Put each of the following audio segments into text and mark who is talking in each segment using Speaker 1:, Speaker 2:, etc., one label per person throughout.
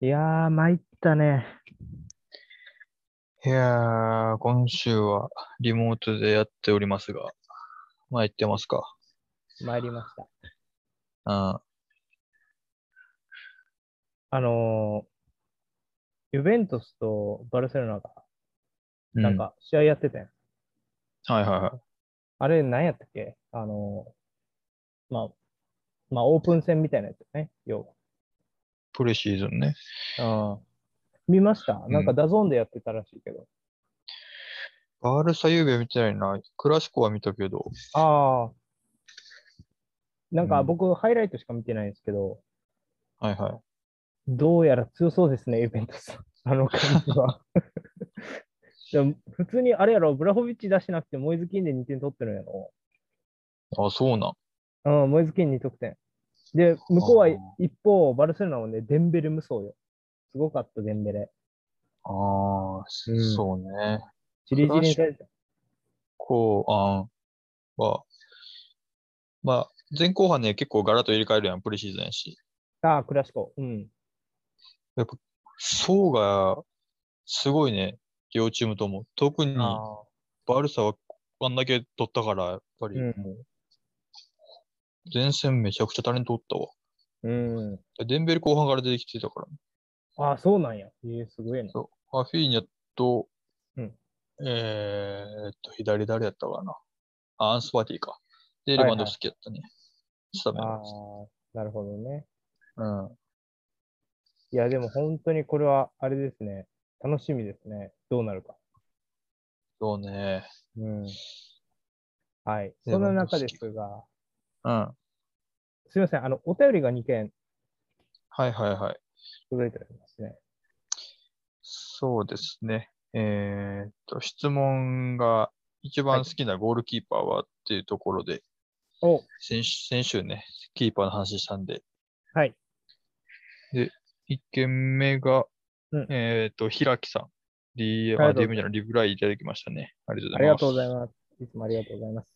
Speaker 1: いやー、参ったね。
Speaker 2: いやー、今週はリモートでやっておりますが、まあ言ってますか。
Speaker 1: 参りました。
Speaker 2: あ
Speaker 1: あのー、ユベントスとバルセロナが、
Speaker 2: ー
Speaker 1: なん、か、試合やってたやん。
Speaker 2: うんはいはいはい。
Speaker 1: あれ、なんやったっけあのー、まあ、まあ、オープン戦みたいなやつね、要
Speaker 2: プレシーズンね。
Speaker 1: は。うん。見ました
Speaker 2: うん
Speaker 1: なんか、ダゾーンでやってたらしいけど。
Speaker 2: バルサユーベ見てないな。クラシコは見たけど。
Speaker 1: ああ。なんか、
Speaker 2: うん
Speaker 1: 僕、ハイライトしか見てないんですけど、
Speaker 2: はいはい。
Speaker 1: どうやら強そうですね、ユベントス。 あの感じは。 でも普通にあれやろ、ブラホビッチ出してなくて、モイズキンで2点取ってるんやろ。
Speaker 2: あ、そうなん。
Speaker 1: うん、モイズ・キン2得点。で、向こうは
Speaker 2: あー
Speaker 1: 一方、バルセロナもね、デンベレ無双よ。すごかった、デンベレ。
Speaker 2: ああ、
Speaker 1: うん
Speaker 2: そうね。
Speaker 1: チリチリにされた。
Speaker 2: こう、あーは、まあ、前後半ね、結構ガラッと入れ替えるやん、プレシーズンやし。
Speaker 1: ああー、クラシコ。うん。
Speaker 2: 層が、すごいね、両チームとも。特に、
Speaker 1: あ
Speaker 2: バルサはあんだけ取ったから、やっぱり
Speaker 1: う
Speaker 2: も
Speaker 1: ん
Speaker 2: う、前線めちゃくちゃタレントおったわ。
Speaker 1: ーうん。
Speaker 2: デンベル後半から出てきてたから、
Speaker 1: ああ、そうなんや。えー、すごいな。
Speaker 2: そう。アフィーニャと、
Speaker 1: うん
Speaker 2: えーっと、左誰やったかな。あアンスパーティーか。で、
Speaker 1: はいは
Speaker 2: レ
Speaker 1: い
Speaker 2: バンドフスキやったね。スタメン
Speaker 1: ああ、なるほどね。
Speaker 2: うん。
Speaker 1: いや、でも本当にこれは、あれですね。楽しみですね。どうなるか。
Speaker 2: そうね。
Speaker 1: うん。はい。
Speaker 2: レバンドフスキ
Speaker 1: そんな中ですが、
Speaker 2: うん。は
Speaker 1: すいません。あの、お便りが2件
Speaker 2: いはいはい。
Speaker 1: 届いておりますね。
Speaker 2: そうですね。えーっと、質問が一
Speaker 1: は
Speaker 2: 番
Speaker 1: い
Speaker 2: 好きなゴールキーパーはっていうところで、
Speaker 1: お、
Speaker 2: 先先週ね、キーパーの話したんで、
Speaker 1: はい。
Speaker 2: 一件目が、
Speaker 1: うん
Speaker 2: えっ、と、ひらきさん。DM、
Speaker 1: あ
Speaker 2: あ
Speaker 1: りがとうございます
Speaker 2: DM じゃない、リプライいただきましたね。ありがとうご
Speaker 1: あ
Speaker 2: ざ
Speaker 1: り
Speaker 2: い
Speaker 1: が
Speaker 2: ます。
Speaker 1: とうございます。いつもありがとうございます。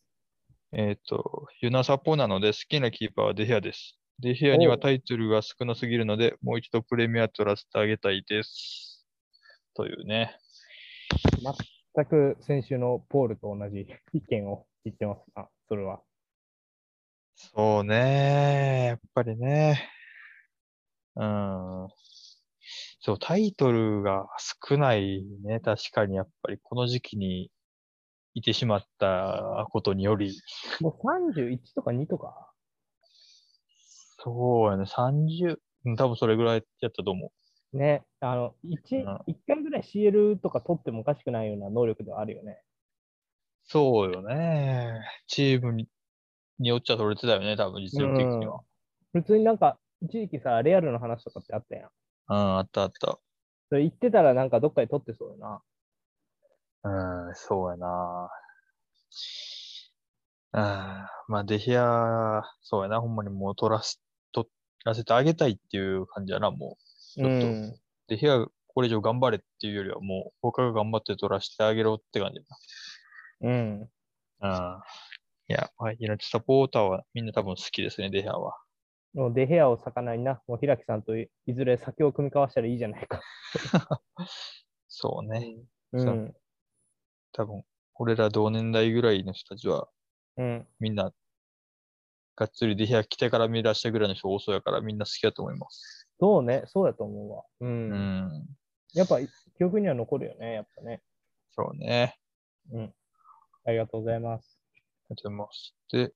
Speaker 2: えっ、と、ユナサポなので好きなキーパーはデヘアです。デヘアに
Speaker 1: お
Speaker 2: は
Speaker 1: う
Speaker 2: タイトルが少なすぎるので、もう一度プレミア取らせてあげたいです。というね。
Speaker 1: 全く先週のポールと同じ意見を言ってますあそれは。
Speaker 2: そうね。やっぱりね。うん。そう、タイトルが少ないね。確かに、やっぱりこの時期にいてしまったことにより、
Speaker 1: もう31とか2とか。
Speaker 2: そうやね、30、うん多分それぐらいやったと思う。
Speaker 1: ね、あの、1
Speaker 2: うん、
Speaker 1: 一回ぐらい CL とか取ってもおかしくないような能力ではあるよね。
Speaker 2: そうよね。チームにによっちゃ取れてたよね、多分実力的には。
Speaker 1: 普通になんか、一時期さ、レアルの話とかってあったやん。
Speaker 2: うん、あったあった。
Speaker 1: それ言ってたらなんかどっかで取ってそうよな。
Speaker 2: うん、そうやな。あーまあ、デヒア、そうやな、ほんまにもう取らす、取らせてあげたいっていう感じやな、もう。ちょっと、
Speaker 1: うん
Speaker 2: デヒア、これ以上頑張れっていうよりは、もう、他が頑張って取らせてあげろって感じ。
Speaker 1: うん。
Speaker 2: うん。いや、まあ、ユナイテッドサポーターはみんな多分好きですね、デヒアは。
Speaker 1: もうデヘアを魚にな、もう平木さんといいずれ酒を組み交わしたらいいじゃないか。
Speaker 2: そうね。
Speaker 1: う。
Speaker 2: そうん多分、俺ら同年代ぐらいの人たちは、
Speaker 1: うん。
Speaker 2: みんな、がっつりデヒア来てから見出したぐらいの人多そうやから、みんな好きだと思います。
Speaker 1: そうね、そうだと思うわ。う。
Speaker 2: うんん。
Speaker 1: やっぱ、記憶には残るよね、やっぱね。
Speaker 2: そうね。
Speaker 1: ありがとうございます。
Speaker 2: ありがとうございます。で、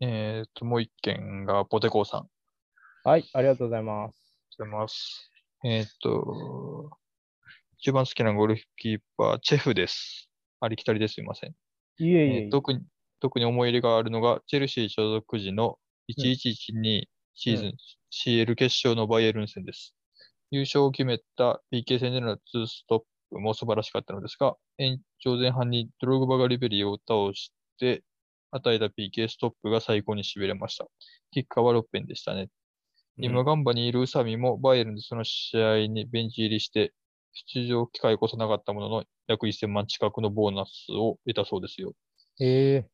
Speaker 2: えっ、と、もう一件が、ポテコーさん。あ
Speaker 1: はい、ありがとうございます。
Speaker 2: りがとうございます。えっ、と、一番好きなゴルフキーパー、チェフです。ありきたりですいません。
Speaker 1: いえいえ
Speaker 2: えー特に、特に思い入れがあるのが、チェルシー所属時の1112シーズン、
Speaker 1: う
Speaker 2: CL 決勝のバイエルン戦です。優勝を決めた PK 戦での2ストップも素晴らしかったのですが、延長前半にドログバがリベリーを倒して、与えた PK ストップが最高に痺れました。キッカーは6ペンでしたね。今、ガンバにいる宇佐美もバイエルンでその試合にベンチ入りして、出場機会こそなかったものの、約1000万近くのボーナスを得たそうですよ。
Speaker 1: へえ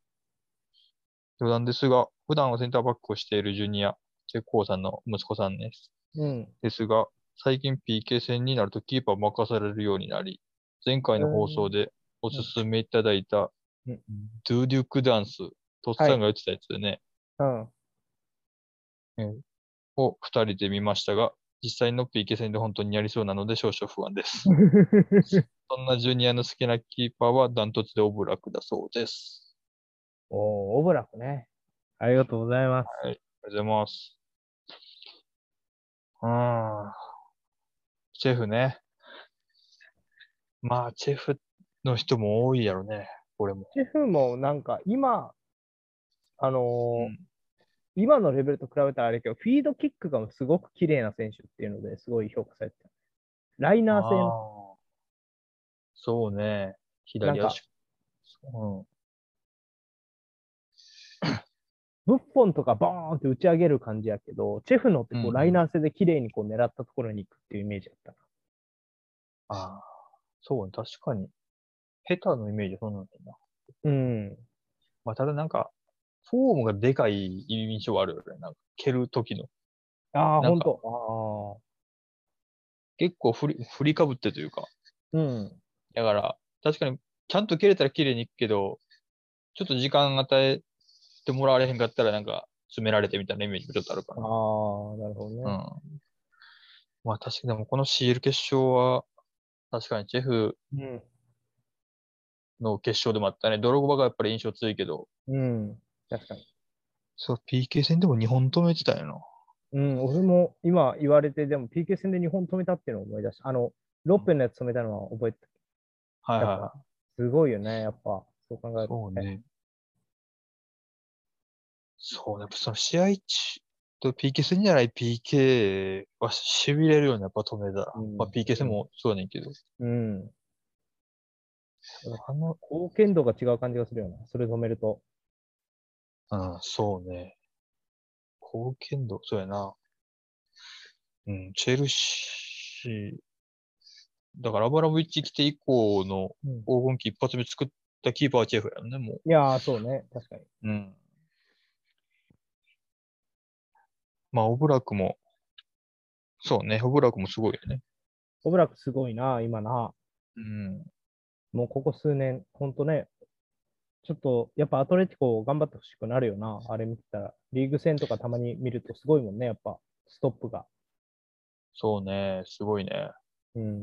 Speaker 2: 余談ですが、普段はセンターバックをしているジュニア、チェコーさんの息子さんです
Speaker 1: うん。
Speaker 2: ですが、最近 PK 戦になるとキーパーを任されるようになり、前回の放送でおすすめいただいた
Speaker 1: うん
Speaker 2: ドゥデュクダンス、とっさんが言ってたやつでね、
Speaker 1: うん。
Speaker 2: を2人で見ましたが、実際の PK 戦で本当にやりそうなので少々不安です。そんなジュニアの好きなキーパーはダントツでオブラクだそうです。
Speaker 1: おお、オブラクね。ありがとうございます。
Speaker 2: ありがとうございます。うーん。チェフね。まあ、チェフの人も多いやろね。これも。
Speaker 1: シェフもなんか今、あのー
Speaker 2: うん
Speaker 1: 今のレベルと比べたらあれだけど、フィードキックがすごく綺麗な選手っていうのですごい評価されてた。ライナー性
Speaker 2: あ
Speaker 1: の、
Speaker 2: ーそうね。左
Speaker 1: なんか
Speaker 2: 足。うん。
Speaker 1: ブッフォンとかバーンって打ち上げる感じやけど、チェフのってこ
Speaker 2: う
Speaker 1: うんライナー性で綺麗にこう狙ったところに行くっていうイメージだったな。
Speaker 2: ああ。そうね。確かに。下手のイメージはそんなんだよな。
Speaker 1: うん。
Speaker 2: まあ、ただなんか、フォームがでかい印象はあるよね。なんか、蹴る時の。
Speaker 1: ああ、
Speaker 2: な
Speaker 1: ほん
Speaker 2: んか
Speaker 1: と。
Speaker 2: 結構振り、振りかぶってというか。
Speaker 1: ああ。うん。
Speaker 2: だから、確かに、ちゃんと切れたら綺麗にいくけど、ちょっと時間与えてもらわれへんかったら、なんか、詰められてみたいなイメージもちょっとあるか
Speaker 1: ああ、
Speaker 2: な。
Speaker 1: なるほどね。
Speaker 2: うん。まあ、確かに、でもこの CL 決勝は、確かにジェフ
Speaker 1: うん。
Speaker 2: の決勝でもあったね。ドロゴバがやっぱり印象強いけど、
Speaker 1: うん。確かに。
Speaker 2: そう、PK 戦でも2本止めてたよな。
Speaker 1: うん、俺も今言われて、でも PK 戦で日本止めたっていうのを思い出した。あの、ロッペのやつ止めたのは覚えてた。
Speaker 2: はいはい
Speaker 1: やっ
Speaker 2: は
Speaker 1: ぱすごいよね、やっぱ。そう考え
Speaker 2: い。
Speaker 1: ると。
Speaker 2: そうね。そうね。やっぱその試合中と PK 戦じゃない PK は痺れるよね。やっぱ止めたら。
Speaker 1: うん
Speaker 2: まあ PK 戦もそうやねんけど。
Speaker 1: うん。
Speaker 2: あの、
Speaker 1: 貢献度が違う感じがするよね。それ止めると。
Speaker 2: うん、そうね。貢献度、そうやな。うん、チェルシー。だから、アバラモビッチ来て以降の
Speaker 1: うん
Speaker 2: 黄金期一発目作ったキーパーはチェフやんね、も
Speaker 1: いやー、そうね。確かに。
Speaker 2: う。うん。まあ、オブラクも、そうね、オブラクもすごいよね。
Speaker 1: オブラクすごいな、今な。
Speaker 2: うん。
Speaker 1: もうここ数年、ほんとね、ちょっと、やっぱアトレティコ頑張ってほしくなるよな。あれ見てたら。リーグ戦とかたまに見るとすごいもんね、やっぱ。ストップが。
Speaker 2: そうね、すごいね。
Speaker 1: うん。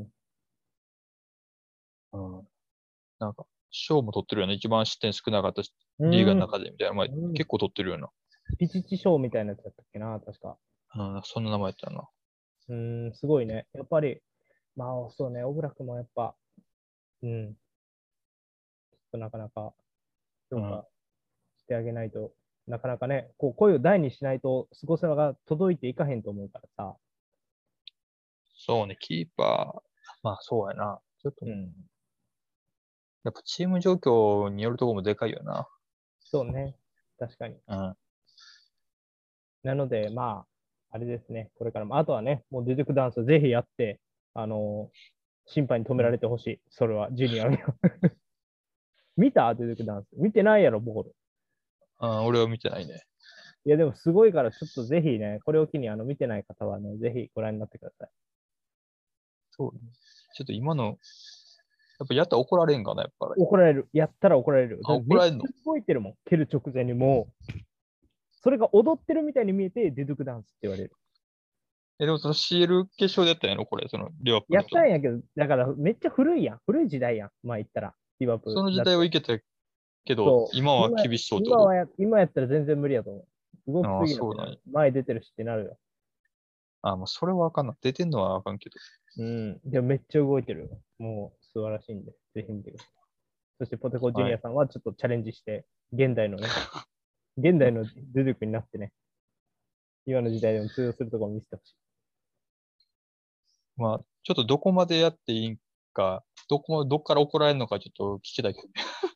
Speaker 2: うん。なんか、賞も取ってるよね。一番失点少なかったしリーガの中でみたいな。まあ、
Speaker 1: うん
Speaker 2: 結構取ってるような。
Speaker 1: ピチチ賞みたいなやつだったっけな、確か。
Speaker 2: うん、そんな名前やったな。
Speaker 1: うーん、すごいね。やっぱり、まあ、そうね、オブラクもやっぱ、うん。ちょっとなかなか、評
Speaker 2: うん
Speaker 1: 価してあげないと、なかなかね、こう、声を大にしないと、すごさが届いていかへんと思うからさ。
Speaker 2: そうね、キーパー、まあそうやな。ちょっと、
Speaker 1: ん。
Speaker 2: やっぱチーム状況によるところもでかいよな。
Speaker 1: そうね、確かに。
Speaker 2: うん。
Speaker 1: なので、まあ、あれですね、これからも、あとはね、もう出てくダンス、ぜひやって、あのー審判に止められてほしい。それは、ジュニアには。 見た出てくダンス。見てないやろ、ボール。
Speaker 2: うん、俺は見てないね。
Speaker 1: いや、でもすごいから、ちょっとぜひね、これを機にあの見てない方はね、ぜひご覧になってください。
Speaker 2: そうね。ちょっと今の、やっぱやったら怒られんかな、やっぱり。
Speaker 1: 怒られる。やったら怒られる。
Speaker 2: あ怒られんの
Speaker 1: めっちゃ動いてるもん。蹴る直前にもう、それが踊ってるみたいに見えて、デドゥクダンスって言われる。
Speaker 2: え、でもその CL 決勝でやったんやろ、これ、その、リワプール
Speaker 1: や
Speaker 2: の
Speaker 1: ったんやけど、だからめっちゃ古いやん。古い時代やん。まあ言ったら、リバプール。
Speaker 2: その時代はいけたけど、
Speaker 1: そう
Speaker 2: 今は厳しそうって
Speaker 1: 今
Speaker 2: こと
Speaker 1: はや今やったら全然無理やと思う。動きすぎ
Speaker 2: ああそうな
Speaker 1: なんん
Speaker 2: や
Speaker 1: て前出てるしってなるよ。
Speaker 2: あ、もうそれはあかんな。出てんのはあかんけど。
Speaker 1: うん。でもめっちゃ動いてるよ。もう素晴らしいんで、ぜひ見てください。そしてポテコジュニアさんはちょっとチャレンジして、現代の ね、現代のデュクになってね、今の時代でも通用するところを見せてほしい。
Speaker 2: まあ、ちょっとどこまでやっていいんか、どこ、どっから怒られるのかちょっと聞きたいけど。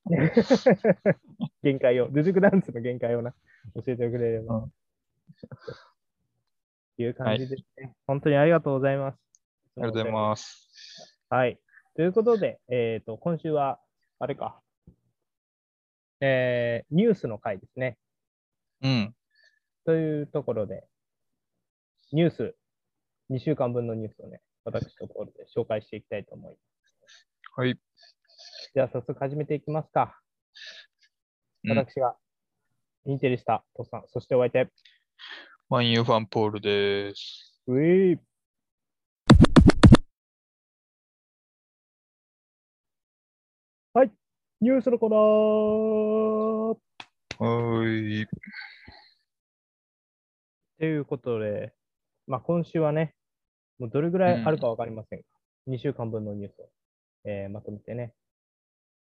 Speaker 1: 限界を、ルズクダンスの限界をな、教えてくれれば。
Speaker 2: うん
Speaker 1: という感じですね、本当にありがとうございます。
Speaker 2: ありがとうございます。
Speaker 1: はい。ということで、えっ、と、今週は、あれか、えー、ニュースの回ですね。
Speaker 2: うん。
Speaker 1: というところで、ニュース、 2週間分のニュースをね、私とポールで紹介していきたいと思いま
Speaker 2: はい。
Speaker 1: す。では早速始めていきますか。
Speaker 2: うん
Speaker 1: 私が、インテリしたトッさん、そしてお相手、
Speaker 2: マインユファンポールです。
Speaker 1: ウィーはい、ニュースのコーナー
Speaker 2: はーい。
Speaker 1: ということで、まあ、今週はね、もうどれぐらいあるかわかりませんが、2週間分のニュースを、えーまとめてね、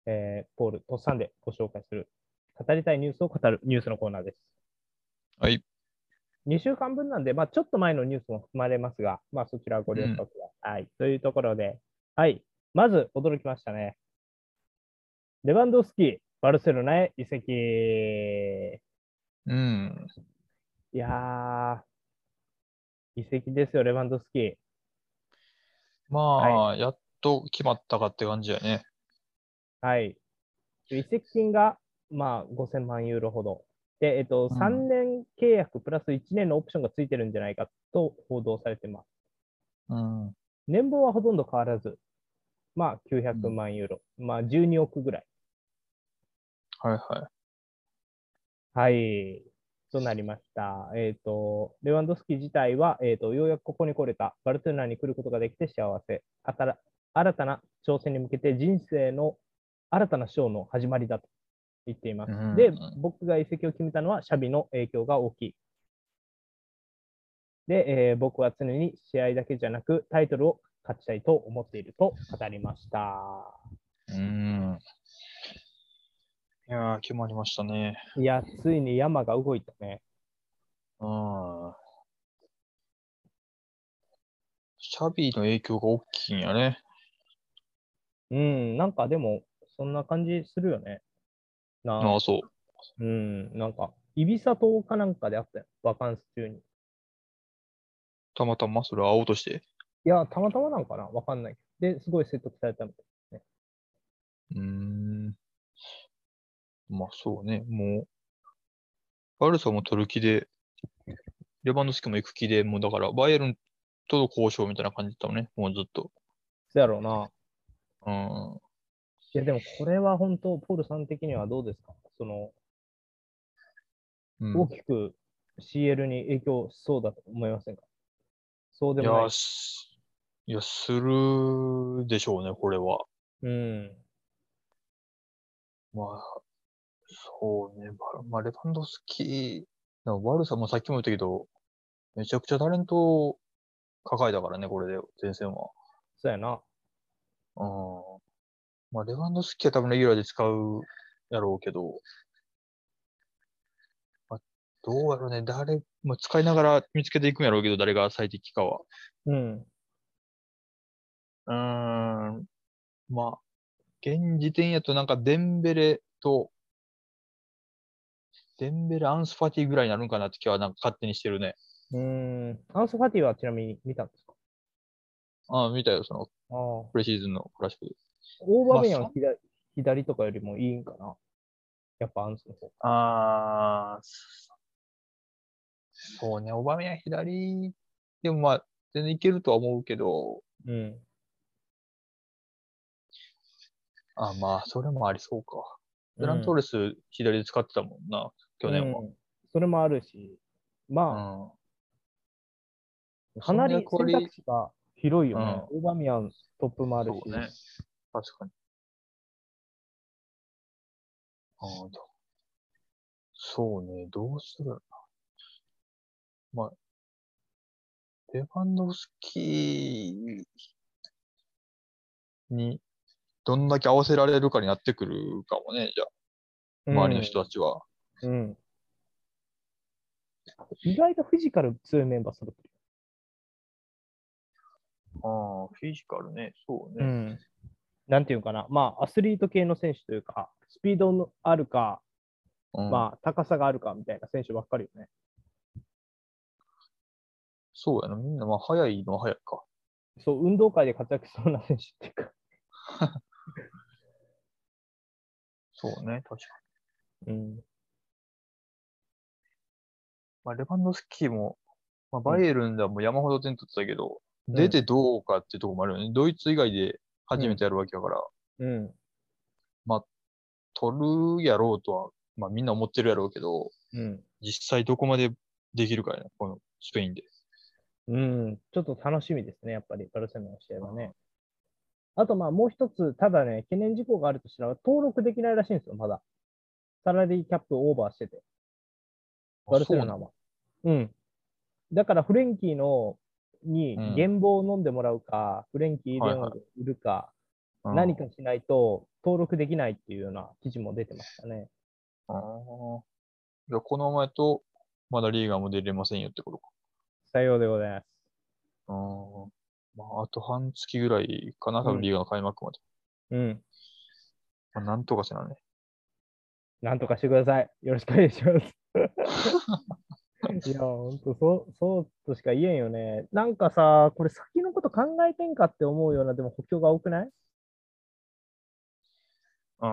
Speaker 1: えーポール、とっさんでご紹介する、語りたいニュースを語るニュースのコーナーです。
Speaker 2: はい。
Speaker 1: 2週間分なんで、まあ、ちょっと前のニュースも含まれますが、まあ、そちらはご了承ください。というところで、はい。まず、驚きましたね。レバンドフスキー、バルセロナへ移籍。
Speaker 2: うん。
Speaker 1: いやー、移籍ですよ、レバンドフスキー。
Speaker 2: まあ、やっと決まったかって感じやね。
Speaker 1: はい。移籍金が、まあ、5000万ユーロほど。で、えっと、
Speaker 2: うん
Speaker 1: 3年契約プラス1年のオプションがついてるんじゃないかと報道されてます。
Speaker 2: うん。
Speaker 1: 年俸はほとんど変わらず、まあ、900万ユーロ。まあ、12億ぐらい。
Speaker 2: はいは
Speaker 1: はい。となりました。えっ、と、レワンドフスキー自体は、えっ、と、ようやくここに来れた、バルセロナに来ることができて幸せ。あたら新たな挑戦に向けて人生の新たな章の始まりだと言っています。
Speaker 2: うん
Speaker 1: で、僕が移籍を決めたのは、シャビの影響が大きい。で、えー僕は常に試合だけじゃなく、タイトルを勝ちたいと思っていると語りました。
Speaker 2: い。うん。いやー、決まりましたね。
Speaker 1: いや、ついに山が動いたね。
Speaker 2: うん。シャビーの影響が大きいんやね。
Speaker 1: うん、なんかでも、そんな感じするよね。な
Speaker 2: あ
Speaker 1: あ、
Speaker 2: あ、そ
Speaker 1: う
Speaker 2: う。
Speaker 1: ん、なんか、イビサ島かなんかであったよ、バカンス中に。い
Speaker 2: たまたまそれを会おうとして。
Speaker 1: や、たまたまなんかな、わかんないけど。で、すごい説得されたみたい。
Speaker 2: うーん。まあそうね、もう、バルサも取る気で、レバンドフスキも行く気で、もうだから、バイエルンとの交渉みたいな感じだったのね、もうずっと。
Speaker 1: そうやろうな。
Speaker 2: うん。
Speaker 1: いや、でもこれは本当、ポールさん的にはどうですかその、
Speaker 2: うん
Speaker 1: 大きく CL に影響しそうだと思いませんかそうで
Speaker 2: い
Speaker 1: もない
Speaker 2: や、。すいや、するでしょうね、これは。
Speaker 1: うん。
Speaker 2: まあ、そうね、バまあ、レバンドフスキー、なんかバルサもさっきも言ったけど、めちゃくちゃタレントを抱えたからね、これで、前線は。
Speaker 1: そうやな。
Speaker 2: うんまあ、レバンドフスキーは多分レギュラーで使うやろうけど、まあ、どうやろうね、誰、まあ、使いながら見つけていくんやろうけど、誰が最適かは。
Speaker 1: うん。
Speaker 2: うーん、まあ、現時点やとなんかデンベレと、デンベレ、アンスファティぐらいになるんかなって気はなんか勝手にしてるね。
Speaker 1: うん。アンス・ファティはちなみに見たんですか
Speaker 2: ああ、見たよ、その、
Speaker 1: ああ。オ
Speaker 2: プレシーズンのクラシックで。
Speaker 1: ーバーメイン
Speaker 2: ま
Speaker 1: は
Speaker 2: あ
Speaker 1: 左,、左とかよりもいいんかなやっぱアンスの方。
Speaker 2: ああ、そうね、オバメヤン左、でもまあ、全然いけるとは思うけど、
Speaker 1: うん。
Speaker 2: あまあ、それもありそうか。フラントーレス左で使ってたもんな、去年は。
Speaker 1: うんそれもあるし、まあ、
Speaker 2: うん。
Speaker 1: かなり選
Speaker 2: そんな
Speaker 1: 択
Speaker 2: 役割
Speaker 1: 肢が広いよね。オーバミアントップもあるし
Speaker 2: そう。ね。確かに。ああ、どそうね、どうするのまあ、レバンドフスキーにどんだけ合わせられるかになってくるかもね、じゃあ、周りの人たちは。
Speaker 1: うん。うん意外とフィジカル強いメンバー揃ってる。
Speaker 2: ああ、フィジカルね、そうね。
Speaker 1: ん。なんていうかな、まあ、アスリート系の選手というか、スピードのあるか、
Speaker 2: うん
Speaker 1: まあ、高さがあるかみたいな選手ばっかりよね。
Speaker 2: そうやな、みんなまあ、早いのは早いか。
Speaker 1: そう、運動会で活躍しそうな選手っていうか。
Speaker 2: そうね、確かに。
Speaker 1: うん。
Speaker 2: まあ、レバンドフスキーも、まあ、バイエルンだも山ほど点取ってたけど、出てどうかってとこもあるよね。ドイツ以外で初めてやるわけだから、
Speaker 1: うん。
Speaker 2: 取るやろうとは、まあみんな思ってるやろうけど、
Speaker 1: うん。
Speaker 2: 実際どこまでできるかやな、このスペインで。
Speaker 1: うん、ちょっと楽しみですね、やっぱり、バルセロナの試合はね。あと、まあ、もう一つ、ただね、懸念事項があるとしたら、登録できないらしいんですよ、まだ。サラリーキャップオーバーしてて、バルセロナ
Speaker 2: あ
Speaker 1: は。うん。だから、フレンキーの、に
Speaker 2: うん
Speaker 1: 原棒を飲んでもらうか、フレンキー電話で売るか、
Speaker 2: そうなん
Speaker 1: 何かしないと登録できないっていうような記事も出てましたね。
Speaker 2: あーじゃあこの前と、まだリーガーも出れませんよってことか。
Speaker 1: さようでございます。
Speaker 2: あーまあ、あと半月ぐらいかな、多
Speaker 1: うん
Speaker 2: 分リーガーの開幕まで。
Speaker 1: うん。
Speaker 2: まあ、なんとかせなね。
Speaker 1: なんとかしてください。よろしくお願いします。いや、ほんと、そう、そうとしか言えんよね。なんかさ、これ先のこと考えてんかって思うような、でも補強が多くない
Speaker 2: あ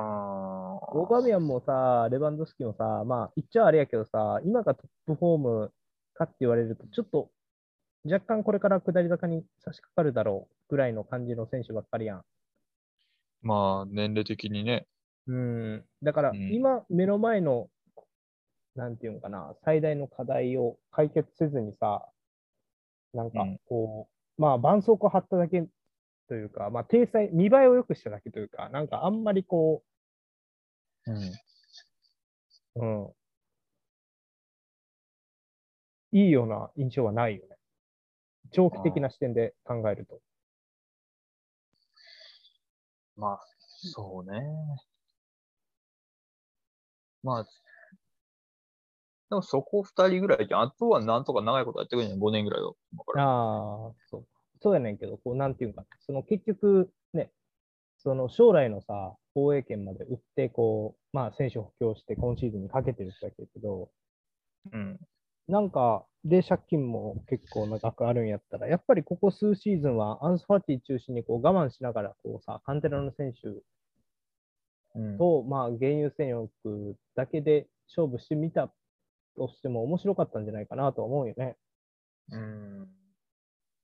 Speaker 1: オー
Speaker 2: ー
Speaker 1: バーミアンもさ、レバンドフスキもさ、まあ、言っちゃあれやけどさ、今がトップフォームかって言われると、ちょっと、若干これから下り坂に差し掛かるだろうぐらいの感じの選手ばっかりやん。
Speaker 2: まあ、年齢的にね。
Speaker 1: うん、だから
Speaker 2: うん
Speaker 1: 今目の前の、なんていうのかな、最大の課題を解決せずにさ、なんか
Speaker 2: うん
Speaker 1: こう、まあ絆創膏貼っただけというか、まあ体裁、見栄えを良くしただけというか、なんかあんまりこ
Speaker 2: うん。
Speaker 1: う、うん、いいような印象はないよね。長期的な視点で考えると。
Speaker 2: まあ、そうね。まあ、でもそこ二人ぐらいじゃん。あとはなんとか長いことやってくれるん5年ぐらいは。だから
Speaker 1: ああ、そう。そうやねんけど、こう、なんていうんかな、その結局、ね、その将来のさ、防衛権まで売って、こう、まあ、選手補強して、今シーズンにかけてる人だけど、
Speaker 2: うん。
Speaker 1: なんか、で、借金も結構長くあるんやったら、やっぱりここ数シーズンは、アンスファティ中心にこう我慢しながら、こうさ、カンテラの選手
Speaker 2: うん
Speaker 1: と、まあ、原油戦力だけで勝負してみたとしても、面白かったんじゃないかなとは思うよね。
Speaker 2: うん。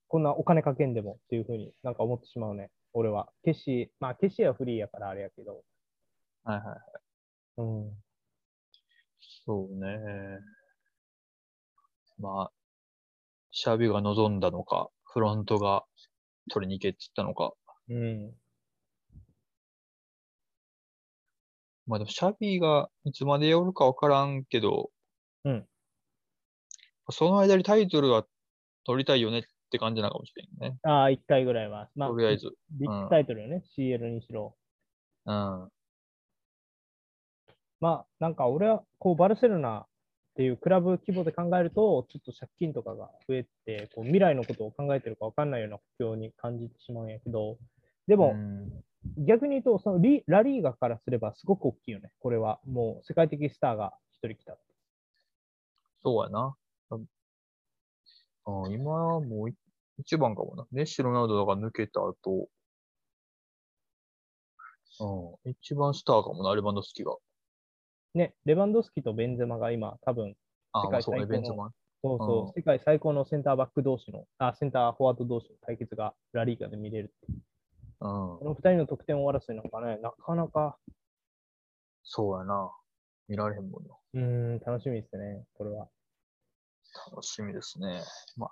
Speaker 1: こんなお金かけんでもっていうふうになんか思ってしまうね、俺は。決し、まあ、決しはフリーやからあれやけど。
Speaker 2: はいはい。
Speaker 1: うん。
Speaker 2: そうね。まあ、シャビが望んだのか、フロントが取りに行けって言ったのか。
Speaker 1: うん。
Speaker 2: まあでもシャビがいつまでやるかわからんけど、
Speaker 1: うん。
Speaker 2: その間にタイトルは取りたいよねって感じなのかもしれんね。
Speaker 1: ああ、1回ぐらいは。まあ、
Speaker 2: とりあえず。
Speaker 1: ビッグタイトルよね、CL にしろ。
Speaker 2: うん。
Speaker 1: まあ、なんか俺は、こう、バルセロナっていうクラブ規模で考えると、ちょっと借金とかが増えて、こう未来のことを考えてるか分かんないような補強に感じてしまうんやけど、で
Speaker 2: で
Speaker 1: も、逆に言うと、そのリラリーガからすればすごく大きいよね。これは、もう世界的スターが一人来た。
Speaker 2: そうやな。うんあー今はもうい一番かもな。メッシ、ロナウドが抜けた後、うん、一番スターかもな、アルバンドフスキが。
Speaker 1: ね、レバンドフスキとベンゼマが今、多分
Speaker 2: あ
Speaker 1: 世
Speaker 2: ー、ま
Speaker 1: 界
Speaker 2: あそうね、
Speaker 1: 最高
Speaker 2: ベンツマン。
Speaker 1: そうそう、
Speaker 2: うん
Speaker 1: 世界最高のセンターバック同士の、あ、センターフォワード同士の対決がラリーガで見れる。
Speaker 2: う
Speaker 1: こ、
Speaker 2: ん
Speaker 1: の2人の得点を争いなんかね、なかなか、
Speaker 2: そうやな。見られへんもんな。
Speaker 1: うーん、楽しみですね、これは。
Speaker 2: 楽しみですね。
Speaker 1: ま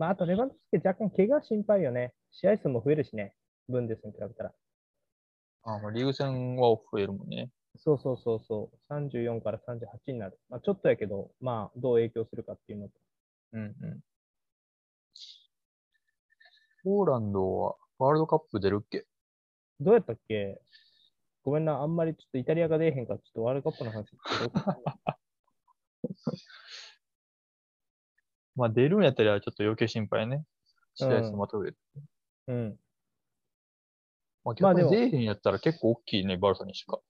Speaker 1: あ、あと、レバンドフスキ若干怪我心配よね。試合数も増えるしね、ブンデスに比べたら。
Speaker 2: あーまあ、リーグ戦は増えるもんね。
Speaker 1: そうそうそうそう、34から38になる。まあ、ちょっとやけど、まあ、どう影響するかっていうのと。
Speaker 2: うんうん。ポーランドはワールドカップ出るっけ
Speaker 1: どうやったっけごめんな、あんまりちょっとイタリアが出えへんから、ちょっとワールドカップの話どうか。
Speaker 2: まあ出るんやったらちょっと余計心配ね。試合数まとめる。
Speaker 1: うん。
Speaker 2: まあ
Speaker 1: まあ
Speaker 2: 逆に
Speaker 1: で
Speaker 2: 出
Speaker 1: も
Speaker 2: えへんやったら結構大きいね、バルサにしか。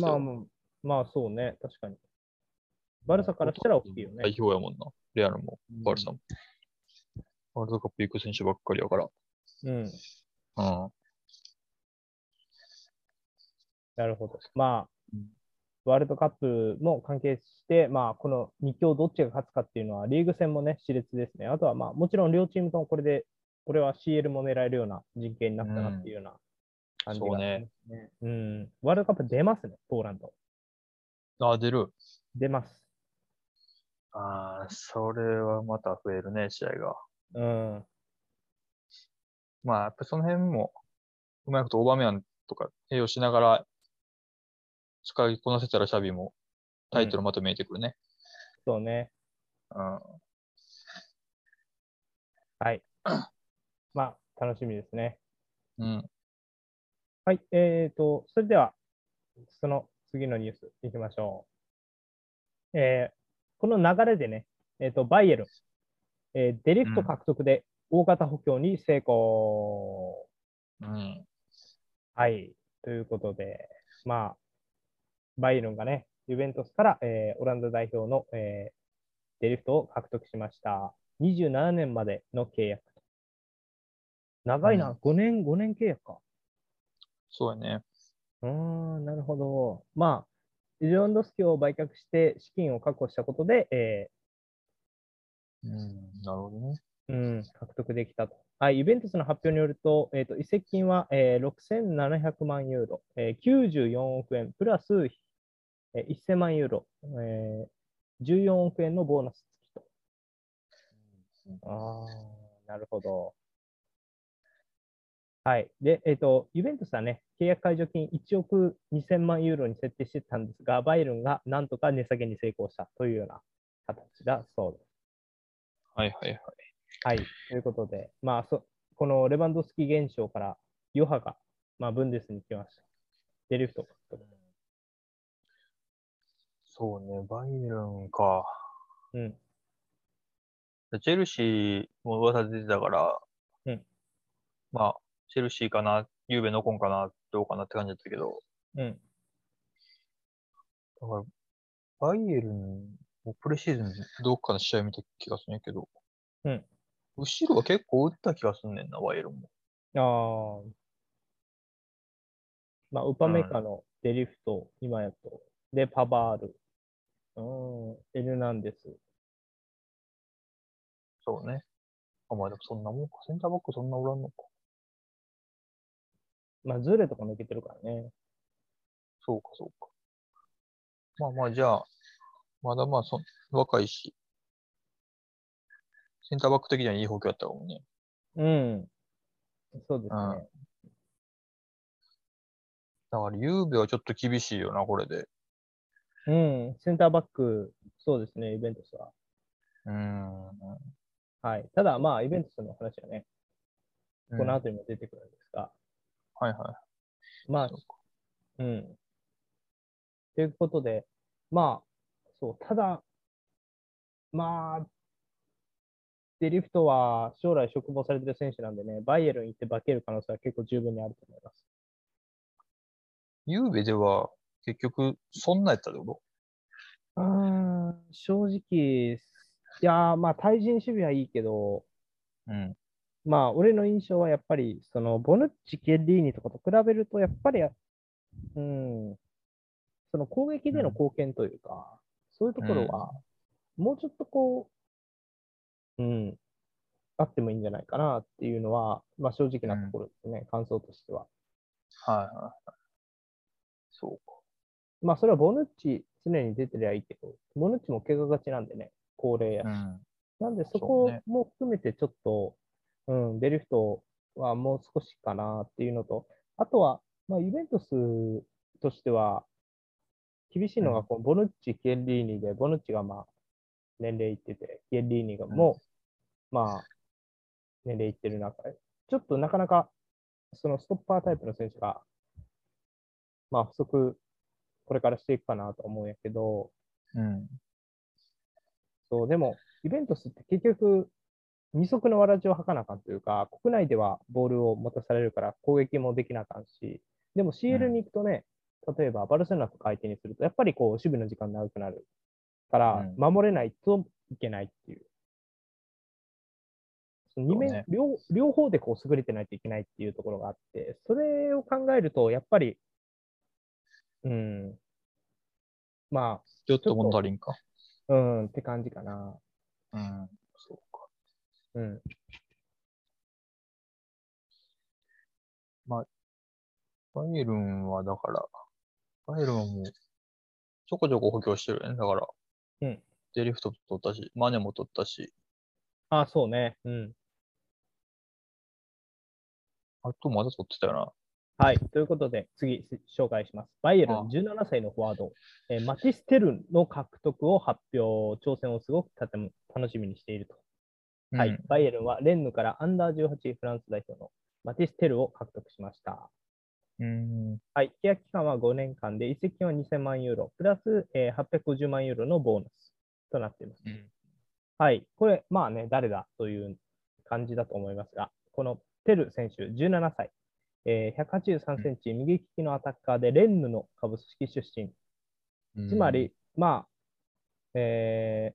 Speaker 1: まあ、もうまあそうね、確かに。バルサからしたら大きいよね。
Speaker 2: 代表やもんな。レアルも、バルサも。ワールドカップ行く選手ばっかりやから。
Speaker 1: うん、
Speaker 2: うん。
Speaker 1: なるほど。まあ
Speaker 2: うん、
Speaker 1: ワールドカップも関係して、まあ、この2強どっちが勝つかっていうのは、リーグ戦もね、熾烈ですね。あとは、まあ、もちろん両チームともこれで、これは CL も狙えるような陣形になったなっていうような感じが
Speaker 2: そう
Speaker 1: し
Speaker 2: ね
Speaker 1: ますね。うん。ワールドカップ出ますね、ポーランド。
Speaker 2: あ、出る。
Speaker 1: 出ます。
Speaker 2: ああ、それはまた増えるね、試合が。
Speaker 1: うん。
Speaker 2: まあ、やっぱその辺も、うまいことオーバーメアンとか併用しながら、使いこなせたらシャビもタイトルまた見えてくるね。
Speaker 1: そうね。
Speaker 2: うん。
Speaker 1: はい。まあ、楽しみですね。
Speaker 2: うん。
Speaker 1: はい。えっ、と、それでは、その次のニュースいきましょう。えーこの流れでね、えっ、と、バイエルン、えーデリフト獲得で大型補強に成功。
Speaker 2: うん。
Speaker 1: はい。ということで、まあ、バイエルンがね、ユベントスから、えーオランダ代表の、えーデリフトを獲得しました。27年までの契約。長いな、
Speaker 2: うん
Speaker 1: 5年、5年契約か。
Speaker 2: そうやね。
Speaker 1: うーん、なるほど。まあ、ジョンドスキを売却して資金を確保したことで、え
Speaker 2: うん。なるほどね。
Speaker 1: ーうん、獲得できたと。はい、イベントスの発表によると、えー、と移籍金は、えー6700万ユーロ、えー94億円、プラス、えー1000万ユーロ、えー14億円のボーナス付き
Speaker 2: うん
Speaker 1: と。ああ、なるほど。はい。で、えっ、と、ユベントスはね、契約解除金1億2000万ユーロに設定してたんですが、バイエルンがなんとか値下げに成功したというような形だそうです。
Speaker 2: はいはいはい。
Speaker 1: はい。ということで、まあ、そこのレバンドフスキ現象から、ヨハが、まあ、ブンデスに来ました。デリフト獲得。
Speaker 2: そうね、バイエルンか。
Speaker 1: うん。
Speaker 2: チェルシーも噂出てたから、
Speaker 1: うん
Speaker 2: まあ、チェルシーかな、ゆうべのコンかな、どうかなって感じだったけど、
Speaker 1: うん。
Speaker 2: だから、バイエルン、もプレシーズンどっかの試合見た気がするんやけど、
Speaker 1: うん
Speaker 2: 後ろは結構打った気がすんねんな、バイエルンも。
Speaker 1: ああ。まあ、ウパメカのデリフト、今やと。で、パバール。うん、エルナンデス。
Speaker 2: そうね。あ、まあでもそんなもんか。センターバックそんなおらんのか。
Speaker 1: まあ、ズーレとか抜けてるからね。
Speaker 2: そうか、そうか。まあまあ、じゃあ、まだまあそ、若いし、センターバック的にはいい補強やったかもね。
Speaker 1: うん。そうです
Speaker 2: うん
Speaker 1: ね。
Speaker 2: だから、ゆうべはちょっと厳しいよな、これで。
Speaker 1: うん、センターバック、そうですね、イベントスは。
Speaker 2: うーん。
Speaker 1: はい。ただ、まあ、イベントスの話はね、この
Speaker 2: は
Speaker 1: 後にも出てくるんですが、
Speaker 2: いは
Speaker 1: まあ
Speaker 2: そ
Speaker 1: う
Speaker 2: う、
Speaker 1: ん。ということで、まあ、そう、ただ、まあ、デリフトは将来嘱望されてる選手なんでね、バイエルン行って化ける可能性は結構十分にあると思います。
Speaker 2: い。ゆうべでは、結局、そんなやったってこ
Speaker 1: うーん、正直、いやー、まあ、対人守備はいいけど、
Speaker 2: とうん。
Speaker 1: まあ、俺の印象はやっぱり、その、ボヌッチ、ケリーニとかと比べると、やっぱり、うん、その攻撃での貢献というか、そういうところは、もうちょっとこう、うん、あってもいいんじゃないかなっていうのは、まあ正直なところですね、感想としては。
Speaker 2: はいはいはい。そうか。
Speaker 1: まあそれはボヌッチ、常に出てりゃいいけど、ボヌッチも怪我がちなんでね、高齢やし。
Speaker 2: ん。
Speaker 1: なんで、そ
Speaker 2: そう
Speaker 1: こ
Speaker 2: ね
Speaker 1: も含めてちょっと、うん、デリフトはもう少しかなっていうのと、あとは、まあ、ユベントスとしては、厳しいの
Speaker 2: う
Speaker 1: が
Speaker 2: ん
Speaker 1: こう、ボヌッチ、ケンリーニで、ボヌッチがまあ年齢いってて、ケンリーニがもう、まあ、年齢いってる中で、ちょっとなかなか、そのストッパータイプの選手が、まあ、不足、これからしていくかなと思うんやけど、
Speaker 2: うん。
Speaker 1: そう、でも、イベントスって結局、二足のわらじを履かなあかんというか、国内ではボールを持たされるから攻撃もできなあかんし、でも CL に行くとね、例えばバルセロナとか相手にすると、やっぱりこう、守備の時間長くなるから、
Speaker 2: う
Speaker 1: 守れないといけないっていう。その二面
Speaker 2: そうね
Speaker 1: 両両方でこう優れてないといけないっていうところがあって、それを考えると、やっぱり、うん、ま
Speaker 2: ちょっと物足りんか。
Speaker 1: あ、うんって感じかな。
Speaker 2: うん。そうか。
Speaker 1: うん。
Speaker 2: バイエルンはだから、バイエルンはもう、ちょこちょこ補強してるよね。だから、
Speaker 1: うん。
Speaker 2: デリフトも取ったし、マネも取ったし、
Speaker 1: あ、そうね。うん。
Speaker 2: あとまだ取ってたよな。
Speaker 1: はい。ということで、次、し紹介します。バイエルン、
Speaker 2: あ
Speaker 1: 17歳のフォワード、えーマティステルンの獲得を発表、挑戦をすごくたても楽しみにしていると。は
Speaker 2: うん
Speaker 1: い、バイエルンはレンヌからアンダー18フランス代表のマティステルを獲得しました。
Speaker 2: うん。
Speaker 1: はい、契約期間は5年間で、移籍金は2000万ユーロ、プラス、えー850万ユーロのボーナスとなっています。
Speaker 2: うん。
Speaker 1: はい、これ、まあね、誰だという感じだと思いますが、このテル選手、17歳、えー183センチ、右利きのアタッカーで、レンヌの株式出身、
Speaker 2: うん
Speaker 1: つま、り、まあ、えー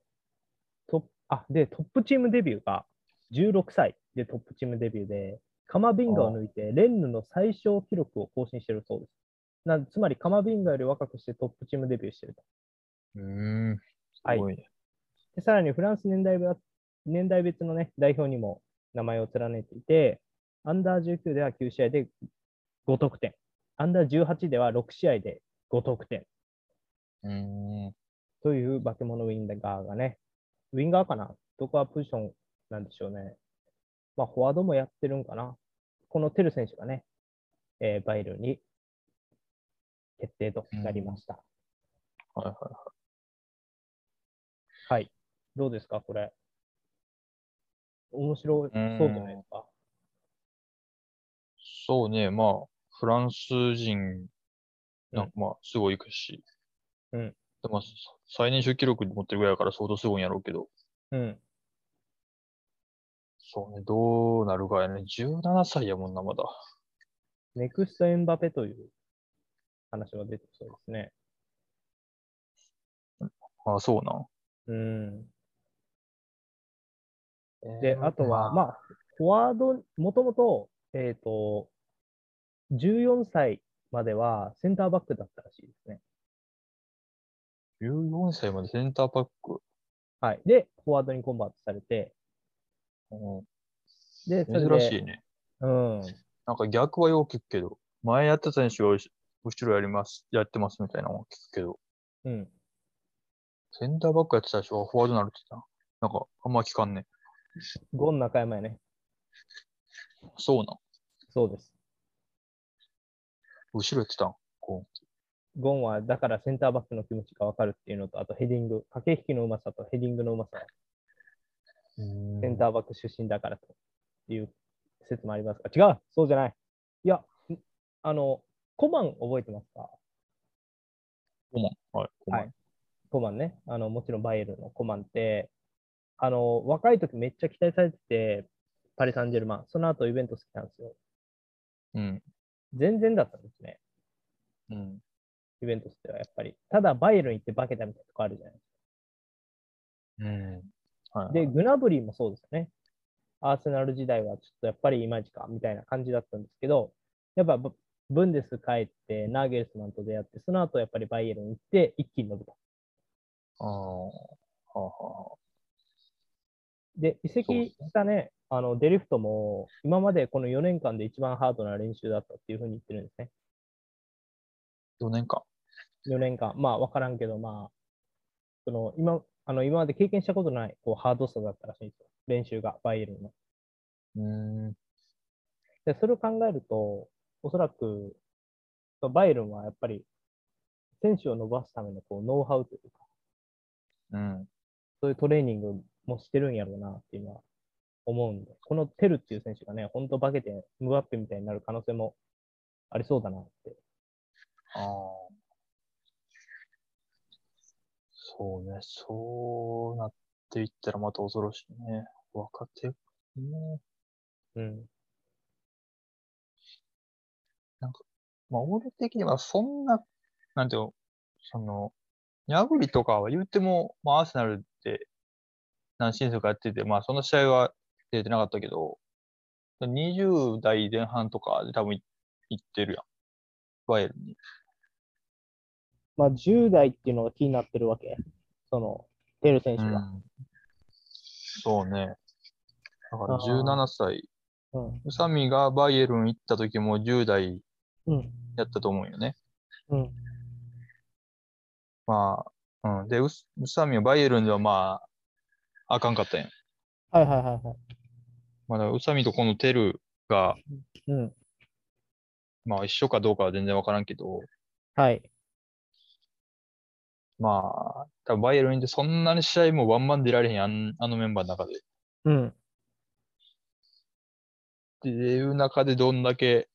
Speaker 1: トップあ、で、トップチームデビューが16歳でトップチームデビューで、カマビンガを抜いて、レンヌの最小記録を更新してるそうです。なつまり、カマビンガより若くしてトップチームデビューしてると。
Speaker 2: うん。す
Speaker 1: はい
Speaker 2: ごいね。
Speaker 1: でさらに、フランス年代別年代別の、ね、代表にも名前を連ねていて、アンダー19では9試合で5得点、アンダー18では6試合で5得点。
Speaker 2: うん。
Speaker 1: という化け物ウィンガーがね、ウィンガーかなどこはポジションなんでしょうね。まあ、フォワードもやってるんかな。このテル選手がね、えーバイエルンに決定となりました。
Speaker 2: はいはい。
Speaker 1: はい。どうですか、これ。面白そうじゃないですか。
Speaker 2: そうね、まあ、フランス人、なんかまあ、すごい行くし。
Speaker 1: うん。
Speaker 2: でまあ、最年少記録持ってるぐらいだから相当すごいんやろうけど。
Speaker 1: うん。
Speaker 2: そうね、どうなるかやね。17歳やもんな、まだ。
Speaker 1: ネクストエンバペという話が出てきそうですね。
Speaker 2: ああ、そうなん。
Speaker 1: うん。
Speaker 2: え
Speaker 1: で、
Speaker 2: ー
Speaker 1: あとは、まあ、フォワード、もともと、えっ、と、14歳まではセンターバックだったらしいですね。
Speaker 2: 14歳までセンターバック。
Speaker 1: はい。で、フォワードにコンバートされて、
Speaker 2: うん
Speaker 1: で、それで、
Speaker 2: 珍しいね。
Speaker 1: うん。
Speaker 2: なんか逆はよく聞くけど、前やってた選手が後ろやります、やってますみたいなのを聞くけど、
Speaker 1: うん。
Speaker 2: センターバックやってた人はフォワードになるって言ってたな。なんか、あんま聞かんね。
Speaker 1: ゴン中山やね。
Speaker 2: そうなん。
Speaker 1: そうです。
Speaker 2: 後ろやってたん。
Speaker 1: ゴンは、だからセンターバックの気持ちがわかるっていうのと、あとヘディング、駆け引きのうまさとヘディングのうまさ、セン
Speaker 2: ー。
Speaker 1: ターバック出身だからという説もありますが、違うそうじゃないいや、んあの、コマン覚えてますか
Speaker 2: コマン。はい。コマン
Speaker 1: はいコマンね、あのもちろんバイエルンのコマンって、あの若い時めっちゃ期待されてて、パリ・サンジェルマン、その後イベント好きなんですよ。
Speaker 2: うん。
Speaker 1: 全然だったんですね、
Speaker 2: うん。
Speaker 1: イベントスではやっぱり。ただ、バイエルン行って化けたみたいなとこあるじゃないです
Speaker 2: うん。は
Speaker 1: か。
Speaker 2: い。
Speaker 1: で、グナブリーもそうですよね。アーセナル時代はちょっとやっぱりいまいちかみたいな感じだったんですけど、やっぱブブンデス帰って、ナーゲルスマンと出会って、その後やっぱりバイエルン行って、一気に伸びた。
Speaker 2: ああ。はあは
Speaker 1: で、移
Speaker 2: そうで
Speaker 1: 籍
Speaker 2: すね
Speaker 1: したね、あのデリフトも、今までこの4年間で一番ハードな練習だったっていうふうに言ってるんですね。
Speaker 2: あ。4年間。
Speaker 1: 4年間、まあ分からんけど、まあ、その今あの今まで経験したことないこうハードさだったらしいんですよ、練習が、バイエルンの。
Speaker 2: うん。
Speaker 1: で、それを考えると、おそらく、バイエルンはやっぱり、選手を伸ばすためのこうノウハウというか、
Speaker 2: うん。
Speaker 1: そういうトレーニングもしてるんやろうなっていうのは思うんで、このテルっていう選手がね、本当化けて、ムバッペみたいになる可能性もありそうだなって。
Speaker 2: ああ。そうね。そうなっていったらまた恐ろしいね。若手、ね。
Speaker 1: うん。
Speaker 2: まあ、俺的にはそんな、なんていうの、その、ヤブリとかは言うても、まあ、アーセナルって何シーズンかやってて、まあ、その試合は出てなかったけど、20代前半とかで多分い行ってるやん。バイエルンに。
Speaker 1: まあ、10代っていうのが気になってるわけ。その、テル選手
Speaker 2: う
Speaker 1: が。
Speaker 2: ん。そうね。だから
Speaker 1: あー
Speaker 2: 17歳。
Speaker 1: うん。
Speaker 2: 宇佐美がバイエルン行った時も10代
Speaker 1: うん。
Speaker 2: やったと思うよね。
Speaker 1: うん。
Speaker 2: まあ、うん。で、うす宇佐美はバイエルンではまあ、あかんかったやん。
Speaker 1: はいはいはいはい。
Speaker 2: まあだから宇佐美とこのテルが、
Speaker 1: うん。
Speaker 2: まあ一緒かどうかは全然わからんけど、
Speaker 1: はい。
Speaker 2: まあ、多分バイエルンでそんなに試合もワンマン出られへん、あんあのメンバーの中で。
Speaker 1: うん。
Speaker 2: っていう中でどんだけ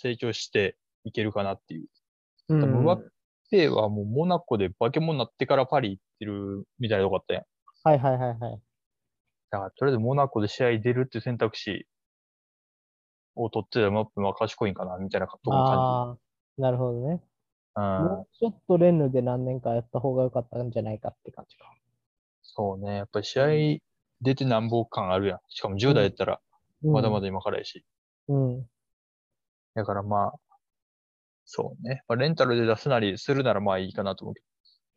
Speaker 2: 成長していけるかなっていう。
Speaker 1: うん
Speaker 2: 多分ワッペはもうモナコで化け物になってからパリ行ってるみたいなとこあったやん。
Speaker 1: はいはいはいはい。
Speaker 2: だからとりあえずモナコで試合出るっていう選択肢を取ってたマップは賢いんかなみたいなとこ感
Speaker 1: ああー、なるほどね。
Speaker 2: じ。うん。
Speaker 1: もうちょっとレンヌで何年かやった方が良かったんじゃないかって感じか。
Speaker 2: そうね。やっぱり試合出てなんぼ感あるやん。しかも10代やったら
Speaker 1: うん
Speaker 2: まだま。だ今からやし。
Speaker 1: うん。
Speaker 2: だからまあ、そうね。まあ、レンタルで出すなりするならまあいいかなと思うけ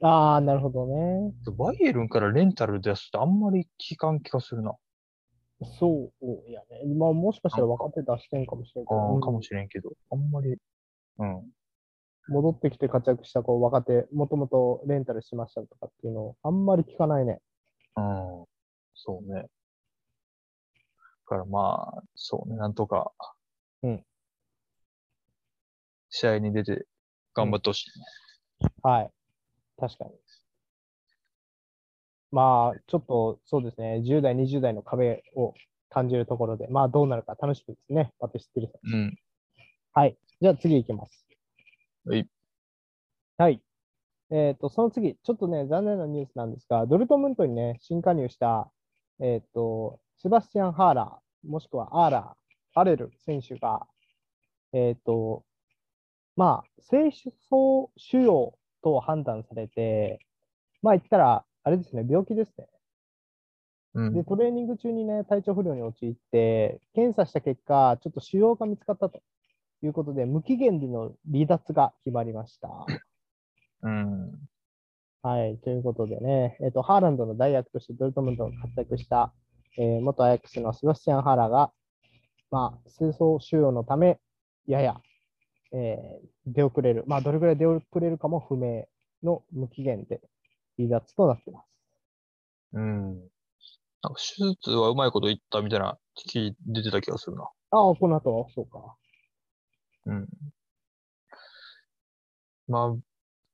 Speaker 2: ど
Speaker 1: ああ、なるほどね。
Speaker 2: バイエルンからレンタル出すってあんまり聞かん気がするな。
Speaker 1: そうやね。まあもしかしたら若手出してんかもしれんけ
Speaker 2: あ
Speaker 1: ど、
Speaker 2: ー
Speaker 1: うん
Speaker 2: かもしれんけど。あんまり。うん。
Speaker 1: 戻ってきて活躍した子、若手、もともとレンタルしましたとかっていうのをあんまり聞かないね。
Speaker 2: うん。そうね。だからまあ、そうね。なんとか。
Speaker 1: うん。
Speaker 2: 試合に出て頑張ってほしい、ね
Speaker 1: はい。確かに。まあ、ちょっとそうですね、10代、20代の壁を感じるところで、まあどうなるか楽しみですね。パティスティルさん。
Speaker 2: うん。
Speaker 1: じゃあ次行きます。
Speaker 2: はい。
Speaker 1: はい。えっ、と、その次、ちょっとね、残念なニュースなんですが、ドルトムントにね、新加入した、えっ、と、セバスチャン・ハーラー、もしくはアーラー、アレル選手が、えっ、と、まあ、性素腫瘍と判断されて、まあ言ったら、あれですね、病気ですね。
Speaker 2: うん。
Speaker 1: で、トレーニング中にね、体調不良に陥って、検査した結果、ちょっと腫瘍が見つかったということで、無期限での離脱が決まりま した。
Speaker 2: うん。
Speaker 1: はい、ということでね、えっとハーランドの代役としてドルトムントが活躍した、えー元アヤックスのセバスチャン・ハーラーが、まあ、清掃収容のため、やや、えー出遅れる、まあ、どれぐらい出遅れるかも不明の無期限で離脱となっています。
Speaker 2: うん。なんか手術はうまいこといったみたいな聞い出てた気がするな。
Speaker 1: ああ、この後はそうか。
Speaker 2: うん。まあ、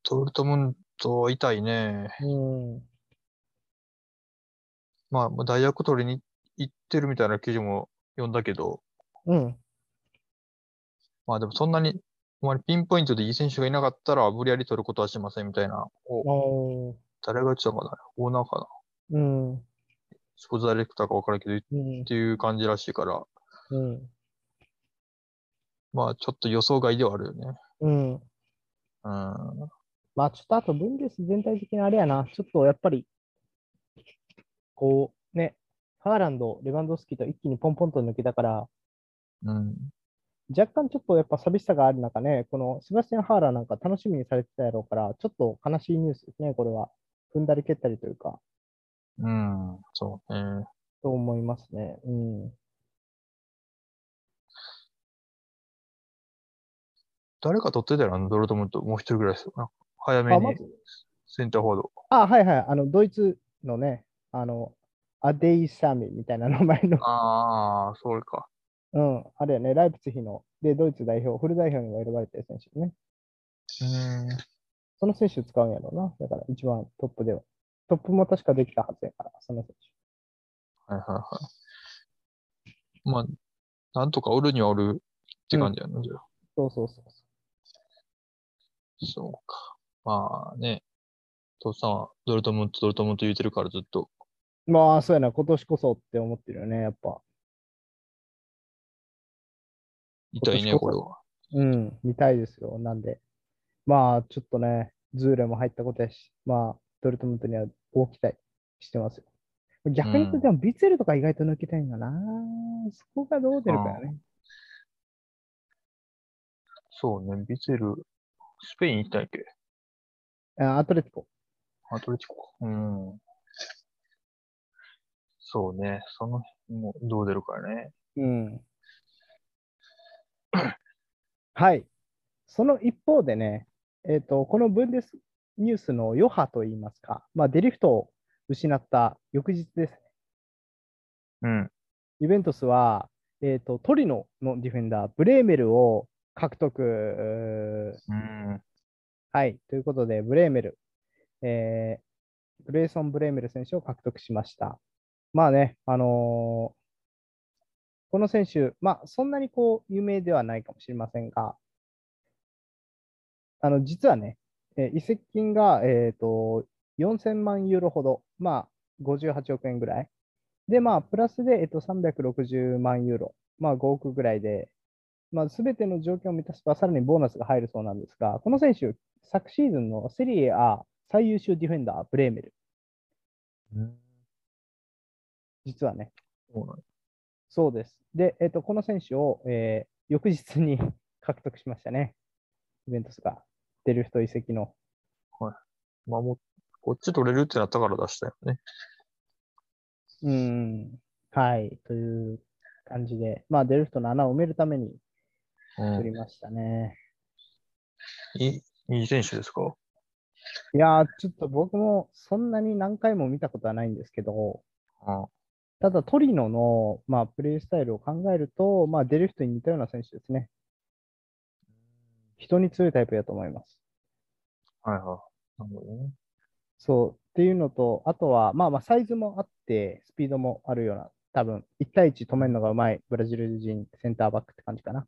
Speaker 2: トルトムントは痛いね。
Speaker 1: うん、
Speaker 2: まあ、まあ大学取りに行ってるみたいな記事も読んだけど、
Speaker 1: うん、
Speaker 2: まあでもそんなに、ほんまにピンポイントでいい選手がいなかったら、無理やり取ることはしませんみたいな。お
Speaker 1: おー
Speaker 2: 誰が言ってたのかなオーナーか
Speaker 1: う
Speaker 2: な
Speaker 1: ん、う
Speaker 2: スポーツダイレクターか分からんけど、っ
Speaker 1: ん、
Speaker 2: ていう感じらしいから、
Speaker 1: うん、
Speaker 2: まあちょっと予想外ではあるよね。
Speaker 1: うん。
Speaker 2: うん。
Speaker 1: まあちょっとあとブンデス全体的にあれやな、ちょっとやっぱり、こうね、ハーランド、レバンドフスキーと一気にポンポンと抜けたから、
Speaker 2: うん。
Speaker 1: 若干ちょっとやっぱ寂しさがある中ね、このセバスチャン・ハーラーなんか楽しみにされてたやろうから、ちょっと悲しいニュースですね、これは。踏んだり蹴ったりというか、
Speaker 2: うん。そうね。
Speaker 1: と思いますね。うん。
Speaker 2: 誰か取ってたよな、ドルトムント。もう一人ぐらいですよな。早め
Speaker 1: あ、
Speaker 2: に
Speaker 1: まず、
Speaker 2: センターフォワード。
Speaker 1: あ、はいはい、あの、ドイツのね、あの、アデイ・サミみたいな名前の
Speaker 2: ああ、それか。
Speaker 1: うん、あれやね、ライプツヒの、で、ドイツ代表、フル代表にも選ばれてる選手ね。
Speaker 2: うん。
Speaker 1: その選手使うんやろうな。だから、一番トップでは。トップも確かできたはずやから、その選
Speaker 2: はいはいはい。まあ、なんとかおるにはおるって感じやな、じゃあ
Speaker 1: 手。そうそうそうそ
Speaker 2: そうか。まあね、父さんはドルトムント、ドルトムント言うてるからずっと。
Speaker 1: う。まあ、そうやな、今年こそって思ってるよね、やっぱ。
Speaker 2: 痛いね、
Speaker 1: 今年こそ
Speaker 2: これは。
Speaker 1: うん、見たいですよ。なんで。まあ、ちょっとね、ズーレも入ったことやし、まあ、ドルトムントには大期待してますよ。逆に言う
Speaker 2: う
Speaker 1: と、
Speaker 2: ん
Speaker 1: でも、ビッツェルとか意外と抜けたいんだな。そこがどう出るかよね。
Speaker 2: そうね、ビツェル、スペイン行ったんやっけ
Speaker 1: あアトレティコ。
Speaker 2: アトレティコか。うん。そうね。その、もう、どう出るかね。
Speaker 1: うん。はい。その一方でね、えっ、と、このブンデスニュースの余波といいますか、まあ、デリフトを失った翌日ですね。
Speaker 2: うん。
Speaker 1: ユベントスは、えっ、と、トリノのディフェンダー、ブレーメルを獲得。
Speaker 2: うん。
Speaker 1: はい。ということで、ブレーメル、えー、グレイソン・ブレーメル選手を獲得しました。まあね、あのーこの選手、まあ、そんなにこう、有名ではないかもしれませんが、あの、実はね、えー移籍金が、えっ、と、4000万ユーロほど、まあ、58億円ぐらい。で、まあ、プラスで、えっ、と、360万ユーロ、まあ、5億ぐらいで、まあ、すべての条件を満たせば、さらにボーナスが入るそうなんですが、この選手、昨シーズンのセリエ A 最優秀ディフェンダー、ブレーメル、実はね。
Speaker 2: そうなんだ
Speaker 1: そうです。で、えっと、この選手を、えー翌日に 獲得しましたね。イベントスが、デルフト移籍の。
Speaker 2: 守っこっち取れるってなったから出したよね。
Speaker 1: うーん。はい。という感じで、まあ、デルフトの穴を埋めるために
Speaker 2: う
Speaker 1: 取りましたね。
Speaker 2: ん。いい、いい選手ですか
Speaker 1: いやー、ちょっと僕もそんなに何回も見たことはないんですけど、
Speaker 2: うん。
Speaker 1: ただトリノの、まあ、プレースタイルを考えると、まあ、デルフトに似たような選手ですね。人に強いタイプだと思います。
Speaker 2: はいはい。なるほどね。
Speaker 1: そう。っていうのと、あとは、まあまあ、サイズもあって、スピードもあるような、多分、1対1止めるのがうまいブラジル人センターバックって感じかな。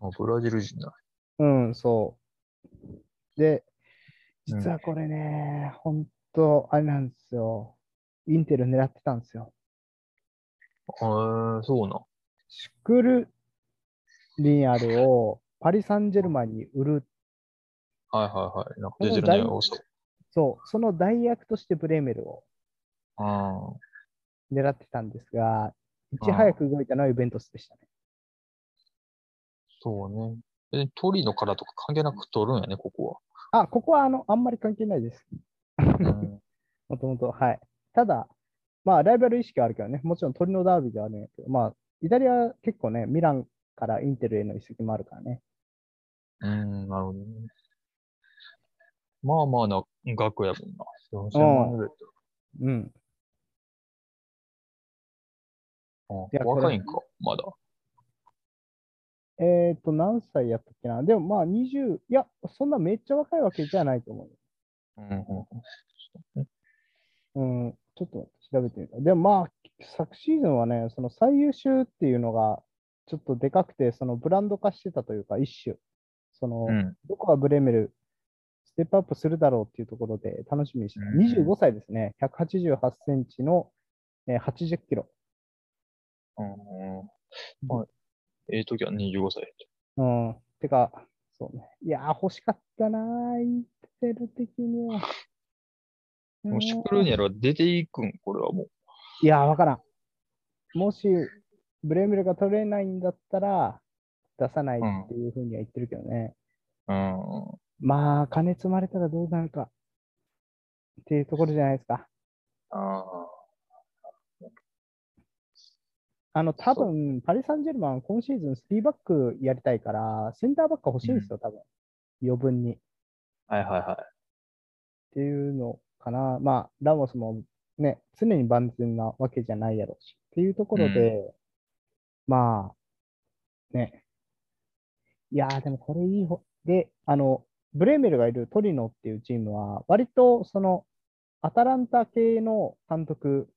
Speaker 2: あブラジル人だ。
Speaker 1: うん、そう。で、実はこれね、本当あれなんですよ。インテル狙ってたんですよ。
Speaker 2: えー、そうな。
Speaker 1: シュクルリアルをパリ・サンジェルマンに売る。
Speaker 2: はいはいはい。なんか
Speaker 1: この
Speaker 2: 出てる
Speaker 1: ダ
Speaker 2: ね、
Speaker 1: イ
Speaker 2: 多そう。
Speaker 1: そう、その代役としてブレーメルを
Speaker 2: あ
Speaker 1: 狙ってたんですが、いち
Speaker 2: あー
Speaker 1: 早く動いたのはユベントスでしたね。
Speaker 2: そうね。別にトリノからとか関係なく取るんやね、ここ
Speaker 1: あ、ここはあのあんまり関係ないです。
Speaker 2: は。うん、
Speaker 1: もともと、はい。ただ、まあ、ライバル意識はあるけどね、もちろん鳥のダービーではあるんやけど、まあ、イタリアは結構ね、ミランからインテルへの移籍もあるからね。
Speaker 2: うん、なるほどね。まあまあな額やもんな。4000万円ぐらい
Speaker 1: うん。い
Speaker 2: だ。
Speaker 1: や
Speaker 2: うん若いんか、まだ。
Speaker 1: えっ、と、何歳やったっけな。でもまあ、20、いや、そんなめっちゃ若いわけじゃないと思うよ。
Speaker 2: うんうん
Speaker 1: うん、ちょっと調べてみた。でもまあ、昨シーズンはね、その最優秀っていうのが、ちょっとでかくて、そのブランド化してたというか、一種。その、
Speaker 2: うん。
Speaker 1: どこがブレーメル、ステップアップするだろうっていうところで楽しみにしてた。
Speaker 2: うん
Speaker 1: 25歳ですね。188センチの、えー80キロ。
Speaker 2: うんうんまあ、ええ時は25歳。
Speaker 1: うん。てか、そうね。いやー、欲しかったなー、インテル的には。
Speaker 2: もうシュ
Speaker 1: う
Speaker 2: クル
Speaker 1: ん
Speaker 2: ニアルは出ていくん、これはもう。
Speaker 1: いやー、わからん。もし、ブレーメルが取れないんだったら、出さないっていうふうには言ってるけどね。
Speaker 2: うん。
Speaker 1: まあ、金積まれたらどうなるか。っていうところじゃないですか。
Speaker 2: あ
Speaker 1: あの、多分パリ・サンジェルマン、今シーズン3バックやりたいから、センターバックが欲しいんですよ、多分余分に。っ
Speaker 2: あ。はいはいはい。
Speaker 1: ていうのかな。まあ、ラモスもね、常に万全なわけじゃないやろうし。っていうところで、まあ、ね。いやー、でもこれいいほ。で、あの、ブレーメルがいるトリノっていうチームは、割とその、アタランタ系の監督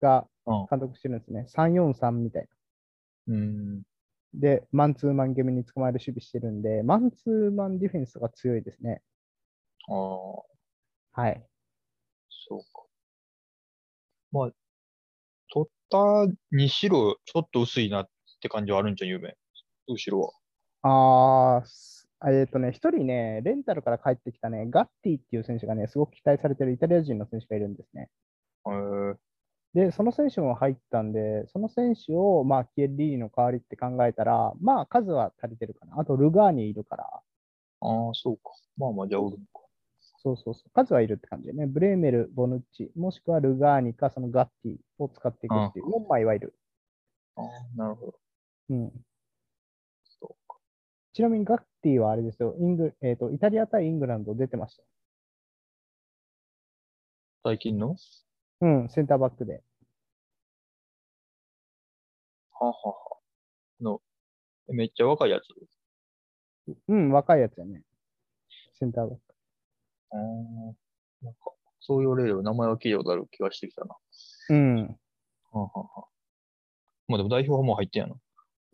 Speaker 1: が
Speaker 2: うん
Speaker 1: 監督してるんですね。343みたいな。
Speaker 2: うん。
Speaker 1: で、マンツーマン気味に捕まえる守備してるんで、マンツーマンディフェンスが強いですね。
Speaker 2: ああ。
Speaker 1: はい。
Speaker 2: そうか。まあ、取ったにしろ、ちょっと薄いなって感じはあるんじゃん、ゆうべん。後ろは。
Speaker 1: あーすえっ、とね、一人ね、レンタルから帰ってきたね、ガッティっていう選手がね、すごく期待されてるイタリア人の選手がいるんですね。
Speaker 2: へ
Speaker 1: で、その選手も入ったんで、その選手を、まあ、キエリーニの代わりって考えたら、まあ、数は足りてるかな。あと、ルガーニいるから。
Speaker 2: えああ、そうか。まあまあ、じゃあ、おるのか。
Speaker 1: そうそうそう。数はいるって感じだよね。ブレーメル、ボヌッチ、もしくはルガーニか、そのガッティを使っていくっていう。4枚はいる。
Speaker 2: ああ、なるほど。
Speaker 1: うん。
Speaker 2: そ
Speaker 1: ちなみにガッティはあれですよ。イングえー、とイタリア対イングランド出てました。
Speaker 2: 最近のは
Speaker 1: うん、センターバックで。
Speaker 2: あはあはあの、めっちゃ若いやつ。
Speaker 1: うん、若いやつやね。センターバック。
Speaker 2: ああ、なんか、そう言われれば名前は聞いたことある気がしてきたな。
Speaker 1: うん。
Speaker 2: はあはあはあまあでも代表はもう入ってんやな。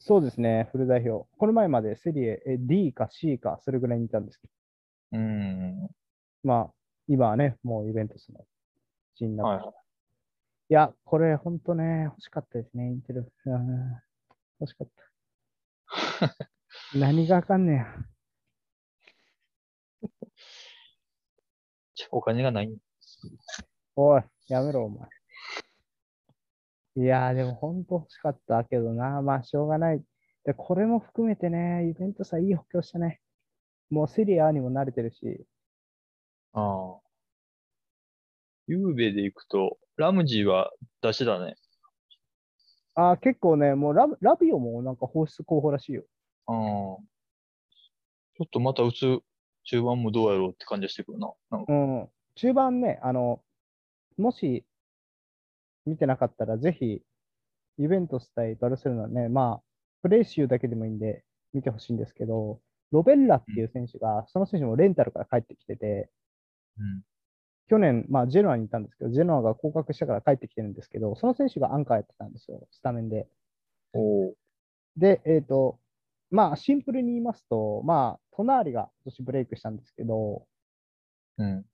Speaker 1: そうですね、フル代表。この前までセリエえ D か C か、それぐらいにいたんですけど、
Speaker 2: うーん。
Speaker 1: まあ、今はね、もうユベントスのチームにな
Speaker 2: はい
Speaker 1: って、
Speaker 2: はい
Speaker 1: い、や、これ、本当ね、欲しかったですね、インテル。うん欲しか った。何があかんねや。
Speaker 2: ちょお金がないん
Speaker 1: おい、やめろ、お前。いやー、でも本当欲しかったけどな、まあ、しょうがない。で、これも含めてね、ユベントスはいい補強したね。もうセリアにも慣れてるし、
Speaker 2: ああ。ゆうべで行くと、ラムジーは出してたね。
Speaker 1: あー結構ね、もうラブラビオもなんか放出候補らしいよ。
Speaker 2: ああ。ちょっとまた打つ中盤もどうやろうって感じがしてくるな。なんか、
Speaker 1: うん、中盤ね、あの、もし見てなかったら、ぜひ、ユベントス対バルセロナね、まあ、プレイ集だけでもいいんで、見てほしいんですけど、ロベッラっていう選手が、その選手もレンタルから帰ってきてて、
Speaker 2: うん。
Speaker 1: 去年、まあ、ジェノアにいたんですけど、ジェノアが降格してから帰ってきてるんですけど、その選手がアンカーやってたんですよ、スタメンで。
Speaker 2: おお。
Speaker 1: で、えっ、と、まあ、シンプルに言いますと、まあ、隣が今年ブレイクしたんですけど、
Speaker 2: うん。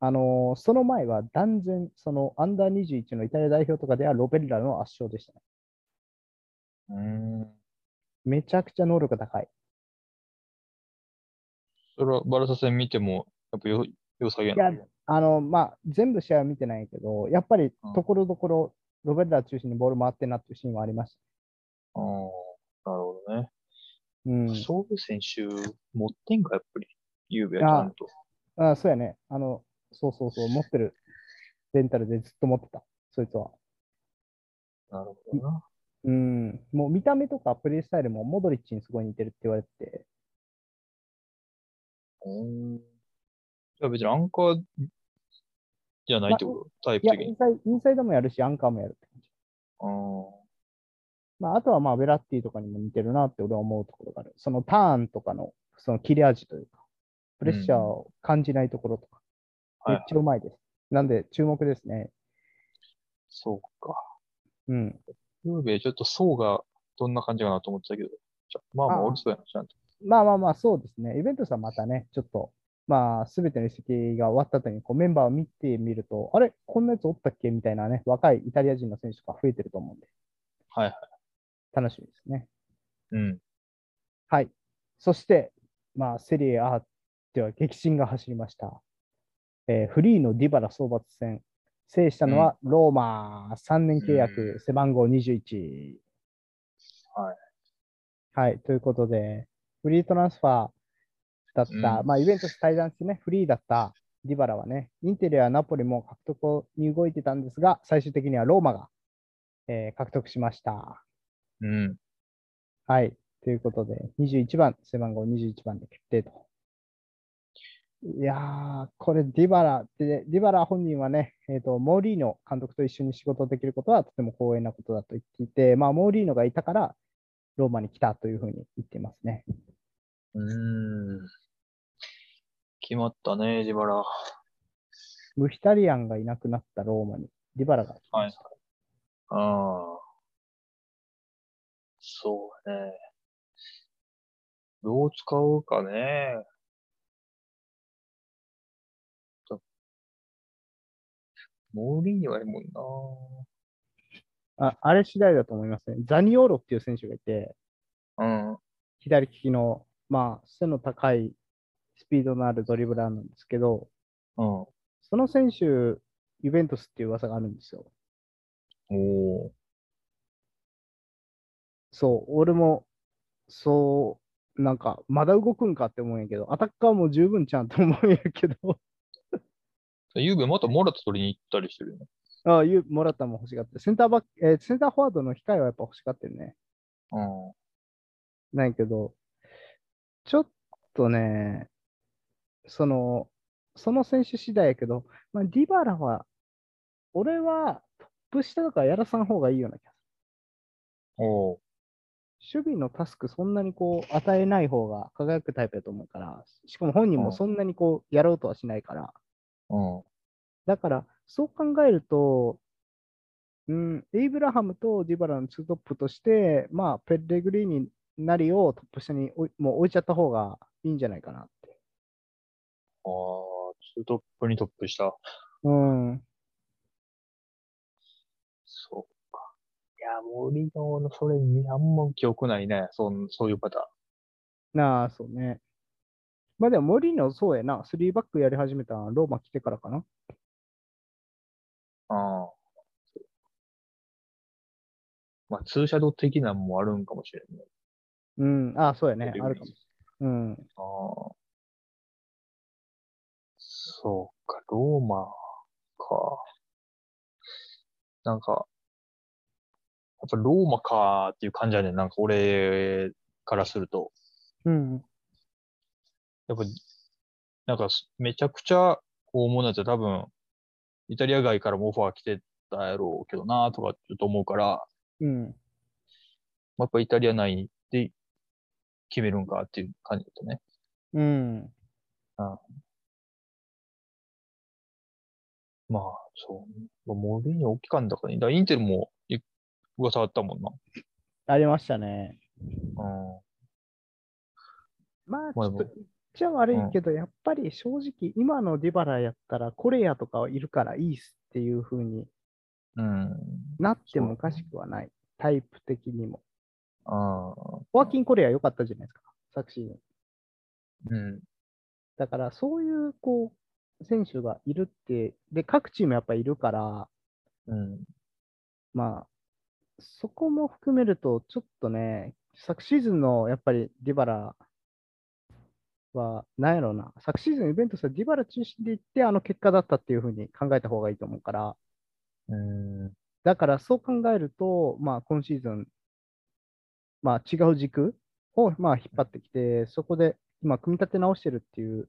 Speaker 1: あのーその前は断然、そのアンダー21のイタリア代表とかではロベッラの圧勝でしたね。
Speaker 2: うーん。
Speaker 1: めちゃくちゃ能力高い。
Speaker 2: それはバルサ戦見ても、やっぱよ、良さ
Speaker 1: い
Speaker 2: げ
Speaker 1: や
Speaker 2: な。、
Speaker 1: あのまあ、全部試合は見てないけど、やっぱり
Speaker 2: うん
Speaker 1: ところどころ、ロベッラ中心にボール回ってんなっていうシーンはありまし
Speaker 2: ああ。なるほどね。
Speaker 1: た。うん。
Speaker 2: そういう選手、持ってんか、やっぱり。ゆうべはちゃんと。
Speaker 1: あそうやね。あの、そうそうそう、持ってる。レンタルでずっと持ってた、そいつは。
Speaker 2: なるほどな。
Speaker 1: うん。もう見た目とかプレイスタイルもモドリッチにすごい似てるって言われてて、
Speaker 2: うん。じゃあ別にアンカーじゃないってこと、タイ
Speaker 1: い
Speaker 2: プ
Speaker 1: や、
Speaker 2: 的
Speaker 1: イン
Speaker 2: に。
Speaker 1: サイインサイドもやるし、アンカーもやるって感じ。
Speaker 2: ああ。
Speaker 1: まあ、あとはまあ、ベラッティとかにも似てるなって俺は思うところがある。そのターンとかの、その切れ味というか、プレッシャーを感じないところとか、
Speaker 2: は
Speaker 1: め
Speaker 2: い
Speaker 1: っちゃうまいです。なんで、注目ですね。
Speaker 2: そうか。
Speaker 1: うん。
Speaker 2: ゆうべ、ちょっと層がどんな感じかなと思ってたけど。じゃまあまあ、
Speaker 1: ああ
Speaker 2: 俺そうやな、ちゃんと。
Speaker 1: まあまあまあ、そうですね。イベントさんまたね、ちょっと、まあ、すべての移籍が終わった後に、こう、メンバーを見てみると、あれこんなやつおったっけみたいなね、若いイタリア人の選手が増えてると思うんで、
Speaker 2: はいはい。
Speaker 1: 楽しみですね。
Speaker 2: うん。
Speaker 1: はい。そして、まあ、セリエ A では激震が走りました。えーフリーのディバラ総抜戦、制したのはローマ、3年契
Speaker 2: う
Speaker 1: 約、背番号21。
Speaker 2: はい。
Speaker 1: はい、ということで、フリートランスファーだった、
Speaker 2: うん
Speaker 1: まあ、イベントス対談してね、フリーだったディバラはね、インテリア、ナポリも獲得に動いてたんですが、最終的にはローマが、えー獲得しました。
Speaker 2: うん。
Speaker 1: はい。ということで、21番、背番号21番で決定と。いやー、これ、ディバラで、ディバラ本人はね、えーと、モーリーノ監督と一緒に仕事をできることはとても光栄なことだと言っていて、まあ、モーリーノがいたから、ローマに来たというふうに言っていますね。
Speaker 2: うーん。決まったね、自腹。
Speaker 1: ムヒタリアンがいなくなったローマに、ディバラが来ました。
Speaker 2: ああ。そうね。どう使うかね。とモーリーニはいいもんな。
Speaker 1: ああれ次第だと思いますね。ザニオーロっていう選手がいて、
Speaker 2: うん。
Speaker 1: 左利きの、まあ、背の高いスピードのあるドリブラーなんですけど、
Speaker 2: うん。お
Speaker 1: その選手、ユベントスっていう噂があるんですよ。
Speaker 2: お。
Speaker 1: そう、俺も、そう、なんか、まだ動くんかって思うんやけど、アタッカーも十分ちゃんと思うんやけど、
Speaker 2: ゆうべまたモラタ取りに行ったりしてるよね。
Speaker 1: ああ、いう、モラタも欲しがってる。センターバック、えーセンターフォワードの控えはやっぱ欲しがってるね。
Speaker 2: うん。
Speaker 1: ないけど、ちょっとね、その、その選手次第やけど、まあ、ディバラは、俺はトップ下とかやらさん方がいいような気が
Speaker 2: おう
Speaker 1: する。守備のタスクそんなにこう与えない方が輝くタイプやと思うから、しかも本人
Speaker 2: うん
Speaker 1: もそんなにこうやろうとはしないから、
Speaker 2: うん。
Speaker 1: だから、そう考えると、うん、エイブラハムとディバラのツートップとして、まあ、ペレグリーニなりをトップ下に置いもう置いちゃった方がいいんじゃないかなって。
Speaker 2: ああ、ツートップにトップした。
Speaker 1: うん。
Speaker 2: そうか。いや、森ののそれにあんま記憶ないね。そんそういうパターン。
Speaker 1: なあ、そうね。まあでも、森の、そうやな、3バックやり始めたのはローマ来てからかな。
Speaker 2: ああ。まあ、ツーシャドウ的なんもあるんかもしれんね。
Speaker 1: うん、ああ、そうやね、
Speaker 2: ペレ
Speaker 1: ある
Speaker 2: グリ
Speaker 1: か
Speaker 2: ー
Speaker 1: も
Speaker 2: ニ。
Speaker 1: うん。
Speaker 2: ああ。そうか、ローマか。なんか、やっぱローマかっていう感じやねん。なんか俺からすると。
Speaker 1: うん。
Speaker 2: やっぱ、なんかすめちゃくちゃ大物やつは多分、イタリア外からもオファー来てたやろうけどなとかちょっと思うから、
Speaker 1: うん。
Speaker 2: まあやっぱイタリア内で決めるんかっていう感じだったね。
Speaker 1: うん。
Speaker 2: まあ、そう。まあ、モリーニョ大きかんだからね。だからインテルもい噂あったもんな。
Speaker 1: ありましたね。
Speaker 2: うん。
Speaker 1: まあ、ち
Speaker 2: まあ
Speaker 1: ょっと、じゃ悪いけど、やっぱり正直、今のディバラやったら、コレアとかはいるからいいっすっていう風に
Speaker 2: うん。
Speaker 1: なって
Speaker 2: そう
Speaker 1: もおかしくはない。タイプ的にも。
Speaker 2: あ
Speaker 1: ホアキン・コレア良かったじゃないですか、昨シーズン。
Speaker 2: ーうん。
Speaker 1: だから、そういう、こう、選手がいるって、で、各チームやっぱいるから、
Speaker 2: うん。
Speaker 1: まあ、そこも含めると、ちょっとね、昨シーズンのやっぱりディバラは、なんやろうな、昨シーズンイベントスはディバラ中心でいって、あの結果だったっていうふうに考えた方がいいと思うから、
Speaker 2: うん。
Speaker 1: だからそう考えると、まあ、今シーズン、まあ、違う軸を、まあ、引っ張ってきて、そこで今、組み立て直してるっていう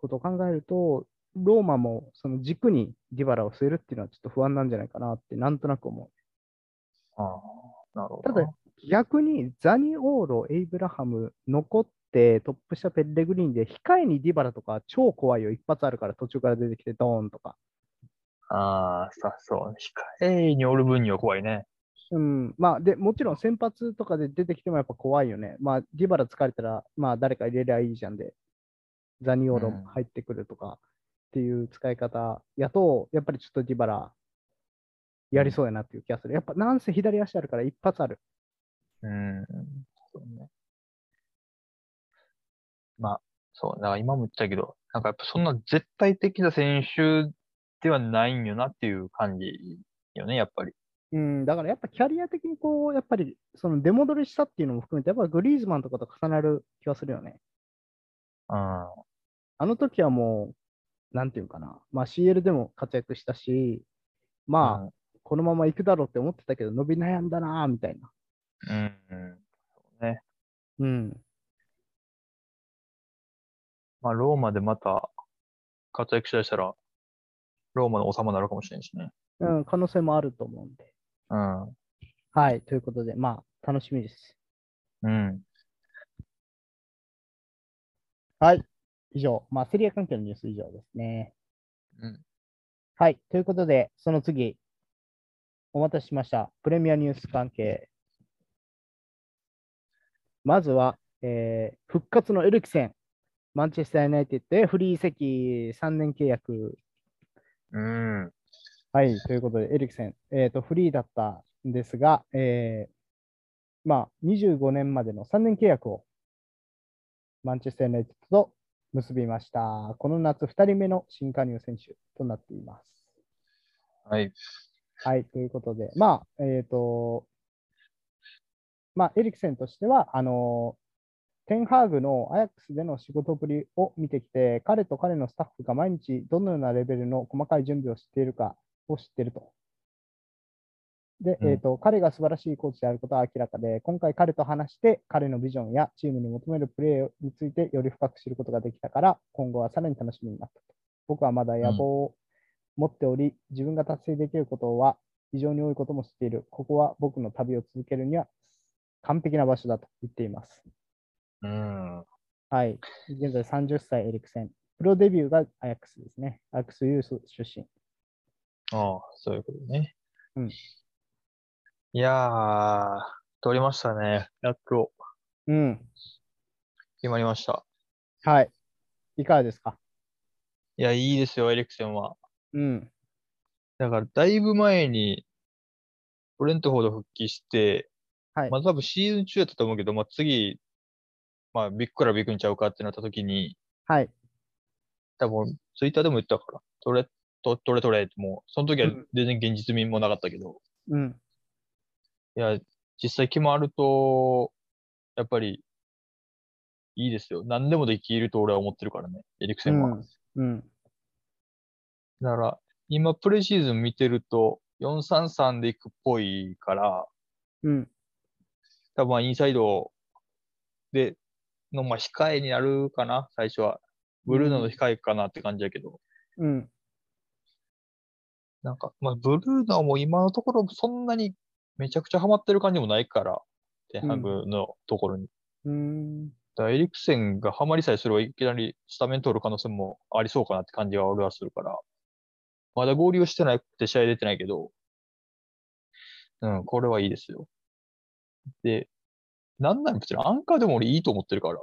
Speaker 1: ことを考えると、ローマもその軸にディバラを据えるっていうのはちょっと不安なんじゃないかなって、なんとなく思う。
Speaker 2: ああ、なるほ
Speaker 1: た
Speaker 2: ど
Speaker 1: だ
Speaker 2: な。
Speaker 1: 逆にザニオーロ、エイブラハム残ってトップ下ペレグリーンで控えにディバラとか超怖いよ、一発あるから途中から出てきてドーンとか。
Speaker 2: ああ、さ、そう。控えにおる分には怖いね。
Speaker 1: うん、まあでもちろん先発とかで出てきてもやっぱ怖いよね。まあディバラ疲れたら、まあ誰か入れりゃいいじゃんで、ザニオーロ
Speaker 2: うん
Speaker 1: 入ってくるとかっていう使い方やと、やっぱりちょっとディバラやりそうやなっていう気がする。やっぱなんせ左足あるから一発ある。
Speaker 2: うん。そうね。まあ、そう。だから今も言ったけど、なんかやっぱそんな絶対的な選手ではないんよなっていう感じよね、やっぱり。
Speaker 1: うん、だからやっぱキャリア的にこう、やっぱりその出戻りしたっていうのも含めて、やっぱグリーズマンとかと重なる気はするよね。
Speaker 2: うん。
Speaker 1: あの時はもう、なんていうかな、まあ、CL でも活躍したし、まあ、このまま行くだろうって思ってたけど、伸び悩んだなぁみたいな。
Speaker 2: あ、うん。うん。
Speaker 1: うん。
Speaker 2: まあ、ローマでまた活躍しだしたら、ローマの王様になるかもしれんしね。
Speaker 1: うん、可能性もあると思うんで。
Speaker 2: うん。
Speaker 1: はい、ということで、まあ、楽しみです。
Speaker 2: うん。
Speaker 1: はい、以上、まあ、セリア関係のニュース以上ですね。
Speaker 2: うん。
Speaker 1: はい、ということで、その次、お待たせしました、プレミアニュース関係。まずは、えー復活のエルキセン、マンチェスター・ユナイテッドへフリー移籍3年契約。
Speaker 2: うん。
Speaker 1: はい、ということで、エルキセン、えーと、フリーだったんですが、えーまあ、25年までの3年契約をマンチェスター・ユナイテッドと結びました。この夏、2人目の新加入選手となっています。
Speaker 2: はい。
Speaker 1: はい、ということで、まあ、えっ、と、まあ、エリクセンとしては、あのテンハーグのアヤックスでの仕事ぶりを見てきて、彼と彼のスタッフが毎日どのようなレベルの細かい準備をしているかを知っていると。で、
Speaker 2: うん
Speaker 1: えーと、彼が素晴らしいコーチであることは明らかで、今回彼と話して、彼のビジョンやチームに求めるプレーについてより深く知ることができたから、今後はさらに楽しみになったと。僕はまだ野望を持っており、自分が達成できることは非常に多いことも知っている。ここは僕の旅を続けるには完璧な場所だと言っています。
Speaker 2: うん。
Speaker 1: はい。現在30歳エリクセン。プロデビューがアヤックスですね。アヤックスユース出身。
Speaker 2: ああ、そういうことね。
Speaker 1: うん
Speaker 2: いやー、取りましたね。やっと
Speaker 1: うん。
Speaker 2: 決まりました。
Speaker 1: はい。いかがですか
Speaker 2: いや、いいですよ、エリクセンは。
Speaker 1: うん。
Speaker 2: だから、だいぶ前に、トレントフォード復帰して、
Speaker 1: はい
Speaker 2: まあ多分シーズン中やったと思うけど、まあ次、まあビッグからビッグにちゃうかってなった時に、
Speaker 1: はい。
Speaker 2: 多分ツイッターでも言ったから、トレ、トトレトレってもう、その時は
Speaker 1: うん
Speaker 2: 全然現実味もなかったけど、
Speaker 1: うん。
Speaker 2: いや、実際決まると、やっぱり、いいですよ。何でもできると俺は思ってるからね、エリクセンは。
Speaker 1: うんうん。
Speaker 2: だから、今プレシーズン見てると、433で行くっぽいから、
Speaker 1: うん。
Speaker 2: 多分まあインサイドで、の、まあ、控えになるかな、最初は。ブルーノの控えかなって感じやけど。
Speaker 1: うん。
Speaker 2: なんか、まあ、ブルーノも今のところそんなにめちゃくちゃハマってる感じもないから、テンハグのところに。
Speaker 1: うん。
Speaker 2: だからエリクセンがハマりさえすればいきなりスタメン取る可能性もありそうかなって感じが俺はするから、まだ合流してなくて試合出てないけど、うん、これはいいですよ。で、なんなら別にアンカーでも俺いいと思ってるから、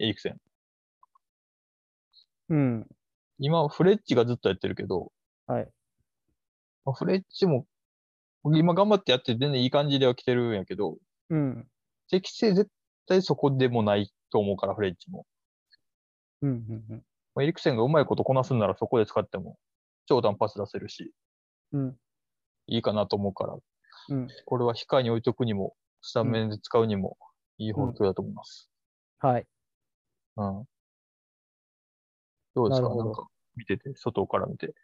Speaker 2: エリクセン。
Speaker 1: うん。
Speaker 2: 今、フレッチがずっとやってるけど、
Speaker 1: はい。
Speaker 2: まあフレッチも、今頑張ってやって全然いい感じでは来てるんやけど、
Speaker 1: うん。
Speaker 2: 適性絶対そこでもないと思うから、フレッチも。
Speaker 1: うん。うん。
Speaker 2: まあ、エリクセンがうまいことこなすんならそこで使っても、超短パス出せるし、
Speaker 1: うん。
Speaker 2: いいかなと思うから、
Speaker 1: うん。
Speaker 2: これは控えに置いとくにも、スタメンで使うにも、いい方向だと思います。
Speaker 1: はい。
Speaker 2: うん。どうですか
Speaker 1: なるほ
Speaker 2: な
Speaker 1: ど
Speaker 2: んか、見てて、外から見て。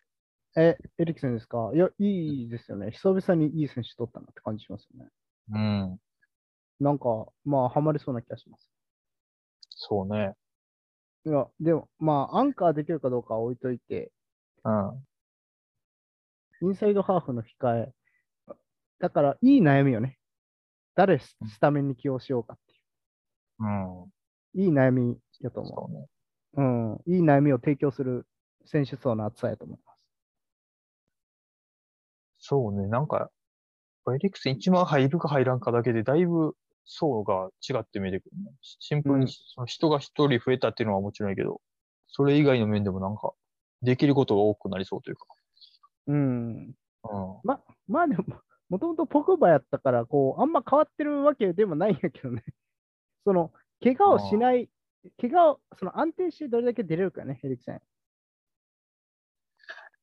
Speaker 1: え、エリクセンですかいや、いいですよね。久々にいい選手取ったなって感じしますよね。
Speaker 2: うん。
Speaker 1: なんか、まあ、ハマりそうな気がします。
Speaker 2: そうね。
Speaker 1: いや、でも、まあ、アンカーできるかどうかは置いといて、
Speaker 2: うん。
Speaker 1: インサイドハーフの控え。だから、いい悩みよね。誰ススタメンに起用しようかって
Speaker 2: うん。
Speaker 1: いう。いい悩みやと思
Speaker 2: そうね。
Speaker 1: う。うん。いい悩みを提供する選手層の厚さやと思います。
Speaker 2: そうね。なんか、エリクセン1万入るか入らんかだけで、だいぶ層が違って見えてくるね。シンプル
Speaker 1: うん
Speaker 2: にその人が一人増えたっていうのはもちろんいいけど、それ以外の面でもなんか、できることが多くなりそうというか。
Speaker 1: うん。
Speaker 2: うん。
Speaker 1: まあでも、もともとポクバやったから、こう、あんま変わってるわけでもないんやけどね。 その、怪我をしない、怪我を、その安定してどれだけ出れるかね、ヘリクセン。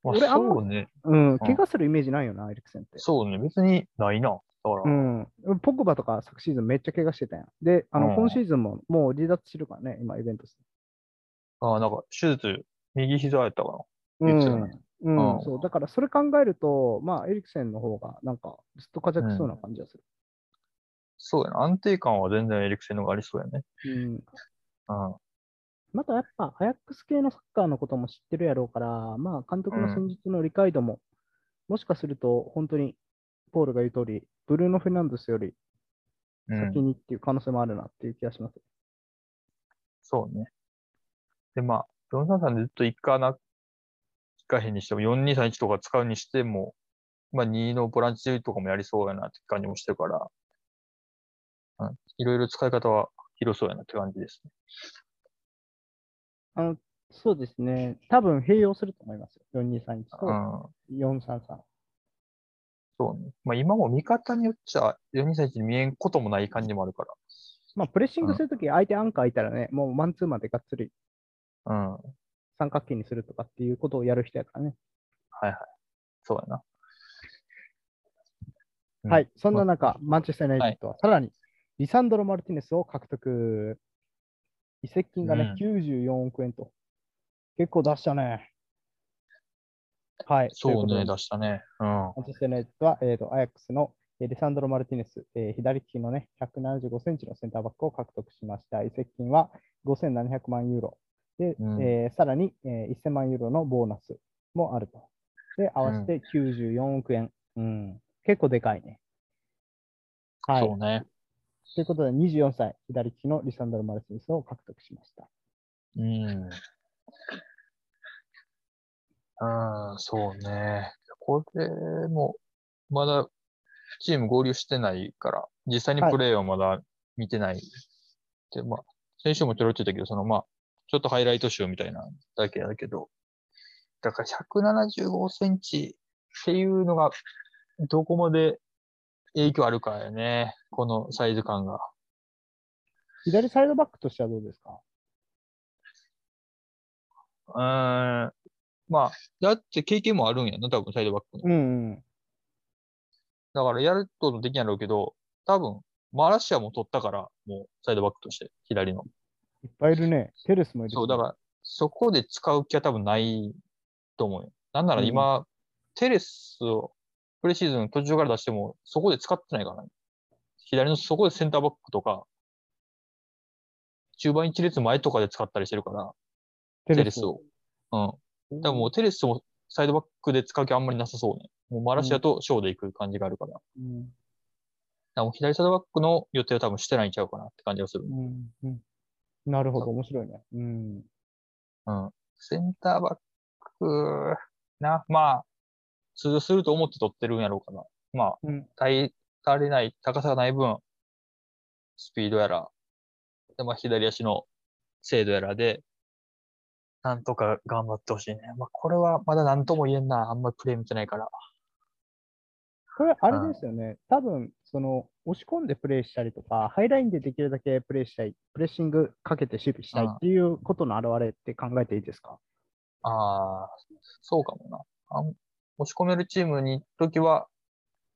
Speaker 2: まあ、
Speaker 1: 俺あんま
Speaker 2: そうね。
Speaker 1: うん。怪我するイメージないよな、ヘリクセンって。
Speaker 2: そうね。別にないな。だから、
Speaker 1: うん、ポクバとか昨シーズンめっちゃ怪我してたやん。で、あの、
Speaker 2: うん
Speaker 1: 今シーズンももう離脱してるからね、今、イベントス。
Speaker 2: あなんか、手術、右膝やったか
Speaker 1: う
Speaker 2: な。言
Speaker 1: ん、
Speaker 2: っ
Speaker 1: う
Speaker 2: てたねうん
Speaker 1: ん、そう。だから、それ考えると、まあ、エリクセンの方が、なんか、ずっと活躍しそうな感じがする。
Speaker 2: そうやな。安定感は全然エリクセンの方がありそうやね。
Speaker 1: うん。
Speaker 2: うん。
Speaker 1: また、やっぱ、アヤックス系のサッカーのことも知ってるやろうから、まあ、監督の戦術の理解度も、もしかすると、本当に、ポールが言う通り、ブルーノ・フェルナンドスより
Speaker 2: うん
Speaker 1: 先。にっていう可能性もあるなっていう気がします。
Speaker 2: そうね。で、まあ、433でずっと一かな、一かへんにしても、4231とか使うにしても、まあ、2のボランチとかもやりそうやなって感じもしてるから、うん、いろいろ使い方は広そうやなって感じですね。
Speaker 1: あの、そうですね。多分、併用すると思いますよ。4231
Speaker 2: うん
Speaker 1: と。433。
Speaker 2: そうね。まあ、今も見方によっちゃ、4231に見えんこともない感じもあるか
Speaker 1: まあ、プレッシングするとき、相手アンカーいたらね、もうマンツーマンでがっつり
Speaker 2: ら。うん。
Speaker 1: 三角形にするとかっていうことをやる人やからね。
Speaker 2: そうやな。うん
Speaker 1: はい。そんな中、マンチェスター・ユナイテッドはさらに、リサンドロ・マルティネスを獲得。移籍金がね、94億円と。結構出したね。はい。
Speaker 2: そ
Speaker 1: と
Speaker 2: う
Speaker 1: い
Speaker 2: ね、
Speaker 1: ことで
Speaker 2: 出したね。うん。
Speaker 1: マンチェスター・ユナイテッドは、えー、とアヤックスの、えーレサンドロ・マルティネス、えー左利きの、ね、175センチのセンターバックを獲得しました。移籍金は5700万ユーロ。で、
Speaker 2: うん
Speaker 1: えーさらに、えー1000万ユーロのボーナスもあると。で、合わせて94億円。うん結構でかいね。はい。
Speaker 2: そうね。
Speaker 1: ということで、24歳、左利きのリサンドロ・マルティネスを獲得しました。
Speaker 2: うん。うん、そうね。これも、まだ、チーム合流してないから、実際に
Speaker 1: はい
Speaker 2: プレーをまだ見てない。で、まあ、先週もちょろっと言ったけど、その、まあ、ちょっとハイライト集みたいなだけだけど、だから175センチっていうのが、どこまで影響あるかやね。このサイズ感が。
Speaker 1: 左サイドバックとしてはどうですか
Speaker 2: うーんまあ、だって経験もあるんやな、多分サイドバックの。
Speaker 1: うん、うん。
Speaker 2: だからやることできないだろうけど、多分、マラシアも取ったから、もうサイドバックとして、左の。
Speaker 1: いっぱいいるね。テレスもいるし
Speaker 2: そう、だから、そこで使う気は多分ないと思うよ。なんなら今、テレスをプレシーズン途中から出しても、そこで使ってないからね。左のそこでセンターバックとか、中盤一列前とかで使ったりしてるから、テレスを。うん。でももうテレスもサイドバックで使う気あんまりなさそうね。もうマラシアとショーで行く感じがあるから。だか
Speaker 1: うん
Speaker 2: らもう左サイドバックの予定は多分してないんちゃうかなって感じがする。
Speaker 1: うんうんなるほど、面白いね。うん。
Speaker 2: うん。センターバック、な、まあ、通用すると思って取ってるんやろうかな。まあ、
Speaker 1: うん
Speaker 2: 耐え、足りない、高さがない分、スピードやら、でまあ、左足の精度やらで、なんとか頑張ってほしいね。まあ、これはまだ何とも言えんな。あんまりプレイ見てないから。
Speaker 1: これ、あれですよね。多分、その、押し込んでプレイしたりとか、ハイラインでできるだけプレイしたい、プレッシングかけて守備したい
Speaker 2: うん
Speaker 1: っていうことの表れって考えていいですか
Speaker 2: ああ、そうかもな。あん押し込めるチームに行くときは、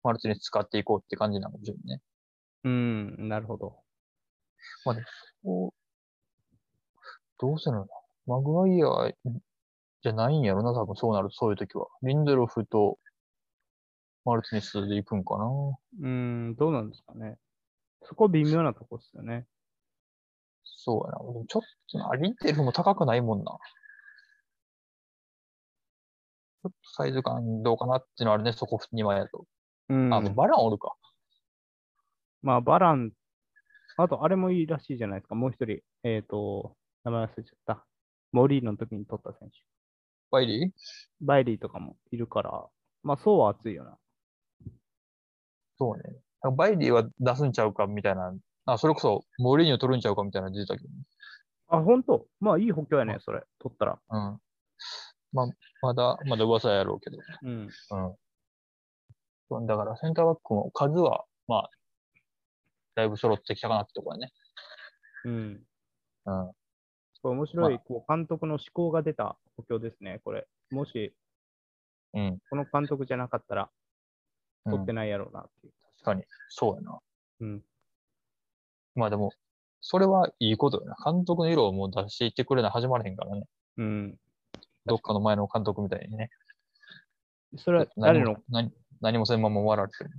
Speaker 2: マルチに使っていこうって感じなのかもしれないね。
Speaker 1: うん、なるほど。
Speaker 2: おどうせなのマグワイアじゃないんやろな、多分そうなる、そういうときは。リンドロフとマルチネスで行くんかな。
Speaker 1: うん、どうなんですかね。そこ微妙なとこですよね。
Speaker 2: そうやな。でもちょっとな、リンテルフも高くないもんな。ちょっとサイズ感どうかなっていうのはあるね、そこ2枚だと。
Speaker 1: うん
Speaker 2: あ、バランおるか。
Speaker 1: まあ、バラン、あと、あれもいいらしいじゃないですか。もう一人、えっ、と、名前忘れちゃった。モリーノの時に取った選手。
Speaker 2: バイリー
Speaker 1: バイリーとかもいるから、まあ、そうは熱いよな。
Speaker 2: そうね。なんかバイリーは出すんちゃうかみたいな。あ、それこそ、モーリーニョ取るんちゃうかみたいなの出てたけどね。
Speaker 1: あ、本当まあいい補強やね、それ、取ったら。
Speaker 2: うん。まあ、まだ、まだ噂やろうけど。
Speaker 1: うん。
Speaker 2: うん。だから、センターバックも数は、まあ、だいぶ揃ってきたかなってところね。
Speaker 1: うん。
Speaker 2: うん。
Speaker 1: すごい面白い、
Speaker 2: ま
Speaker 1: こう監督の思考が出た補強ですね、これ。もし、
Speaker 2: うん。
Speaker 1: この監督じゃなかったら、
Speaker 2: うん
Speaker 1: 取ってないやろうなっていう。
Speaker 2: 確かに。そうやな。
Speaker 1: うん。
Speaker 2: まあでも、それはいいことやな。監督の色をもう出していってくれな始まらへんからね。
Speaker 1: うん。
Speaker 2: どっかの前の監督みたいにね。
Speaker 1: それは誰
Speaker 2: 何
Speaker 1: の
Speaker 2: も、何何もせんまま終わられてる。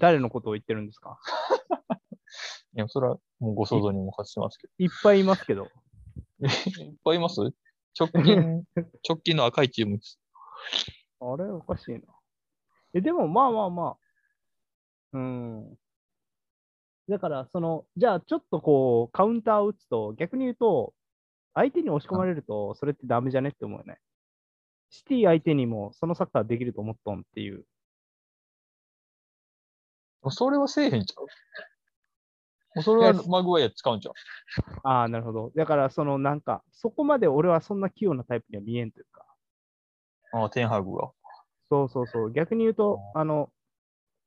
Speaker 1: 誰のことを言ってるんですか
Speaker 2: いや、それはもうご想像にお任せしますけど。
Speaker 1: いっぱいいますけど。
Speaker 2: いっぱいいます直近、直近の赤いチームです。
Speaker 1: あれおかしいな。え、でも、まあまあまあ。うん。だから、その、じゃあ、ちょっとこう、カウンターを打つと、逆に言うと、相手に押し込まれると、それってダメじゃねって思うよね。シティ相手にも、そのサッカーできると思っとんっていう。
Speaker 2: それはせえへんちゃうもうそれはマグワイア使うんちゃう
Speaker 1: ああ、なるほど。だから、その、なんか、そこまで俺はそんな器用なタイプには見えんというか。
Speaker 2: ああ、テンハグが。
Speaker 1: そうそうそう。逆に言うと、あの、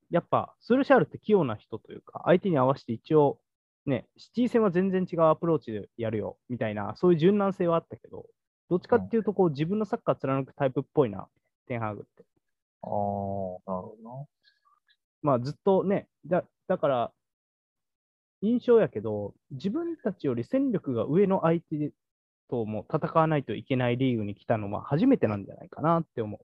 Speaker 1: やっぱ、スルシャールって器用な人というか、相手に合わせて一応、ね、シティ戦は全然違うアプローチでやるよ、みたいな、そういう柔軟性はあったけど、どっちかっていうと、こう、自分のサッカー貫くタイプっぽいな、テンハーグって。
Speaker 2: ああ、なるほどな。
Speaker 1: まあ、ずっとね、だだから、印象やけど、自分たちより戦力が上の相手とも戦わないといけないリーグに来たのは初めてなんじゃないかなって思う。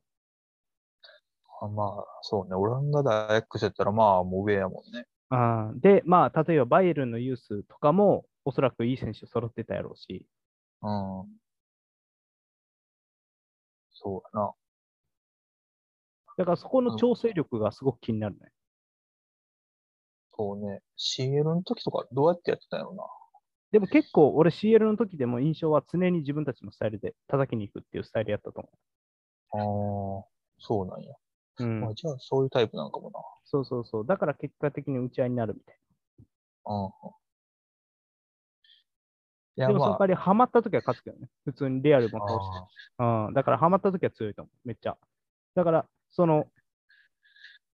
Speaker 2: あまあ、そうね。オランダだ、アヤックスやったら、まあ、もう上やもんね。
Speaker 1: あーで、まあ、例えばバイエルンのユースとかも、おそらくいい選手揃ってたやろうし、
Speaker 2: うん。そうやな。
Speaker 1: だからそこの調整力がすごく気になるね。
Speaker 2: そうね。CL の時とか、どうやってやってたんやろな。
Speaker 1: でも結構、俺 CL の時でも印象は常に自分たちのスタイルで叩きに行くっていうスタイルやったと思
Speaker 2: ああ、そうなんや。
Speaker 1: う。うん
Speaker 2: まあ、じゃあ、そういうタイプなんかもな。
Speaker 1: そうそうそう。だから結果的に打ち合いになるみたい
Speaker 2: うんうん。い
Speaker 1: な。
Speaker 2: や、
Speaker 1: でもその代
Speaker 2: ま
Speaker 1: わり、ハマった時は勝つけどね。普通にレアルも
Speaker 2: あ、
Speaker 1: 倒して。
Speaker 2: あ
Speaker 1: うん、だからハマった時は強いと思う、めっちゃ。だから、その、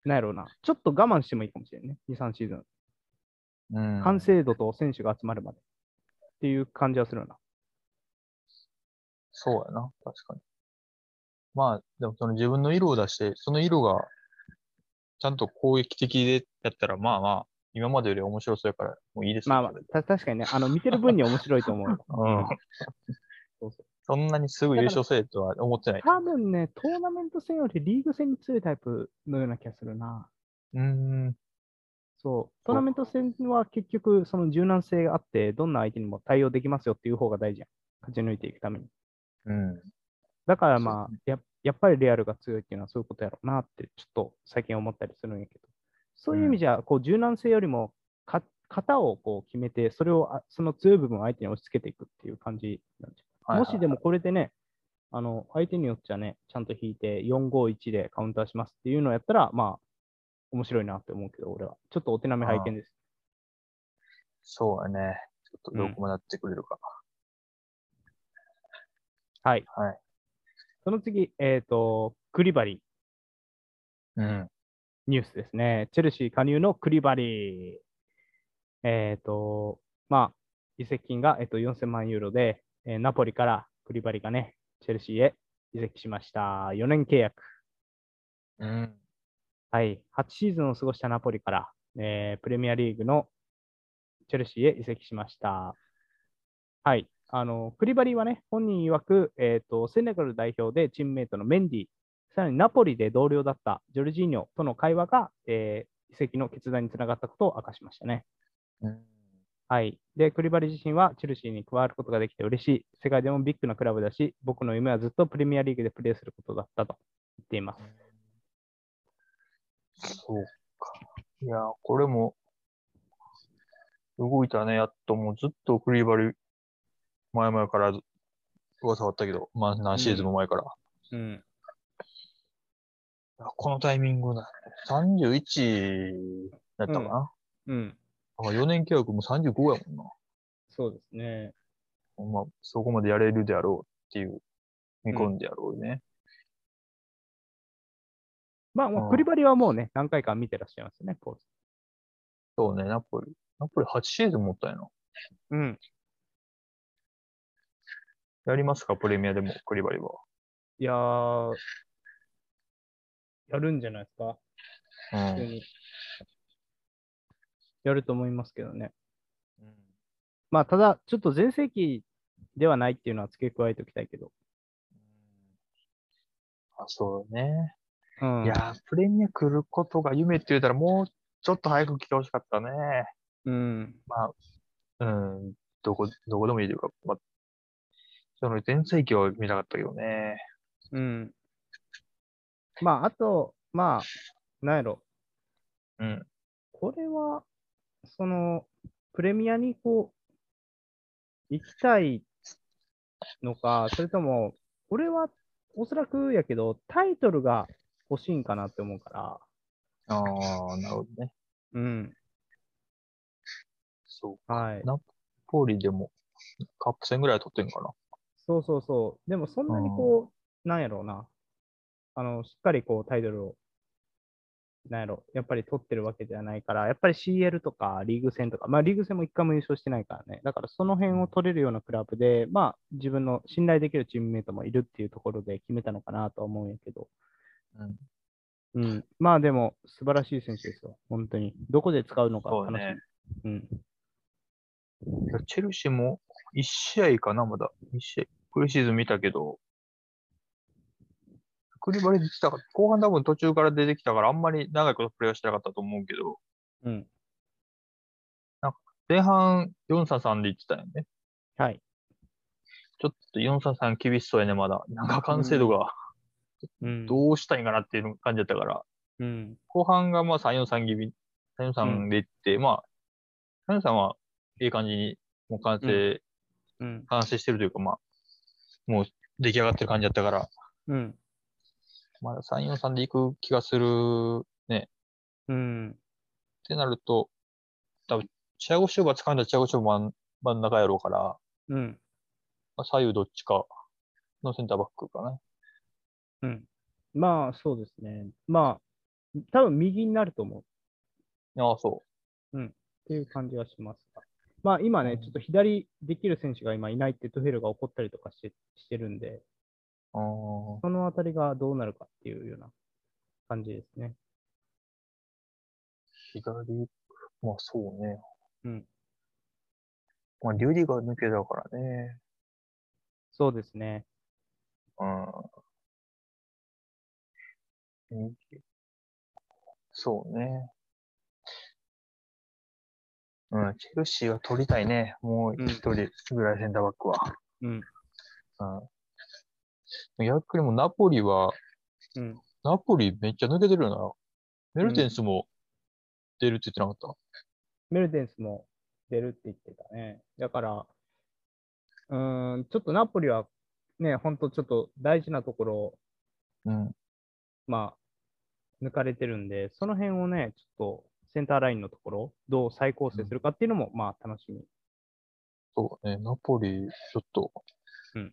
Speaker 1: なんやろうな、ちょっと我慢してもいいかもしれんね、2、3シーズン。
Speaker 2: ーうん。
Speaker 1: 完成度と選手が集まるまで。っていう感じはするな。
Speaker 2: そうやな。確かに。まあ、でもその自分の色を出して、その色が、ちゃんと攻撃的でやったら、まあまあ、今までより面白そうやから、もういいですよ
Speaker 1: まあ、まあ、た確かにね、あの見てる分には面白いと思うよ。
Speaker 2: うん。
Speaker 1: そうそ
Speaker 2: そん なにすぐ優勝せえとは思ってない。
Speaker 1: 多分ね、トーナメント戦よりリーグ戦に強いタイプのような気がするな。
Speaker 2: うーん。
Speaker 1: そう、トーナメント戦は結局、その柔軟性があって、どんな相手にも対応できますよっていう方が大事やん。勝ち抜いていくために。
Speaker 2: うん。
Speaker 1: だからま
Speaker 2: そう
Speaker 1: あ、ややっぱりレアルが強いっていうのはそういうことやろうなって、ちょっと最近思ったりするんやけど、そういう意味じゃ、こう柔軟性よりもか、型をこう決めて、それをあ、その強い部分を相手に押し付けていくっていう感じなんじゃ
Speaker 2: はいはい
Speaker 1: もしでもこれでね、あの相手によっちゃね、ちゃんと引いて4-5-1でカウンターしますっていうのをやったら、まあ、面白いなって思うけど、俺は。ちょっとお手並み拝見です。
Speaker 2: そうやね。ちょっとどこまでやってくれるか。
Speaker 1: はい。
Speaker 2: はい
Speaker 1: その次、えっ、と、クリバリ
Speaker 2: うん。
Speaker 1: ニュースですね。チェルシー加入のクリバリー。えっ、と、まあ、移籍金が、えっと4000万ユーロで、えーナポリからクリバリがね、チェルシーへ移籍しました。4年契約。
Speaker 2: うん。
Speaker 1: はい。8シーズンを過ごしたナポリから、えープレミアリーグのチェルシーへ移籍しました。はい。あの、クリバリはね、本人曰く、えっ、と、セネガル代表でチームメイトのメンディ、さらにナポリで同僚だったジョルジーニョとの会話が、えー移籍の決断につながったことを明かしましたね。
Speaker 2: うん。
Speaker 1: はい。で、クリバリ自身はチェルシーに加わることができて嬉しい。世界でもビッグなクラブだし、僕の夢はずっとプレミアリーグでプレーすることだったと言っています。
Speaker 2: そうか。いや、これも、動いたね、やっと。もうずっとクリバリ、前々からず噂はあったけど、まあ何シーズンも前から。
Speaker 1: うん。
Speaker 2: いやこのタイミングだ。31だったかな。
Speaker 1: うん。
Speaker 2: だから4年契約も35やもんな。
Speaker 1: そうですね。
Speaker 2: まあ、そこまでやれるであろうっていう、見込んでやろうね。
Speaker 1: まあ、も
Speaker 2: あ
Speaker 1: う
Speaker 2: あ
Speaker 1: クリバリはもうね、何回か見てらっしゃいますね、ポーズ。
Speaker 2: そうね、ナポリ。ナポリ8シーズン持ったんやな。
Speaker 1: うん。
Speaker 2: やりますか、プレミアでも、クリバリは。
Speaker 1: いやー、やるんじゃないですか、
Speaker 2: う
Speaker 1: 普通
Speaker 2: ん。
Speaker 1: に。やると思いますけどね。
Speaker 2: うん
Speaker 1: まあ、ただ、ちょっと全盛期ではないっていうのは付け加えておきたいけど。
Speaker 2: あ、そうね。
Speaker 1: うん。
Speaker 2: いやー、プレミア来ることが夢って言うたら、もうちょっと早く来てほしかったね。
Speaker 1: うん。
Speaker 2: まあ、うん、どこ、どこでもいいというか、まあ、その全盛期は見たかったけどね。
Speaker 1: うん。まあ、あと、まあ、なんやろ。
Speaker 2: うん。
Speaker 1: これは、その、プレミアにこう、行きたいのか、それとも、俺はおそらくやけど、タイトルが欲しいんかなって思うから、
Speaker 2: ああ、なるほどね。
Speaker 1: うん、
Speaker 2: そう。
Speaker 1: はい。
Speaker 2: ポーリーでも、カップ戦ぐらいは取ってんかな。
Speaker 1: そうそうそう。でもそんなにこう、なんやろうな、あの、しっかりこうタイトルを、なんやろ、やっぱり取ってるわけじゃないから、やっぱり CL とかリーグ戦とか、まあリーグ戦も一回も優勝してないからね、だからその辺を取れるようなクラブで、まあ自分の信頼できるチームメイトもいるっていうところで決めたのかなとは思うんやけど、
Speaker 2: うん。
Speaker 1: うん、まあでも素晴らしい選手ですよ、本当に。どこで使うのか楽しみ。
Speaker 2: そうね
Speaker 1: うん
Speaker 2: いやチェルシーも1試合かな、まだ。1試合。プレシーズン見たけど、クリバリ出てきたか、後半多分途中から出てきたから、あんまり長いことプレーはしてなかったと思うけど、
Speaker 1: うん。
Speaker 2: 前半4-3-3で行ってたよね。
Speaker 1: はい。
Speaker 2: ちょっと4-3-3厳しそうやね、まだ。なんか完成度が
Speaker 1: うん。
Speaker 2: どうしたいんかなっていう感じだったから、
Speaker 1: うん。
Speaker 2: 後半がまあ3-4-3気味、3-4-3で行って、まあ、3-4-3は、いい感じに、もう完成、
Speaker 1: うん。
Speaker 2: 完成してるというか、まあ、もう出来上がってる感じだったから、
Speaker 1: うん。
Speaker 2: まだ3、4、3で行く気がするっ
Speaker 1: うん。
Speaker 2: てなると、多分、チアゴシューバー掴んだらチアゴシューバー真ん真ん中やろうから、
Speaker 1: うん。
Speaker 2: まあ、左右どっちかのセンターバックかな。
Speaker 1: うん。まあ、そうですね。まあ、多分右になると思うっ
Speaker 2: ああ、そ
Speaker 1: ていう感じはしますが。まあ、今ね、ちょっと左できる選手が今いないってトゥヘルが怒ったりとかしてしてるんで、
Speaker 2: う。う
Speaker 1: そのあたりがどうなるかっていうような感じですね。
Speaker 2: ーん、左、まあそうね。
Speaker 1: うん。
Speaker 2: まあ、リュディが抜けたからね。
Speaker 1: そうですね。
Speaker 2: うん。右そうね。うん、チェルシーは取りたいね。もう一人ぐらいセンターバックは。
Speaker 1: うん。
Speaker 2: うん。逆にもうナポリは、
Speaker 1: うん。
Speaker 2: ナポリめっちゃ抜けてるよな。メルテンスも出るって言ってなかった。
Speaker 1: メルテンスも出るって言ってたね。だから、うーん、ちょっとナポリはね、ほんとちょっと大事なところを
Speaker 2: うん。
Speaker 1: まあ、抜かれてるんで、その辺をね、ちょっとセンターラインのところ、どう再構成するかっていうのも、まあ、楽しみ。
Speaker 2: そうだね。ナポリ、ちょっと
Speaker 1: うん、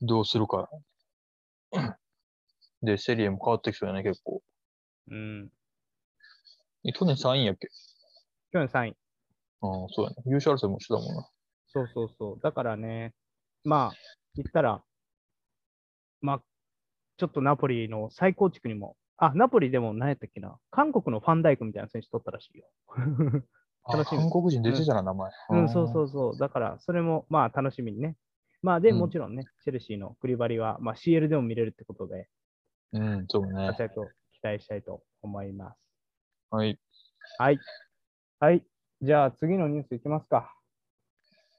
Speaker 2: どうするか。で、セリエも変わってきそうやね、結構。
Speaker 1: うん。
Speaker 2: え去年3位やっけ
Speaker 1: 去年3位。
Speaker 2: ああ、そうやね。優勝争いもしてたもんな。
Speaker 1: そうそうそう。だからね、まあ、言ったら、まあ、ちょっとナポリの再構築にも、あ、ナポリでも何やったっけな、韓国のファンダイクみたいな選手取ったらし いよ。
Speaker 2: あ
Speaker 1: 楽しみ
Speaker 2: 韓国人出てたな、名前。。
Speaker 1: うん、そうそううそう。だから、それも、まあ、楽しみにね。まあ、で、
Speaker 2: うん
Speaker 1: もちろんね、チェルシーのクリバリは、まあ、CL でも見れるってことで、
Speaker 2: うん、そうね。
Speaker 1: 活躍を期待したいと思います。
Speaker 2: はい。
Speaker 1: はい。はい。じゃあ次のニュースいきますか。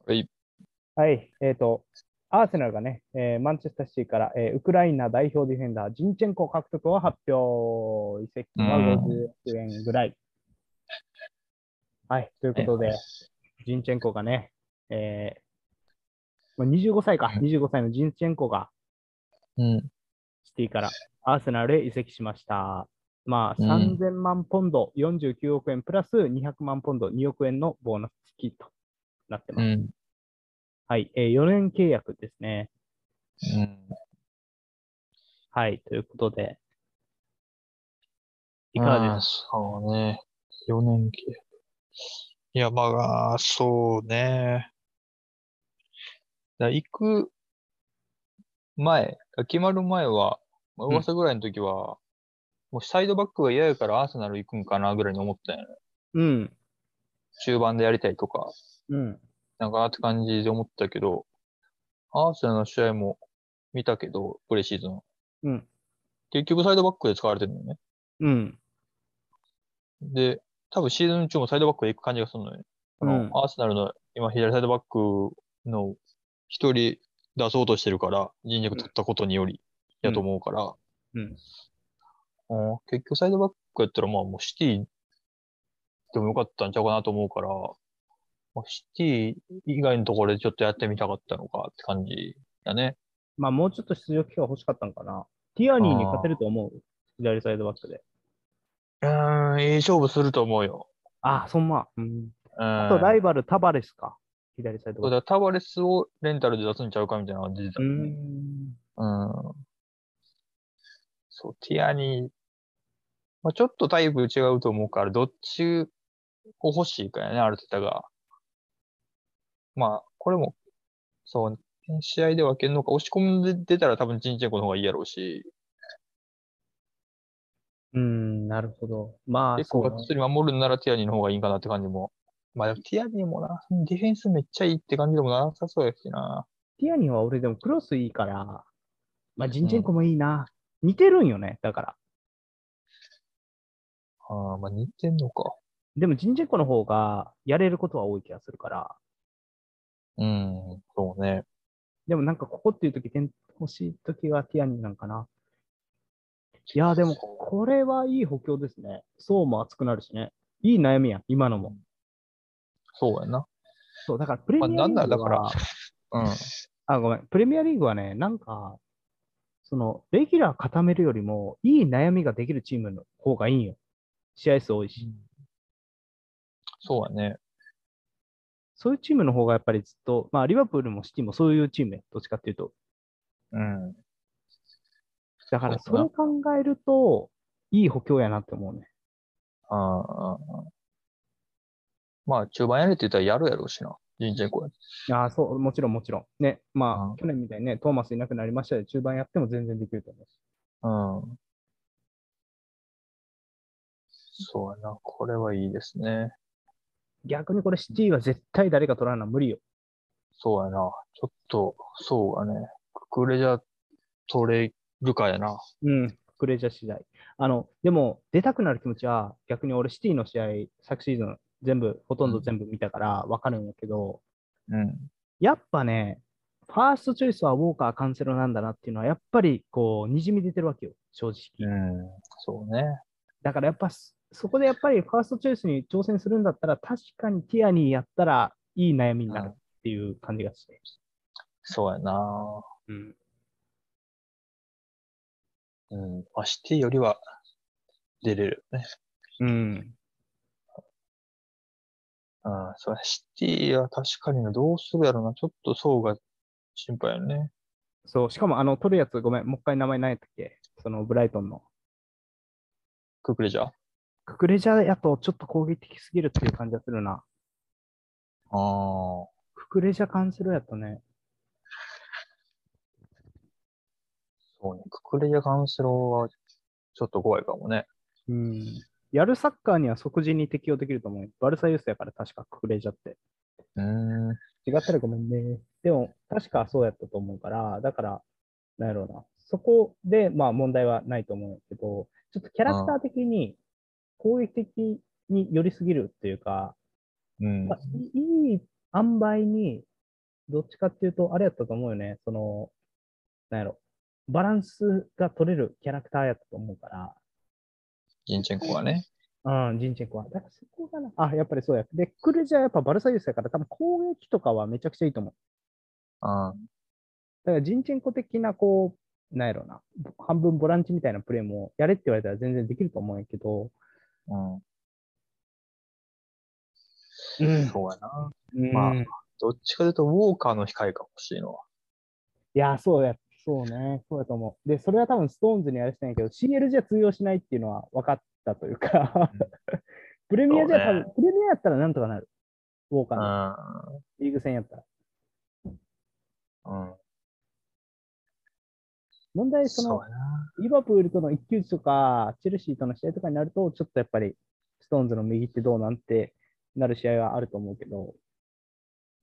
Speaker 2: はい。
Speaker 1: はい。えっ、と、アーセナルがね、えーマンチェスターシティから、えーウクライナ代表ディフェンダー、ジンチェンコ獲得を発表。移籍は50億円ぐらい。はい。ということで、ジンチェンコがね、えーまあ、25歳か、25歳のジンチェンコが
Speaker 2: うん。
Speaker 1: シティからアーセナルへ移籍しました。まあ、
Speaker 2: うん
Speaker 1: 3000万ポンド、49億円プラス200万ポンド、2億円のボーナス付きとなって
Speaker 2: う
Speaker 1: ます。
Speaker 2: ん。
Speaker 1: はい、えー4年契約ですね。
Speaker 2: うん。
Speaker 1: はい、ということで。いかがですか
Speaker 2: すかそうね。4年契約。いや、まあ、そうね。だ行く前、決まる前は、まあ
Speaker 1: うん
Speaker 2: 噂ぐらいの時は、もうサイドバックが嫌やからアーセナル行くんかなぐらいに思ったよね。
Speaker 1: うん、
Speaker 2: 中盤でやりたいとか、
Speaker 1: うん、
Speaker 2: なんかって感じで思ったけど、アーセナルの試合も見たけど、プレシーズン。
Speaker 1: うん、
Speaker 2: 結局サイドバックで使われてるのね。
Speaker 1: うん、
Speaker 2: で、多分シーズン中もサイドバックで行く感じがするのよね。こ
Speaker 1: うん
Speaker 2: のアーセナルの今左サイドバックの一人出そうとしてるから、人脈取ったことによりやと思うから、
Speaker 1: うん
Speaker 2: うん結局サイドバックやったらまあもうシティでもよかったんちゃうかなと思うから、まあ、シティ以外のところでちょっとやってみたかったのかって感じだね。
Speaker 1: まあ、もうちょっと出場機会欲しかったのかな。ティアニーに勝てると思う左サイドバックで。
Speaker 2: うーん、いい勝負すると思うよ。
Speaker 1: ああ、そんま。うん、
Speaker 2: うん。
Speaker 1: あと、ライバル、タバレスか。左サイド
Speaker 2: そ
Speaker 1: バ
Speaker 2: う
Speaker 1: ック。
Speaker 2: だ、タワレスをレンタルで出すんちゃうかみたいな感じだった
Speaker 1: う
Speaker 2: ね
Speaker 1: ん。
Speaker 2: うんそう、ティアニー、まあ、ちょっとタイプ違うと思うから、どっちを欲しいかやね、アルテタが。まあ、これも、そう、試合で分けるのか、押し込んで出たら多分ジンチェンコの方がいいやろうし、
Speaker 1: うん、なるほど。まあ、
Speaker 2: 結
Speaker 1: そ
Speaker 2: 構
Speaker 1: う
Speaker 2: が
Speaker 1: ね
Speaker 2: っつり守るんならティアニーの方がいいんかなって感じもまあでもティアニーもな、ディフェンスめっちゃいいって感じでもなさそうやしな。
Speaker 1: ティアニーは俺でもクロスいいから、まあ、ジンチェンコもいいな。似てるんよね、だから。
Speaker 2: ああ、まあ似てんのか。
Speaker 1: でもジンチェンコの方がやれることは多い気がするから。
Speaker 2: うん、そうね。
Speaker 1: でもなんかここっていう時、点欲しい時はティアニーなんかな。いやーでもこれはいい補強ですね。そうも熱くなるしね。いい悩みやん、今のも。
Speaker 2: そうやな。
Speaker 1: そう、だからプレミアリーグ
Speaker 2: まあ
Speaker 1: は、
Speaker 2: なんならだからうん。
Speaker 1: あ、ごめん。プレミアリーグはね、なんか、その、レギュラー固めるよりも、いい悩みができるチームの方がいいんよ。試合数多いし。
Speaker 2: そうやね。
Speaker 1: そういうチームの方がやっぱりずっと、まあ、リバプールもシティもそういうチームや。どっちかっていうと。
Speaker 2: うん。
Speaker 1: だから、
Speaker 2: そ
Speaker 1: そう
Speaker 2: だ
Speaker 1: れ
Speaker 2: な
Speaker 1: 考えると、いい補強やなって思うね。
Speaker 2: ああああまあ中盤やれって言ったらやるやろうしな。ジンチェンコや。
Speaker 1: ああ、そう、もちろん、もちろん。ね、ま
Speaker 2: う
Speaker 1: あ、去年みたいにね、トーマスいなくなりましたで、中盤やっても全然できると思うし。
Speaker 2: うん。そうやな。これはいいですね。
Speaker 1: 逆にこれ、シティは絶対誰か取らんのは無理よ。
Speaker 2: そうやな。ちょっと、そうやね。くくれじゃ取れるかやな。
Speaker 1: うん、クレジャー次第。あの、でも、出たくなる気持ちは、逆に俺、シティの試合、昨シーズン、全部、ほとんど全部見たから、わかるんやけど、
Speaker 2: うん。
Speaker 1: やっぱね、ファーストチョイスはウォーカー、カンセロなんだなっていうのは、やっぱり、こう、にじみ出てるわけよ、正
Speaker 2: う
Speaker 1: 直。
Speaker 2: ん。そうね。
Speaker 1: だから、やっぱ、そこでやっぱり、ファーストチョイスに挑戦するんだったら、確かにティアニーやったら、いい悩みになるっていう感じがして。
Speaker 2: そうやな。
Speaker 1: うん。
Speaker 2: うん。まあ、シティよりは出れるね。
Speaker 1: うん。
Speaker 2: うん。そうやシティは確かになどうするやろな。ちょっと層が心配やね。
Speaker 1: そう、しかも、あの、取るやつ、ごめん、もう一回名前ないやったっけその、ブライトンの。
Speaker 2: くくれじゃ。
Speaker 1: ククレジャーやとちょっと攻撃的すぎるっていう感じがするな。
Speaker 2: ああ。
Speaker 1: ククレジャーカンセロやとね。
Speaker 2: そうね。ククレジャカウンセローはちょっと怖いかもね。
Speaker 1: うん。やるサッカーには即時に適用できると思うよ。バルサユースやから確かククレジャーって。
Speaker 2: うーん。
Speaker 1: 違ったらごめんね。でも、確かそうやったと思うから、だから、なんやろうな。そこで、まあ問題はないと思うんやけど、ちょっとキャラクター的に攻撃的に寄りすぎるっていうか、
Speaker 2: うん
Speaker 1: まあ、いいい塩梅に、どっちかっていうと、あれやったと思うよね。その、なんやろ。バランスが取れるキャラクターやったと思うか
Speaker 2: ジンチェンコはね。
Speaker 1: ら、うん、ジンチェンコは。だからそこがな、あ、やっぱりそうや。で、クルジャーやっぱバルサユースやから、多分攻撃とかはめちゃくちゃいいと思う。
Speaker 2: うん。
Speaker 1: だからジンチェンコ的な、こう、なんやろな。半分ボランチみたいなプレーも、やれって言われたら全然できると思うんやけど、
Speaker 2: うん。
Speaker 1: うん
Speaker 2: そうやな。ま
Speaker 1: ま
Speaker 2: あ
Speaker 1: あ、い
Speaker 2: どっちかというと、ウォーカーの控えが欲しいのは。
Speaker 1: や、そうや。そうね。そうやと思う。で、それは多分ストーンズにやらせたんやけど、CL じゃ通用しないっていうのは分かったというか
Speaker 2: うん、
Speaker 1: プレミアじゃ
Speaker 2: そ
Speaker 1: 多
Speaker 2: う
Speaker 1: 分、
Speaker 2: ね
Speaker 1: プレミアやったらなんとかなる。ウォーカーの
Speaker 2: う
Speaker 1: リーグ戦やったら。
Speaker 2: ん。うん。
Speaker 1: 問題、そ
Speaker 2: そう
Speaker 1: の、
Speaker 2: やな。
Speaker 1: リバプールとの一騎打ちとか、チェルシーとの試合とかになると、ちょっとやっぱり、ストーンズの右ってどうなんてなる試合はあると思うけど、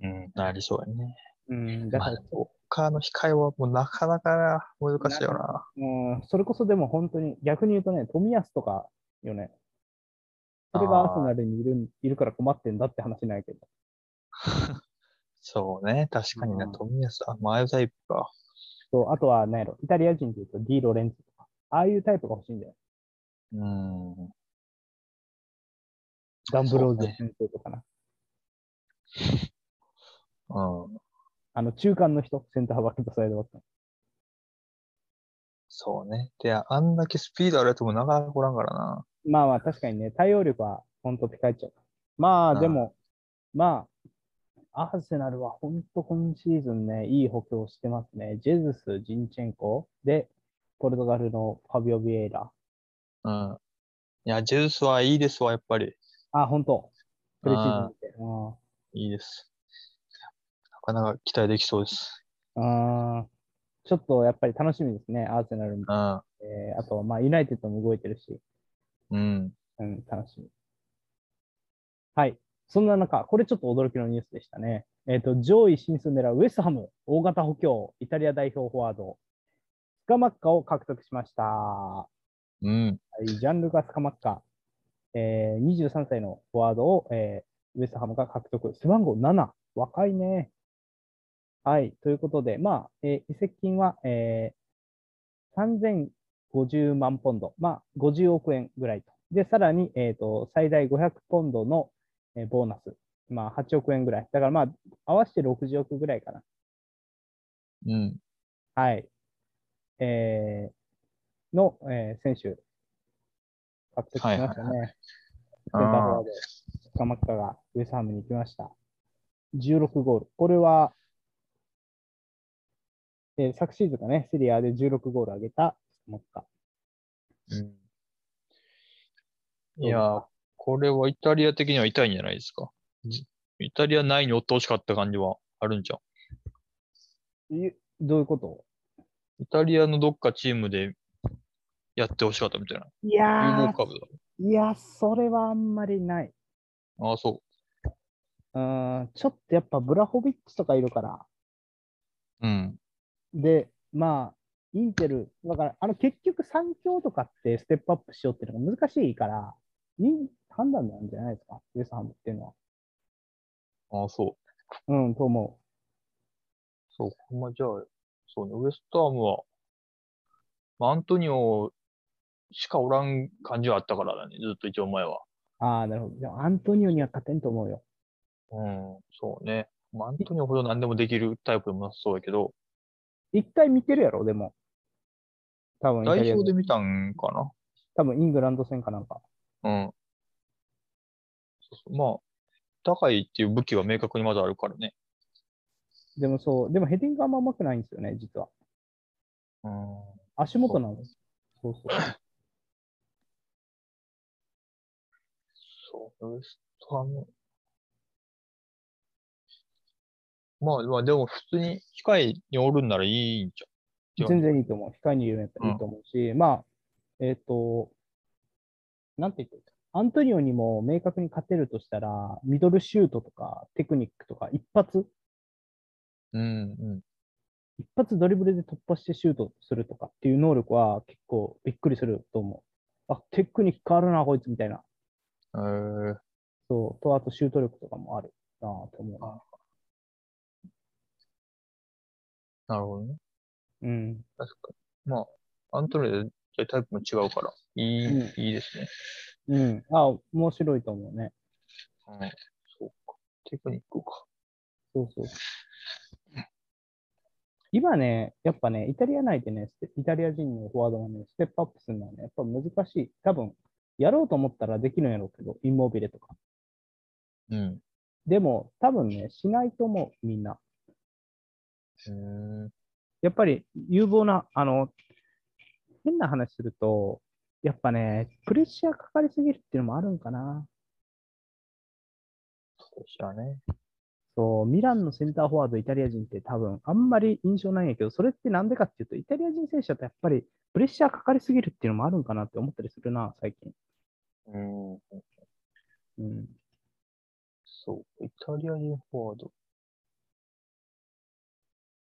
Speaker 2: うん。なりそうやね。
Speaker 1: うん、だ
Speaker 2: ま
Speaker 1: か
Speaker 2: あ、
Speaker 1: ら
Speaker 2: ウォ、ーカーの控えはもうなかなか難しいよな。
Speaker 1: うん、それこそでも本当に、逆に言うとね、富安とかよね。それがアーセナルにいるんいるから困ってんだって話ないけど。
Speaker 2: そうね。確かにね
Speaker 1: うん、
Speaker 2: 富安、あ、マヨタイプか。
Speaker 1: そうあとは、なんやろ、イタリア人で言うとディーロレンツとか、ああいうタイプが欲しいんだよ。
Speaker 2: うん。
Speaker 1: ダンブローズ
Speaker 2: そうね
Speaker 1: 先生とかな。
Speaker 2: うん。
Speaker 1: あの、中間の人、センターバックとサイドバックの。
Speaker 2: そうね。で、あんだけスピードあるやつもなかなかおらんからな。
Speaker 1: まあまあ、確かにね、対応力は本当ピカイチやから。ま
Speaker 2: う
Speaker 1: あ、
Speaker 2: ん
Speaker 1: でも、まあ、アーセナルは本当今シーズンね、いい補強してますね。ジェズス、ジンチェンコで、ポルトガルのファビオ・ビエイラ。
Speaker 2: うん。いや、ジェズスはいいですわ、やっぱり。
Speaker 1: あ、本当。プレシーズン
Speaker 2: あ
Speaker 1: 見て。うん
Speaker 2: いいです。なかなか期待できそうです。
Speaker 1: あーちょっとやっぱり楽しみですね、アーセナルも。
Speaker 2: うん。
Speaker 1: えーあと、まあ、ユナイテッドも動いてるし、
Speaker 2: うん。
Speaker 1: うん、楽しみ。はい。そんな中、これちょっと驚きのニュースでしたね。えっ、と、上位進出を狙うウェストハム、大型補強、イタリア代表フォワード、スカマッカを獲得しました。は
Speaker 2: うん。
Speaker 1: い、ジャンルがスカマッカ、えー、23歳のフォワードを、えーウェストハムが獲得。背番号7、若いね。はい、ということで、まあ、えー移籍金は、えー、3050万ポンド、まあ、50億円ぐらいと。で、さらに、えー、と最大500ポンドの、えーボーナス、まあ、8億円ぐらい。だから、まあ、合わせて60億ぐらいかな。
Speaker 2: うん。
Speaker 1: はい。えー、の、えー、選手、獲得しましたね。センターフォワード、カマッカがウェストハムに行きました。16ゴール。これは、えー昨シーズンかね、セリアで16ゴール上げたカマッカ。
Speaker 2: いやー、これはイタリア的には痛いんじゃないですか。じイタリア内に追ってほしかった感じはあるんじゃん。
Speaker 1: いどういうこと
Speaker 2: イタリアのどっかチームでやってほしかったみたい
Speaker 1: い
Speaker 2: な。有
Speaker 1: や
Speaker 2: 望株だ。
Speaker 1: いや、それはあんまりない。
Speaker 2: ああ、そう
Speaker 1: ーん、ちょっとやっぱブラホビッチとかいるから、
Speaker 2: う。うん。
Speaker 1: で、まあ、インテル、だから、あの、結局、三強とかってステップアップしようっていうのが難しいから、いい判断なんじゃないですか、ウェストハムっていうのは。
Speaker 2: ああ、そう。
Speaker 1: うん、と思
Speaker 2: そうか。まあ、じゃあ、そうね。ウエストハムは、まあ、アントニオしかおらん感じはあったからだね。ずっと一応前は。
Speaker 1: う。ああ、なるほど。でも、アントニオには勝てんと思うよ。
Speaker 2: うん。そうね。まあ、アントニオほど何でもできるタイプでもなさそうやけど、
Speaker 1: 一回見てるやろ、でも。多分イタリ
Speaker 2: 代
Speaker 1: ア
Speaker 2: 表
Speaker 1: で
Speaker 2: で、見たんかな。
Speaker 1: 多分イングランド戦かなんか。
Speaker 2: うん。そうそうまあ、高いっていう武器は明確にまだあるからね。
Speaker 1: でもそう、でもヘディングあんま上手くないんですよね、実は。
Speaker 2: うん。
Speaker 1: 足元なんです。そうそう。
Speaker 2: そう、ウエストハム。まあ、まあ、でも普通に機械におるんならいいんちゃ う
Speaker 1: 全然いいと思う。控えに言うやったらいいと思うし、まあ、えっ、と、なんて言ってるアントニオにも明確に勝てるとしたら、ミドルシュートとか、テクニックとか、一発、
Speaker 2: うん、うん。
Speaker 1: 一発ドリブルで突破してシュートするとかっていう能力は結構びっくりすると思う。あ、テクニックあるな、こいつみたいな。
Speaker 2: えー、
Speaker 1: そう、と、あとシュート力とかもあるなぁと思うな。
Speaker 2: なるほどね。
Speaker 1: うん。
Speaker 2: 確かに。まあ、アントニオでタイプも違うから、いい、
Speaker 1: う
Speaker 2: いいですね。
Speaker 1: うん。あ、面白いと思うね。
Speaker 2: うん。そうか。テクニックか。
Speaker 1: そうそう。今ね、やっぱね、イタリア内でね、ステイタリア人のフォワードがね、ステップアップするのはね、やっぱ難しい。多分、やろうと思ったらできるんやろうけど、インモビレとか。
Speaker 2: うん。
Speaker 1: でも、多分ね、しないと思う、みんな。
Speaker 2: うん。
Speaker 1: やっぱり、有望な、あの、変な話すると、やっぱね、プレッシャーかかりすぎるっていうのもあるんかな。
Speaker 2: そうじゃね。
Speaker 1: そう、ミランのセンターフォワード、イタリア人って多分、あんまり印象ないんやけど、それってなんでかっていうと、イタリア人選手だとやっぱり、プレッシャーかかりすぎるっていうのもあるんかなって思ったりするな、最近。
Speaker 2: うん。
Speaker 1: うん。
Speaker 2: そう。イタリア人フォワード。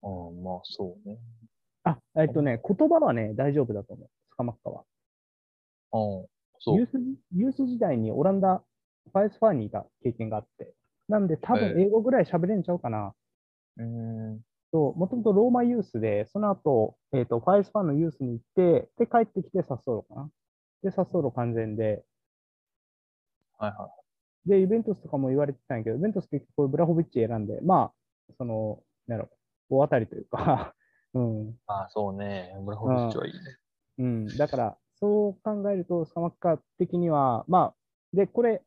Speaker 2: ああ、まあ、そうね。
Speaker 1: あ、えっとね、言葉はね、大丈夫だと思う、スカマッカは。
Speaker 2: ああ、そう
Speaker 1: ユー。スユース時代にオランダ、ファイスファーにいた経験があって、なんで多分
Speaker 2: え
Speaker 1: 英語ぐらい喋れんちゃうかな。
Speaker 2: うん。
Speaker 1: そう、もともとローマユースで、その後、えっ、と、ファイスファーのユースに行って、で、帰ってきて、サッソーロかな。で、サッソーロ完全で、
Speaker 2: はいは
Speaker 1: で、イベントスとかも言われてたんやけど、イベントス結局ブラホビッチ選んで、まあ、その、なんやろ、大当たりというか、 うん、
Speaker 2: い。ああ、そうね。ブラホビッチはいいね。
Speaker 1: うん。だから、そう考えると、スカマッカ的には、まあ、で、これ、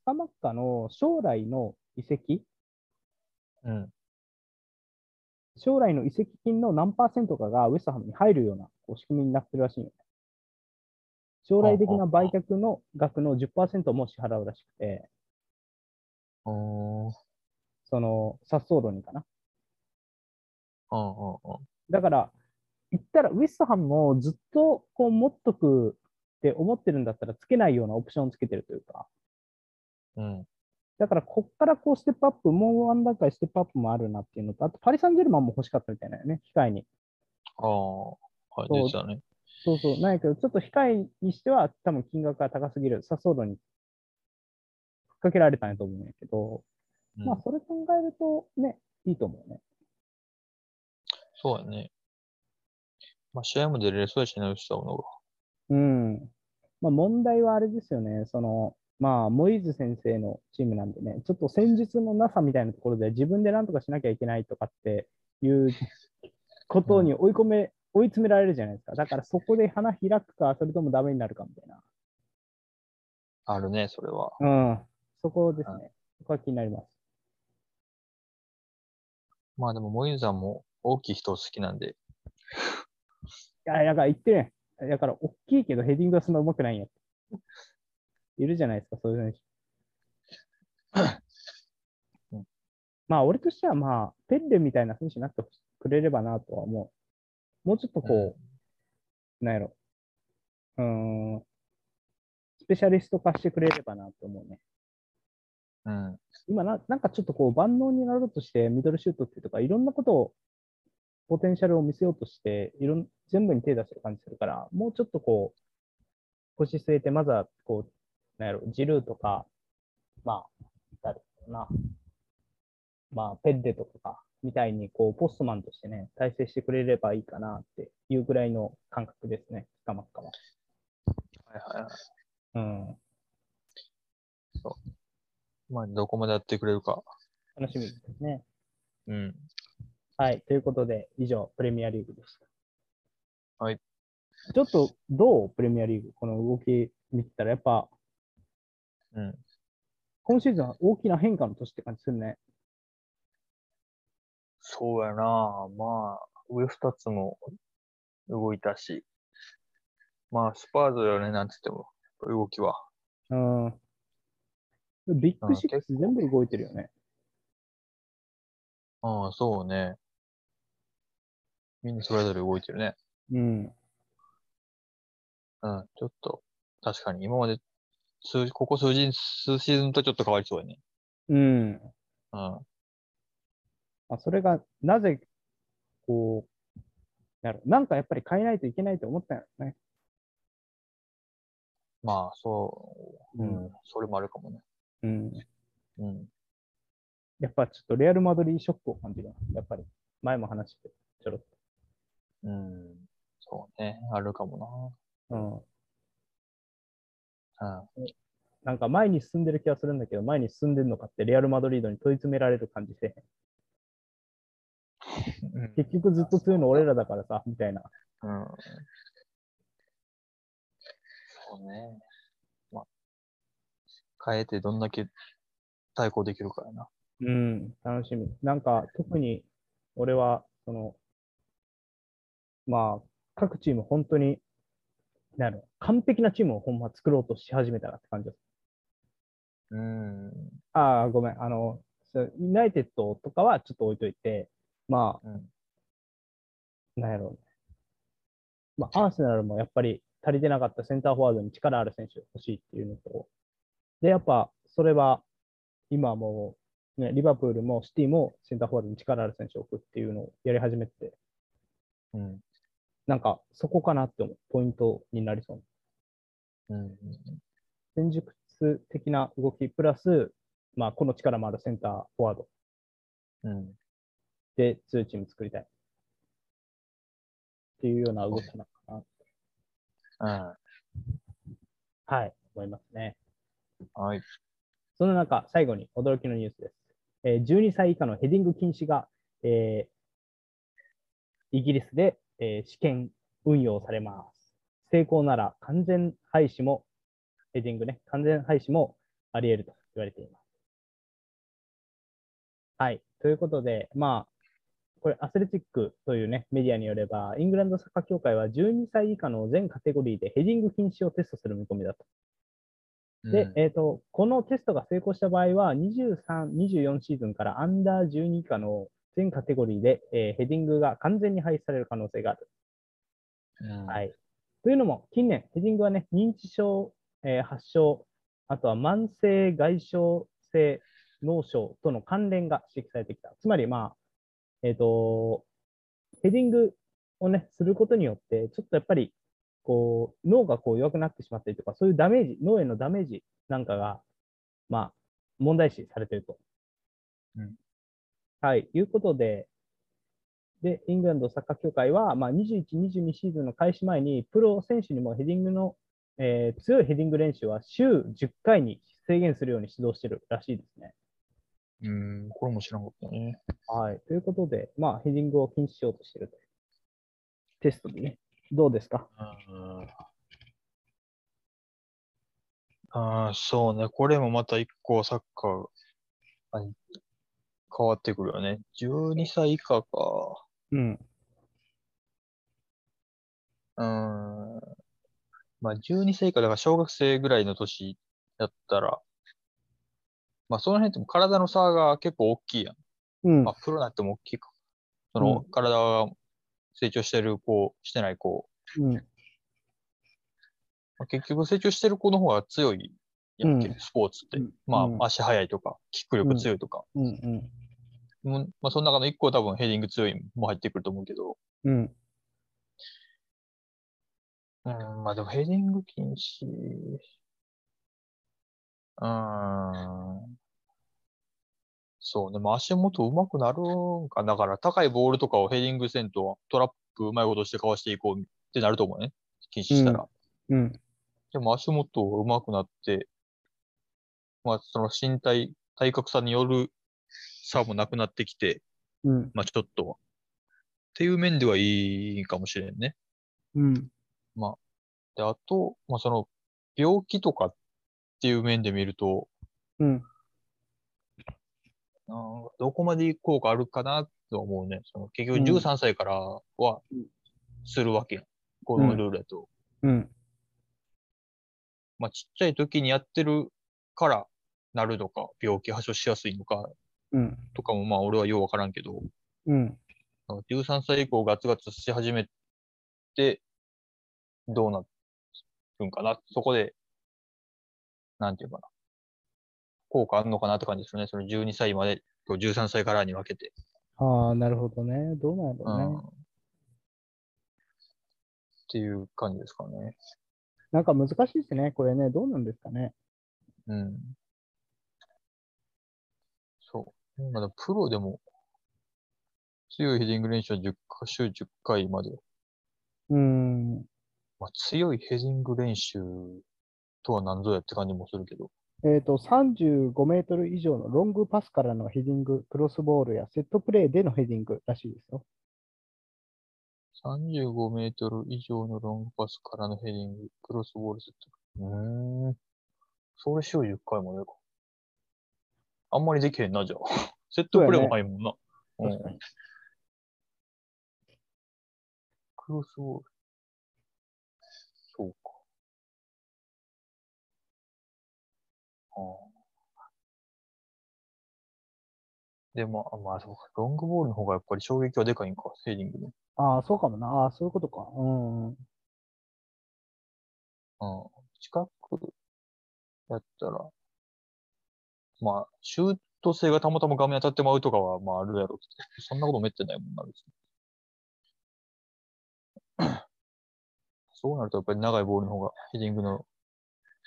Speaker 1: スカマッカの将来の移籍、
Speaker 2: うん。
Speaker 1: 将来の移籍金の何パーセントかがウェストハムに入るようなこう仕組みになってるらしいんよね。将来的な売却の額の10%も支払うらしくて、
Speaker 2: うん。うん。
Speaker 1: その、殺走路にかな。
Speaker 2: うん。うん
Speaker 1: だから、言ったら、ウェストハムもずっとこう持っとくって思ってるんだったら、つけないようなオプションをつけてるというか、
Speaker 2: うん。
Speaker 1: だから、こっからこうステップアップ、もうワン段階ステップアップもあるなっていうのと、あとパリ・サンジェルマンも欲しかったみたいなよね、機械に。
Speaker 2: ああ、は
Speaker 1: そ
Speaker 2: い、
Speaker 1: う
Speaker 2: 出てたね。
Speaker 1: そうそう、なんやけど、ちょっと控えにしては、多分金額が高すぎる、サソードに引っ掛けられたんやと思うんやけど、
Speaker 2: うん
Speaker 1: まあ、それ考えるとね、いいと思うね。
Speaker 2: そうやね。まあ、試合も出れそうやしな、吉田のが。
Speaker 1: うん。まあ、問題はあれですよね、その、まあ、モイズ先生のチームなんでね、ちょっと戦術のなさみたいなところで、自分でなんとかしなきゃいけないとかって いうことに追い込め、追い詰められるじゃないですか。だから、そこで花開くか、それともダメになるかみたいな。
Speaker 2: あるね、それは。
Speaker 1: うん。そこですね。そこは気になります。
Speaker 2: まあでも、モインさんも大きい人好きなんで、
Speaker 1: いや、だから言ってね。だから、大きいけどヘディングはそんな上手くないんや。いるじゃないですか、そういう 選手
Speaker 2: うん。
Speaker 1: まあ、俺としては、まあ、ペッレみたいな選手になってくれればなとは思う。もうちょっとこう、なんやろ。うーん、スペシャリスト化してくれればなと思うね。
Speaker 2: うん。
Speaker 1: 今な、なんかちょっとこう、万能になろうとして、ミドルシュートっていうとか、いろんなことを、ポテンシャルを見せようとして、いろん全部に手出してる感じするから、もうちょっとこう、腰据えて、まずは、こう、なんやろ、ジルーとか、まあ、誰かな、まあ、ペッデとかか、みたいに、こう、ポストマンとしてね、体制してくれればいいかなっていうぐらいの感覚ですね、捕まっかは。
Speaker 2: はいはいはい。
Speaker 1: うん。
Speaker 2: まあ、どこまでやってくれるか。
Speaker 1: 楽しみですね。
Speaker 2: うん。
Speaker 1: はい。ということで、以上、プレミアリーグでした。
Speaker 2: はい。
Speaker 1: ちょっと、どうプレミアリーグ、この動き見てたら、やっぱ、
Speaker 2: うん。
Speaker 1: 今シーズンは大きな変化の年って感じするね。
Speaker 2: そうやなまあ、上二つも動いたし。まあ、スパーズよね、なんつっても、動きは。
Speaker 1: うん。ビッ
Speaker 2: う
Speaker 1: グ
Speaker 2: ん
Speaker 1: シックス全部動いてるよね。
Speaker 2: ああ、そうね。みんなそれぞれ動いてるね。
Speaker 1: うん。
Speaker 2: うん、ちょっと、確かに今まで、数ここ数日、数シーズンとちょっと変わりそうやね。
Speaker 1: うん。
Speaker 2: うん。
Speaker 1: まあ、それが、なぜ、こう、なるなんかやっぱり変えないといけないと思ったよね。
Speaker 2: まあ、そう、うん、それもあるかもね。
Speaker 1: うん。
Speaker 2: うん。
Speaker 1: やっぱちょっとレアル・マドリーショックを感じるな。やっぱり、前も話して、ちょろっと。
Speaker 2: うん。そうね、あるかも
Speaker 1: うん。
Speaker 2: な。うん。
Speaker 1: なんか前に進んでる気はするんだけど、前に進んでるのかってレアル・マドリードに問い詰められる感じで、
Speaker 2: うん
Speaker 1: 結局ずっと強いの俺らだからさ、みたいな。
Speaker 2: うん。そうね。まあ、変えてどんだけ対抗できるかやな。
Speaker 1: うん、楽しみ。なんか特に俺は、その、まあ、各チーム本当に、なる完璧なチームをほんま作ろうとし始めたなって感じです。
Speaker 2: うん。
Speaker 1: ああ、ごめん。あの、そうユナイテッドとかはちょっと置いといて、ま
Speaker 2: うん。
Speaker 1: あ、なんやろうね。まあ、アーセナルもやっぱり足りてなかったセンターフォワードに力ある選手欲しいっていうのと、で、やっぱ、それは、今もう、ね、リバプールもシティもセンターフォワードに力ある選手を置くっていうのをやり始めてて、
Speaker 2: うん。
Speaker 1: なんか、そこかなって思う。ポイントになりそう。
Speaker 2: うん。
Speaker 1: 戦術的な動き、プラス、まあ、この力もあるセンターフォワード
Speaker 2: うん。
Speaker 1: で強いチーム作りたい。っていうような動きなのか
Speaker 2: うん。
Speaker 1: な。はい、思いますね。
Speaker 2: はい。
Speaker 1: その中、最後に驚きのニュースです。えー12歳以下のヘディング禁止が、えーイギリスで、えー試験運用されます。成功なら完全廃止も、ヘディングね、完全廃止もあり得ると言われています。はい。ということで、まあ、これ、アスレチックというね、メディアによれば、イングランドサッカー協会は12歳以下の全カテゴリーでヘディング禁止をテストする見込みだと。で、えっ、と、このテストが成功した場合は、23、24シーズンからアンダー12以下の全カテゴリーで、えーヘディングが完全に廃止される可能性がある。
Speaker 2: うん、
Speaker 1: はい。というのも、近年、ヘディングはね、認知症、えー発症、あとは慢性外傷性脳症との関連が指摘されてきた。つまり、まあ、えっ、と、ヘディングをね、することによって、ちょっとやっぱり、こう、脳がこう弱くなってしまったりとか、そういうダメージ、脳へのダメージなんかが、まあ、問題視されていると。
Speaker 2: うん
Speaker 1: はい、いうことで、で、イングランドサッカー協会は、まあ、21、22シーズンの開始前に、プロ選手にもヘディングの、えー強いヘディング練習は週10回に制限するように指導してるらしいですね。
Speaker 2: うん、これも知らなかったね。
Speaker 1: はい。ということで、まあ、ヘディングを禁止しようとしてるという。テストでね。どうですか
Speaker 2: ああ、そうね。これもまた一個サッカーがはい変わってくるよね。12歳以下か。
Speaker 1: うん。
Speaker 2: うーん。まあ、12歳以下だから小学生ぐらいの年だったら、まあ、その辺っても体の差が結構大きいやん。
Speaker 1: うん
Speaker 2: まあ、プロになっても大きいか。その、体が成長してる子、してない子。
Speaker 1: うん。
Speaker 2: まあ、結局成長してる子の方が強いやんけ、
Speaker 1: うん
Speaker 2: スポーツって。
Speaker 1: うん
Speaker 2: ま
Speaker 1: うん
Speaker 2: あ、足速いとか、キック力強いとか。
Speaker 1: うん。
Speaker 2: もうまあ、その中の一個は多分ヘディング強いも入ってくると思うけど。
Speaker 1: うん。
Speaker 2: うん、まあでもヘディング禁止。うーん。そうね。まあ足元上手くなるんか。だから高いボールとかをヘディングせんとトラップうまいことしてかわしていこうってなると思うね。禁止したら。
Speaker 1: うん。
Speaker 2: でも足元上手くなって、まあその身体、体格差による差もなくなってきて、
Speaker 1: うん。
Speaker 2: まあちょっとは。っていう面ではいいかもしれんね。
Speaker 1: うん。
Speaker 2: で、あと、まあ、その、病気とかっていう面で見ると、
Speaker 1: うん。
Speaker 2: あーどこまで効果あるかなとは思うね。その結
Speaker 1: うん
Speaker 2: 局13歳からは
Speaker 1: うん
Speaker 2: するわけやん。このルールだと。
Speaker 1: うん。
Speaker 2: まあ、ちっちゃい時にやってるからなるのか、病気発症しやすいのか
Speaker 1: うん。
Speaker 2: とかも、まあ、俺はようわからんけど、
Speaker 1: うん。
Speaker 2: あの13歳以降ガツガツし始めて、どうなるんかな。そこで、なんていうかな。効果あるのかなって感じですよね。その12歳までと13歳からに分けて。
Speaker 1: ああ、なるほどね。どうなんだ
Speaker 2: う。
Speaker 1: ろうんね
Speaker 2: っ。ていう感じですかね。
Speaker 1: なんか難しいですね。これね、どうなんですかね。
Speaker 2: うん。そう。まだプロでも、強いヘディング練習は10回、週10回まで。
Speaker 1: うん。
Speaker 2: まあ、強いヘディング練習とは何ぞやって感じもするけど。
Speaker 1: えー、と35メートル以上のロングパスからのヘディング、クロスボールやセットプレーでのヘディングらしいですよ。
Speaker 2: 35メートル以上のロングパスからのヘディング、クロスボールセット。うーん。それ週10回までか。あんまりできへんな、じゃあ。 セットプレーも入るもんな。うん
Speaker 1: 確かに。
Speaker 2: クロスボール。そうか。ああ。でも、あまあそうか。ロングボールの方がやっぱり衝撃はでかいんか、ヘディングの。
Speaker 1: ああ、そうかもな。ああ、そういうことか。うんうん。
Speaker 2: うん。近くやったら、まあ、シュート性がたまたま画面当たってまうとかは、まああるやろうけど、そんなことめってないもんな、別に。 そうなるとやっぱり長いボールの方がヘディングの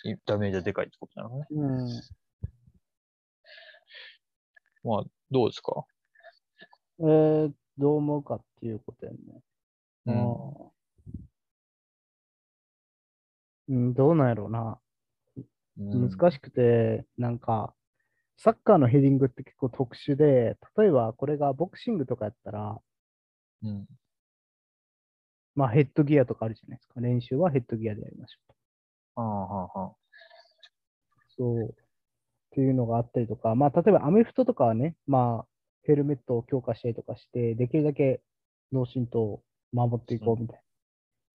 Speaker 2: いダメージはでかいってことなのね。
Speaker 1: うん、
Speaker 2: まあ、どうですか
Speaker 1: えーどう思うかっていうことやね。うん。うん、どうなんやろうな。
Speaker 2: うん
Speaker 1: 難しくて、なんか、サッカーのヘディングって結構特殊で、例えばこれがボクシングとかやったら、
Speaker 2: うん。
Speaker 1: まあヘッドギアとかあるじゃないですか。練習はヘッドギアでやりましょう。
Speaker 2: ああ、はあ、はあ。
Speaker 1: そう。っていうのがあったりとか、まあ、例えばアメフトとかはね、まあ、ヘルメットを強化したりとかして、できるだけ脳震盪を守っていこうみたい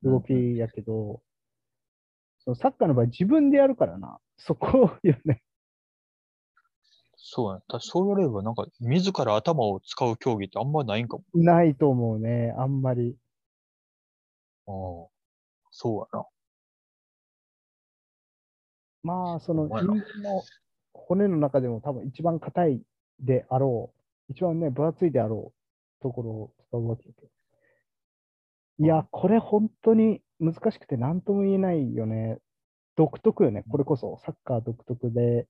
Speaker 1: な動きやけど、そのサッカーの場合自分でやるからな、そこよね。
Speaker 2: そうやね。たそう言われれば、なんか、自ら頭を使う競技ってあんまないんか
Speaker 1: ないと思うね、あんまり。
Speaker 2: も。ああ。そうやな。
Speaker 1: まあ、その
Speaker 2: お
Speaker 1: 人
Speaker 2: 前ら
Speaker 1: 間の骨の中でも多分一番硬いであろう、一番ね、分厚いであろうところを使うわけで。いや、これ本当に難しくて何とも言えないよね。独特よね、これこそ、サッカー独特で、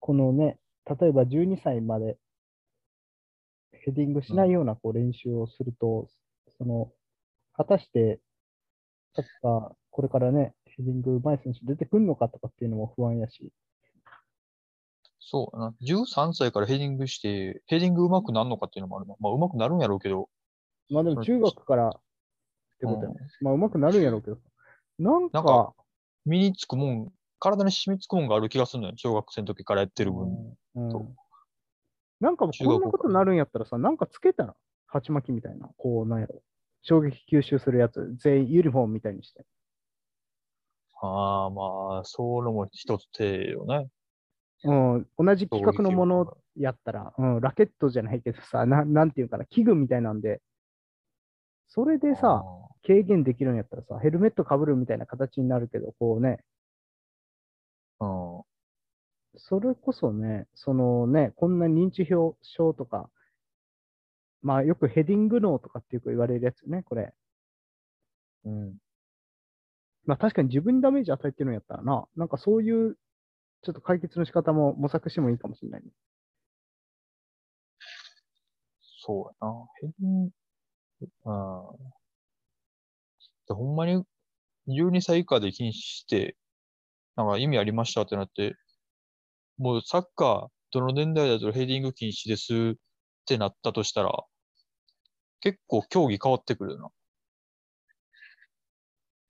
Speaker 1: このね、例えば12歳までヘディングしないようなこう練習をすると、その、果たして、サッカー、これからね、ヘディング上手い選手出てくるのかとかっていうのも不安やし、
Speaker 2: そうやな。13歳からヘディングして、ヘディング上手くなるのかっていうのもあるな。まあ上手くなるんやろうけど、
Speaker 1: まあでも中学からってことやね。まあ上手くなるんやろうけど、なん
Speaker 2: なん
Speaker 1: か
Speaker 2: か、身につくもん、体に染みつくもんがある気がするのよ。小学生の時からやってる
Speaker 1: う
Speaker 2: 分。
Speaker 1: ん
Speaker 2: そう
Speaker 1: うんなんかもうこんなことなるんやったらさ、なんかつけたら、鉢巻きみたいな、こう、なんやろ。衝撃吸収するやつ、全員ユニフォームみたいにして。
Speaker 2: ああ、まあ、そういうのも一つ手よね。
Speaker 1: うん、同じ企画のものやったら、うん、ラケットじゃないけどさ、ななんていうかな、器具みたいなんで、それでさ、軽減できるんやったらさ、ヘルメットかぶるみたいな形になるけど、こうね、
Speaker 2: あー、
Speaker 1: それこそね、そのね、こんな認知表症とか、まあよくヘディング脳とかっていうか言われるやつね、これ。
Speaker 2: うん。うん。
Speaker 1: まあ確かに自分にダメージ与えてるんやったらな、なんかそういう、ちょっと解決の仕方も模索してもいいかもしれないね。
Speaker 2: そうやな。ヘディング、ああ。でほんまに12歳以下で禁止して、なんか意味ありましたってなって、もうサッカー、どの年代だとヘディング禁止ですってなったとしたら、結構競技変わってくるよな。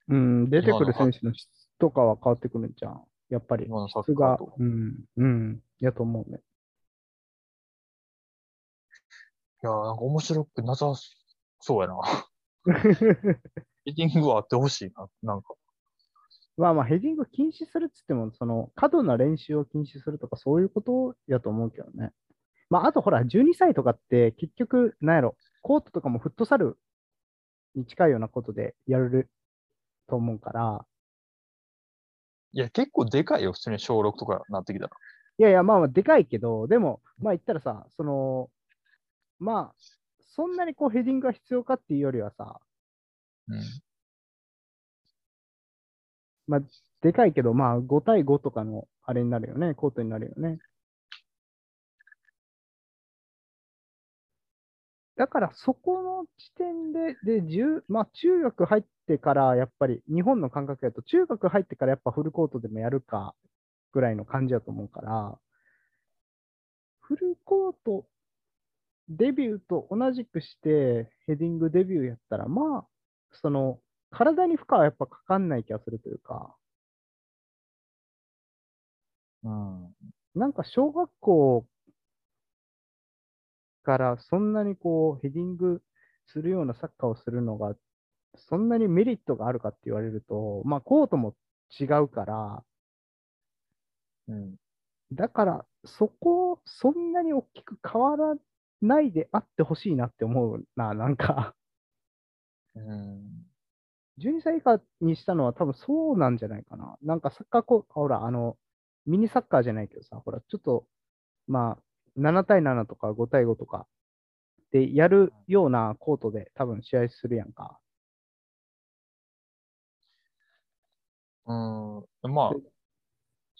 Speaker 1: うん、出てくる
Speaker 2: 今の
Speaker 1: 選手の質とかは変わってくるんじゃん。やっぱり。
Speaker 2: 今のサッ
Speaker 1: 質
Speaker 2: カー
Speaker 1: が
Speaker 2: と。、
Speaker 1: うん、うん、やと思うね。
Speaker 2: いやー、なんか面白くなさそうやな。ヘディングはあってほしいな。なんか。
Speaker 1: まあまあ、ヘディング禁止するっつっても、その、過度な練習を禁止するとか、そういうことやと思うけどね。まあ、あとほら、12歳とかって、結局、なんやろ、コートとかもフットサルに近いようなことでやると思うから、
Speaker 2: いや、結構でかいよ、普通に小6とかなってきたら。
Speaker 1: いやいや、まあまあ、でかいけど、でも、まあ言ったらさ、その、まあ、そんなにこうヘディングが必要かっていうよりはさ、
Speaker 2: うん。
Speaker 1: でかいけど、まあ5対5とかのあれになるよね、コートになるよね。だからそこの地点で、で、10まあ中学入ってからやっぱり、日本の感覚やと、中学入ってからやっぱフルコートでもやるかぐらいの感じだと思うから、フルコートデビューと同じくして、ヘディングデビューやったら、まあ、その、体に負荷はやっぱかかんない気がするというか、
Speaker 2: うん。
Speaker 1: なんか小学校からそんなにこうヘディングするようなサッカーをするのが、そんなにメリットがあるかって言われると、まあコートも違うから、
Speaker 2: うん。
Speaker 1: だからそこ、そんなに大きく変わらないであってほしいなって思うな、なんか。
Speaker 2: うん。
Speaker 1: 12歳以下にしたのは多分そうなんじゃないかな。なんかサッカーコート、ほら、あの、ミニサッカーじゃないけどさ、ほら、ちょっと、まあ、7対7とか5対5とかでやるようなコートで多分試合するやんか。
Speaker 2: うん。まあ、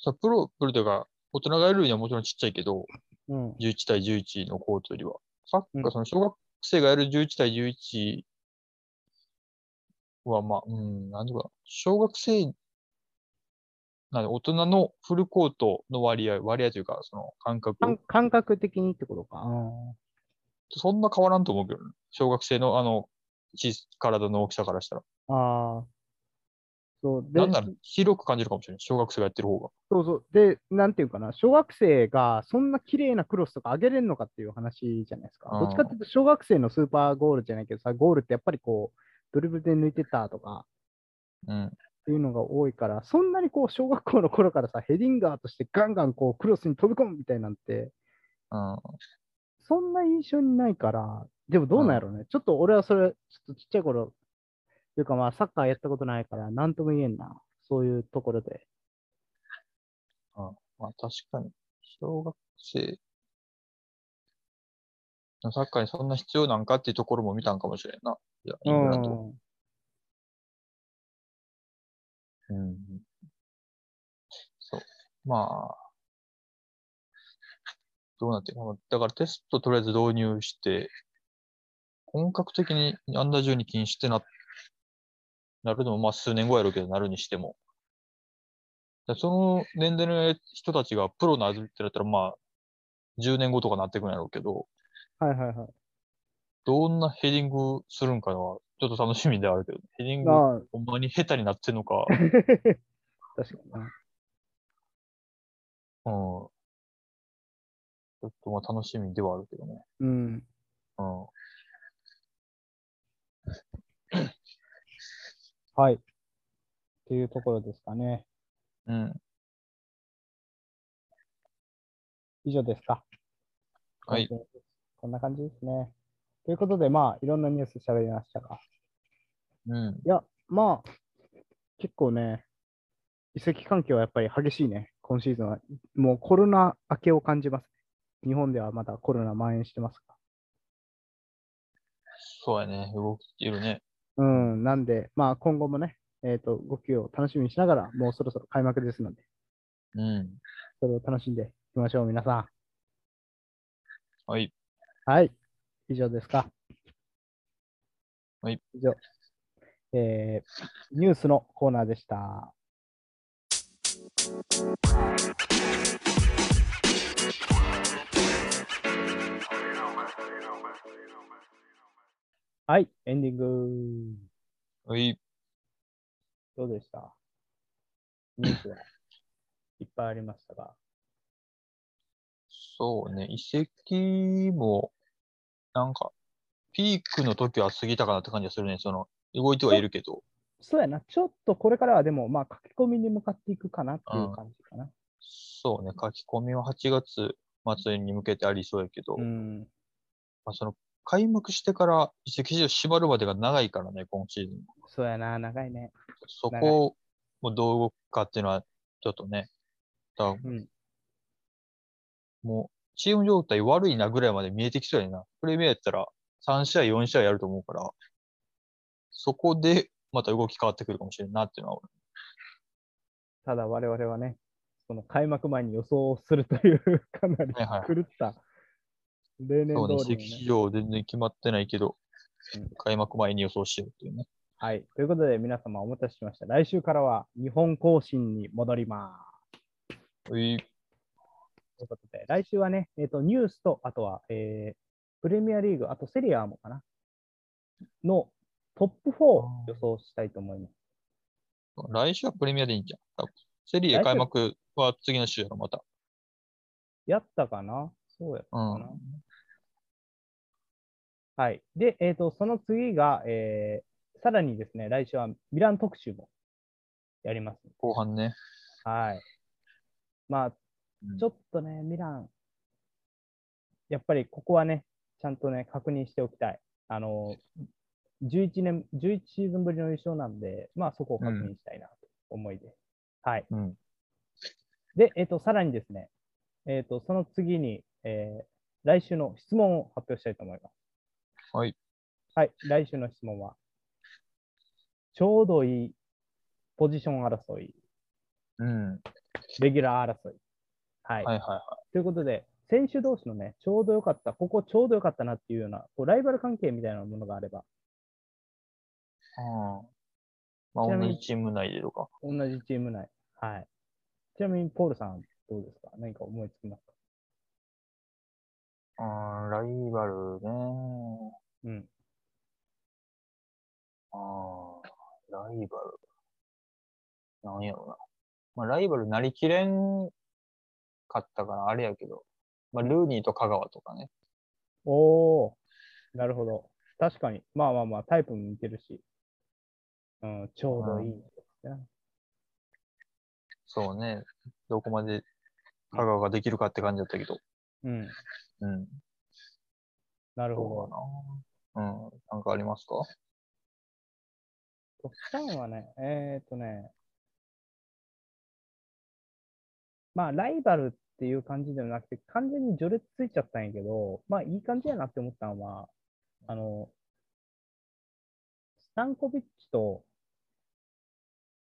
Speaker 2: さ、プロ、プロというか、大人がやるにはもちろんちっちゃいけど、
Speaker 1: うん。
Speaker 2: 11対11のコートよりは。サッ
Speaker 1: う
Speaker 2: カ
Speaker 1: ん
Speaker 2: ー、その小学生がやる11対11は、まあ、うん、なんていうか、小学生、なんで大人のフルコートの割合、割合というか、その感覚。
Speaker 1: 感感覚的にってことか。
Speaker 2: そんな変わらんと思うけどね。小学生のあの、ち体の大きさからしたら。
Speaker 1: ああー。そう。で
Speaker 2: なんなら広く感じるかもしれない。小学生がやってる方が。
Speaker 1: そうそう。で、なんていうかな、小学生がそんな綺麗なクロスとか上げれるのかっていう話じゃないですか。
Speaker 2: うん
Speaker 1: どっちかっていうと、小学生のスーパーゴールじゃないけどさ、ゴールってやっぱりこう、ドリブルで抜いてたとか
Speaker 2: うん。
Speaker 1: っていうのが多いから、そんなにこう、小学校の頃からさ、ヘディンガーとしてガンガンこう、クロスに飛び込むみたいなんて、
Speaker 2: うん。
Speaker 1: そんな印象にないから、でもどうなんやろうね。ちょっと俺はそれ、ちょっとちっちゃい頃、というかまあ、サッカーやったことないから、なんとも言えんな。そういうところで。
Speaker 2: まあ確かに、小学生のサッカーにそんな必要なんかっていうところも見たんかもしれんな。いや、イングランドは。うん。そう。まあ、どうなってるかな。だからテストとりあえず導入して、本格的にアンダー1 2禁止ってな、なるのもまあ数年後やろうけど、なるにしても。だその年齢の人たちがプロになるってなったら、まあ、10年後とかなってくんやろうけど、
Speaker 3: はいはいはい。
Speaker 2: どんなヘディングするんかは、ちょっと楽しみではあるけど、ヘディング、
Speaker 3: ああ、
Speaker 2: ほんまに下手になってんのか、
Speaker 3: 確かにな。
Speaker 2: うん。ちょっとまあ楽しみではあるけどね。
Speaker 3: うん。
Speaker 2: うん。
Speaker 3: はい。っていうところですかね。
Speaker 2: うん。
Speaker 3: 以上ですか。
Speaker 2: はい。。
Speaker 3: こんな感じですね。ということで、まあ、いろんなニュース喋りましたが。
Speaker 2: うん。
Speaker 3: いや、まあ、結構ね、移籍環境はやっぱり激しいね、今シーズンは。もうコロナ明けを感じます。日本ではまだコロナ蔓延してますが。
Speaker 2: そうやね。動きいるね。
Speaker 3: うん、なんで、まあ今後もね、えっ、と、動きを楽しみにしながら、もうそろそろ開幕ですので、
Speaker 2: うん。
Speaker 3: それを楽しんでいきましょう、皆さ
Speaker 2: はい。
Speaker 3: ん。はい。以上ですか。
Speaker 2: はい。
Speaker 3: 以上。えー、ニュースのコーナーでした。はい、エンディング。
Speaker 2: はい。
Speaker 1: どうでしたニュースはいっぱいありましたが。
Speaker 2: そうね。移籍も、なんか、ピークの時は過ぎたかなって感じがするね。その、動いてはいるけど。
Speaker 3: そうやな、ちょっとこれからはでも、まあ、書き込みに向かっていくかなっていう感じかな。
Speaker 2: そうね。書き込みは8月末に向けてありそうやけど、
Speaker 3: ん。
Speaker 2: まあその、開幕してから移籍市場縛るまでが長いからね、今シーズン。
Speaker 3: そうやな、長いね。
Speaker 2: そこをどう動くかっていうのは、ちょっとね、だから
Speaker 3: うん
Speaker 2: もう、チーム状態悪いなぐらいまで見えてきそうやな。プレミアやったら3試合、4試合やると思うから、そこでまた動き変わってくるかもしれんなっていうのは俺、
Speaker 1: ただ我々はね、その開幕前に予想をするという、かなり
Speaker 2: はいはい
Speaker 1: 狂った、例年
Speaker 2: そうね、
Speaker 1: 通り
Speaker 2: 席
Speaker 1: の
Speaker 2: 市
Speaker 1: ね。
Speaker 2: 場全然決まってないけど
Speaker 1: うん、
Speaker 2: 開幕前に予想しようっていうね。
Speaker 1: はい。ということで皆様お待たせしました。来週からは日本更新に戻ります。
Speaker 2: うい
Speaker 1: ということで、来週はね、えっとニュースと、あとは、えープレミアリーグ、あとセリアもかな、のトップ4を予想したいと思います。
Speaker 2: 来週はプレミアでいいんじゃん。セリエ
Speaker 1: 来週
Speaker 2: 開幕は次の週やろ、また。
Speaker 1: やったかなそうやった
Speaker 2: う
Speaker 1: かな、
Speaker 2: ん。
Speaker 1: はい。で、えっ、と、その次が、えーさらにですね、来週はミラン特集もやります。
Speaker 2: 後半ね。
Speaker 1: はい。まあ、
Speaker 2: うん
Speaker 1: ちょっとね、ミラン、やっぱりここはね、ちゃんとね、確認しておきたい。あの、11年、11シーズンぶりの優勝なんで、まあそこを確認したいなと思いで。はい。
Speaker 2: うん。
Speaker 1: で、えっ、と、さらにですね、えっ、と、その次に、えー来週の質問を発表したいと思います。
Speaker 2: はい。
Speaker 1: はい、来週の質問は、ちょうどいいポジション争い、
Speaker 2: うん。
Speaker 1: レギュラー争い。はい。
Speaker 2: はいはいはい。
Speaker 1: ということで、選手同士のね、ちょうどよかった、ここちょうどよかったなっていうような、こうライバル関係みたいなものがあれば、
Speaker 2: うん。ま
Speaker 1: ちな
Speaker 2: あ、
Speaker 1: み
Speaker 2: 同
Speaker 1: に
Speaker 2: じチーム内でとか。
Speaker 1: 同じチーム内。はい。ちなみに、ポールさん、どうですか何か思いつきますか
Speaker 2: うん、ライバルね。
Speaker 1: うん。
Speaker 2: ああ、ライバル。なんやろな。まあ、ライバルなりきれんかったから、あれやけど。まあ、ルーニーと香川とかね。
Speaker 1: おー、なるほど。確かに。まあまあまあ、タイプも似てるし。うん、ちょうどいい。
Speaker 2: そうね。どこまで香川ができるかって感じだったけど。
Speaker 1: うん、
Speaker 2: うん。
Speaker 1: なるほど。
Speaker 2: そうかな。うん。なんかありますか
Speaker 1: トップタウンはね、えーっとね、まあ、ライバルっていう感じではなくて、完全に序列ついちゃったんやけど、まあ、いい感じやなって思ったのは、あの、スタンコビッチと、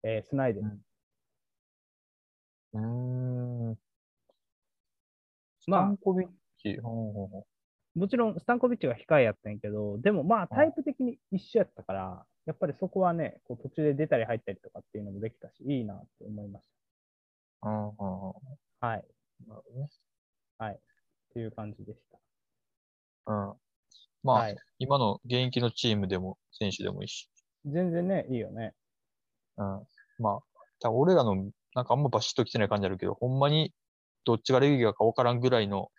Speaker 1: えースナイデル。
Speaker 2: うんうーん。
Speaker 1: まあ
Speaker 2: スタンコビッチ。ほうほうほ
Speaker 1: もちろん、スタンコビッチが控えやったんやけど、でもまあ、タイプ的に一緒やったから、やっぱりそこはね、こう途中で出たり入ったりとかっていうのもできたし、いいなって思いまし
Speaker 2: ううんうんう
Speaker 1: た。はい。っ
Speaker 2: ん。なるほどね。
Speaker 1: ていう感じでした。
Speaker 2: うん。まあ、
Speaker 1: はい、
Speaker 2: 今の現役のチームでも、選手でもいいし。
Speaker 1: 全然ね、いいよね。
Speaker 2: うん。まあ、多分俺らの、なんかあんまバシッと来てない感じあるけど、ほんまにどっちがレギュラーか分からんぐらいの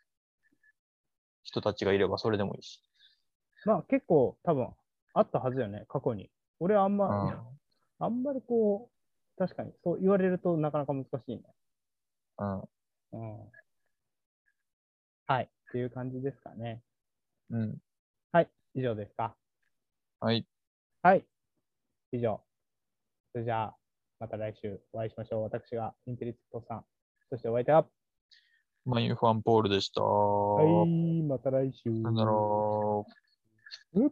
Speaker 2: 人たちがいればそれでもいいし。
Speaker 1: まあ、結構多分、あったはずよね、過去に。俺はあん
Speaker 2: うん。
Speaker 1: ま、あんまりこう、確かに、そう言われるとなかなか難しいね。
Speaker 2: うん。
Speaker 1: うん。はい。っていう感じですかね。
Speaker 2: うん。
Speaker 1: はい。以上ですか。
Speaker 2: はい。
Speaker 1: はい。以上。それじゃあ、また来週お会いしましょう。私がインテリツトさん。そしてお相手は、
Speaker 2: マインファンポールでした。
Speaker 1: はい、また来週。
Speaker 2: さよなら。
Speaker 1: うっ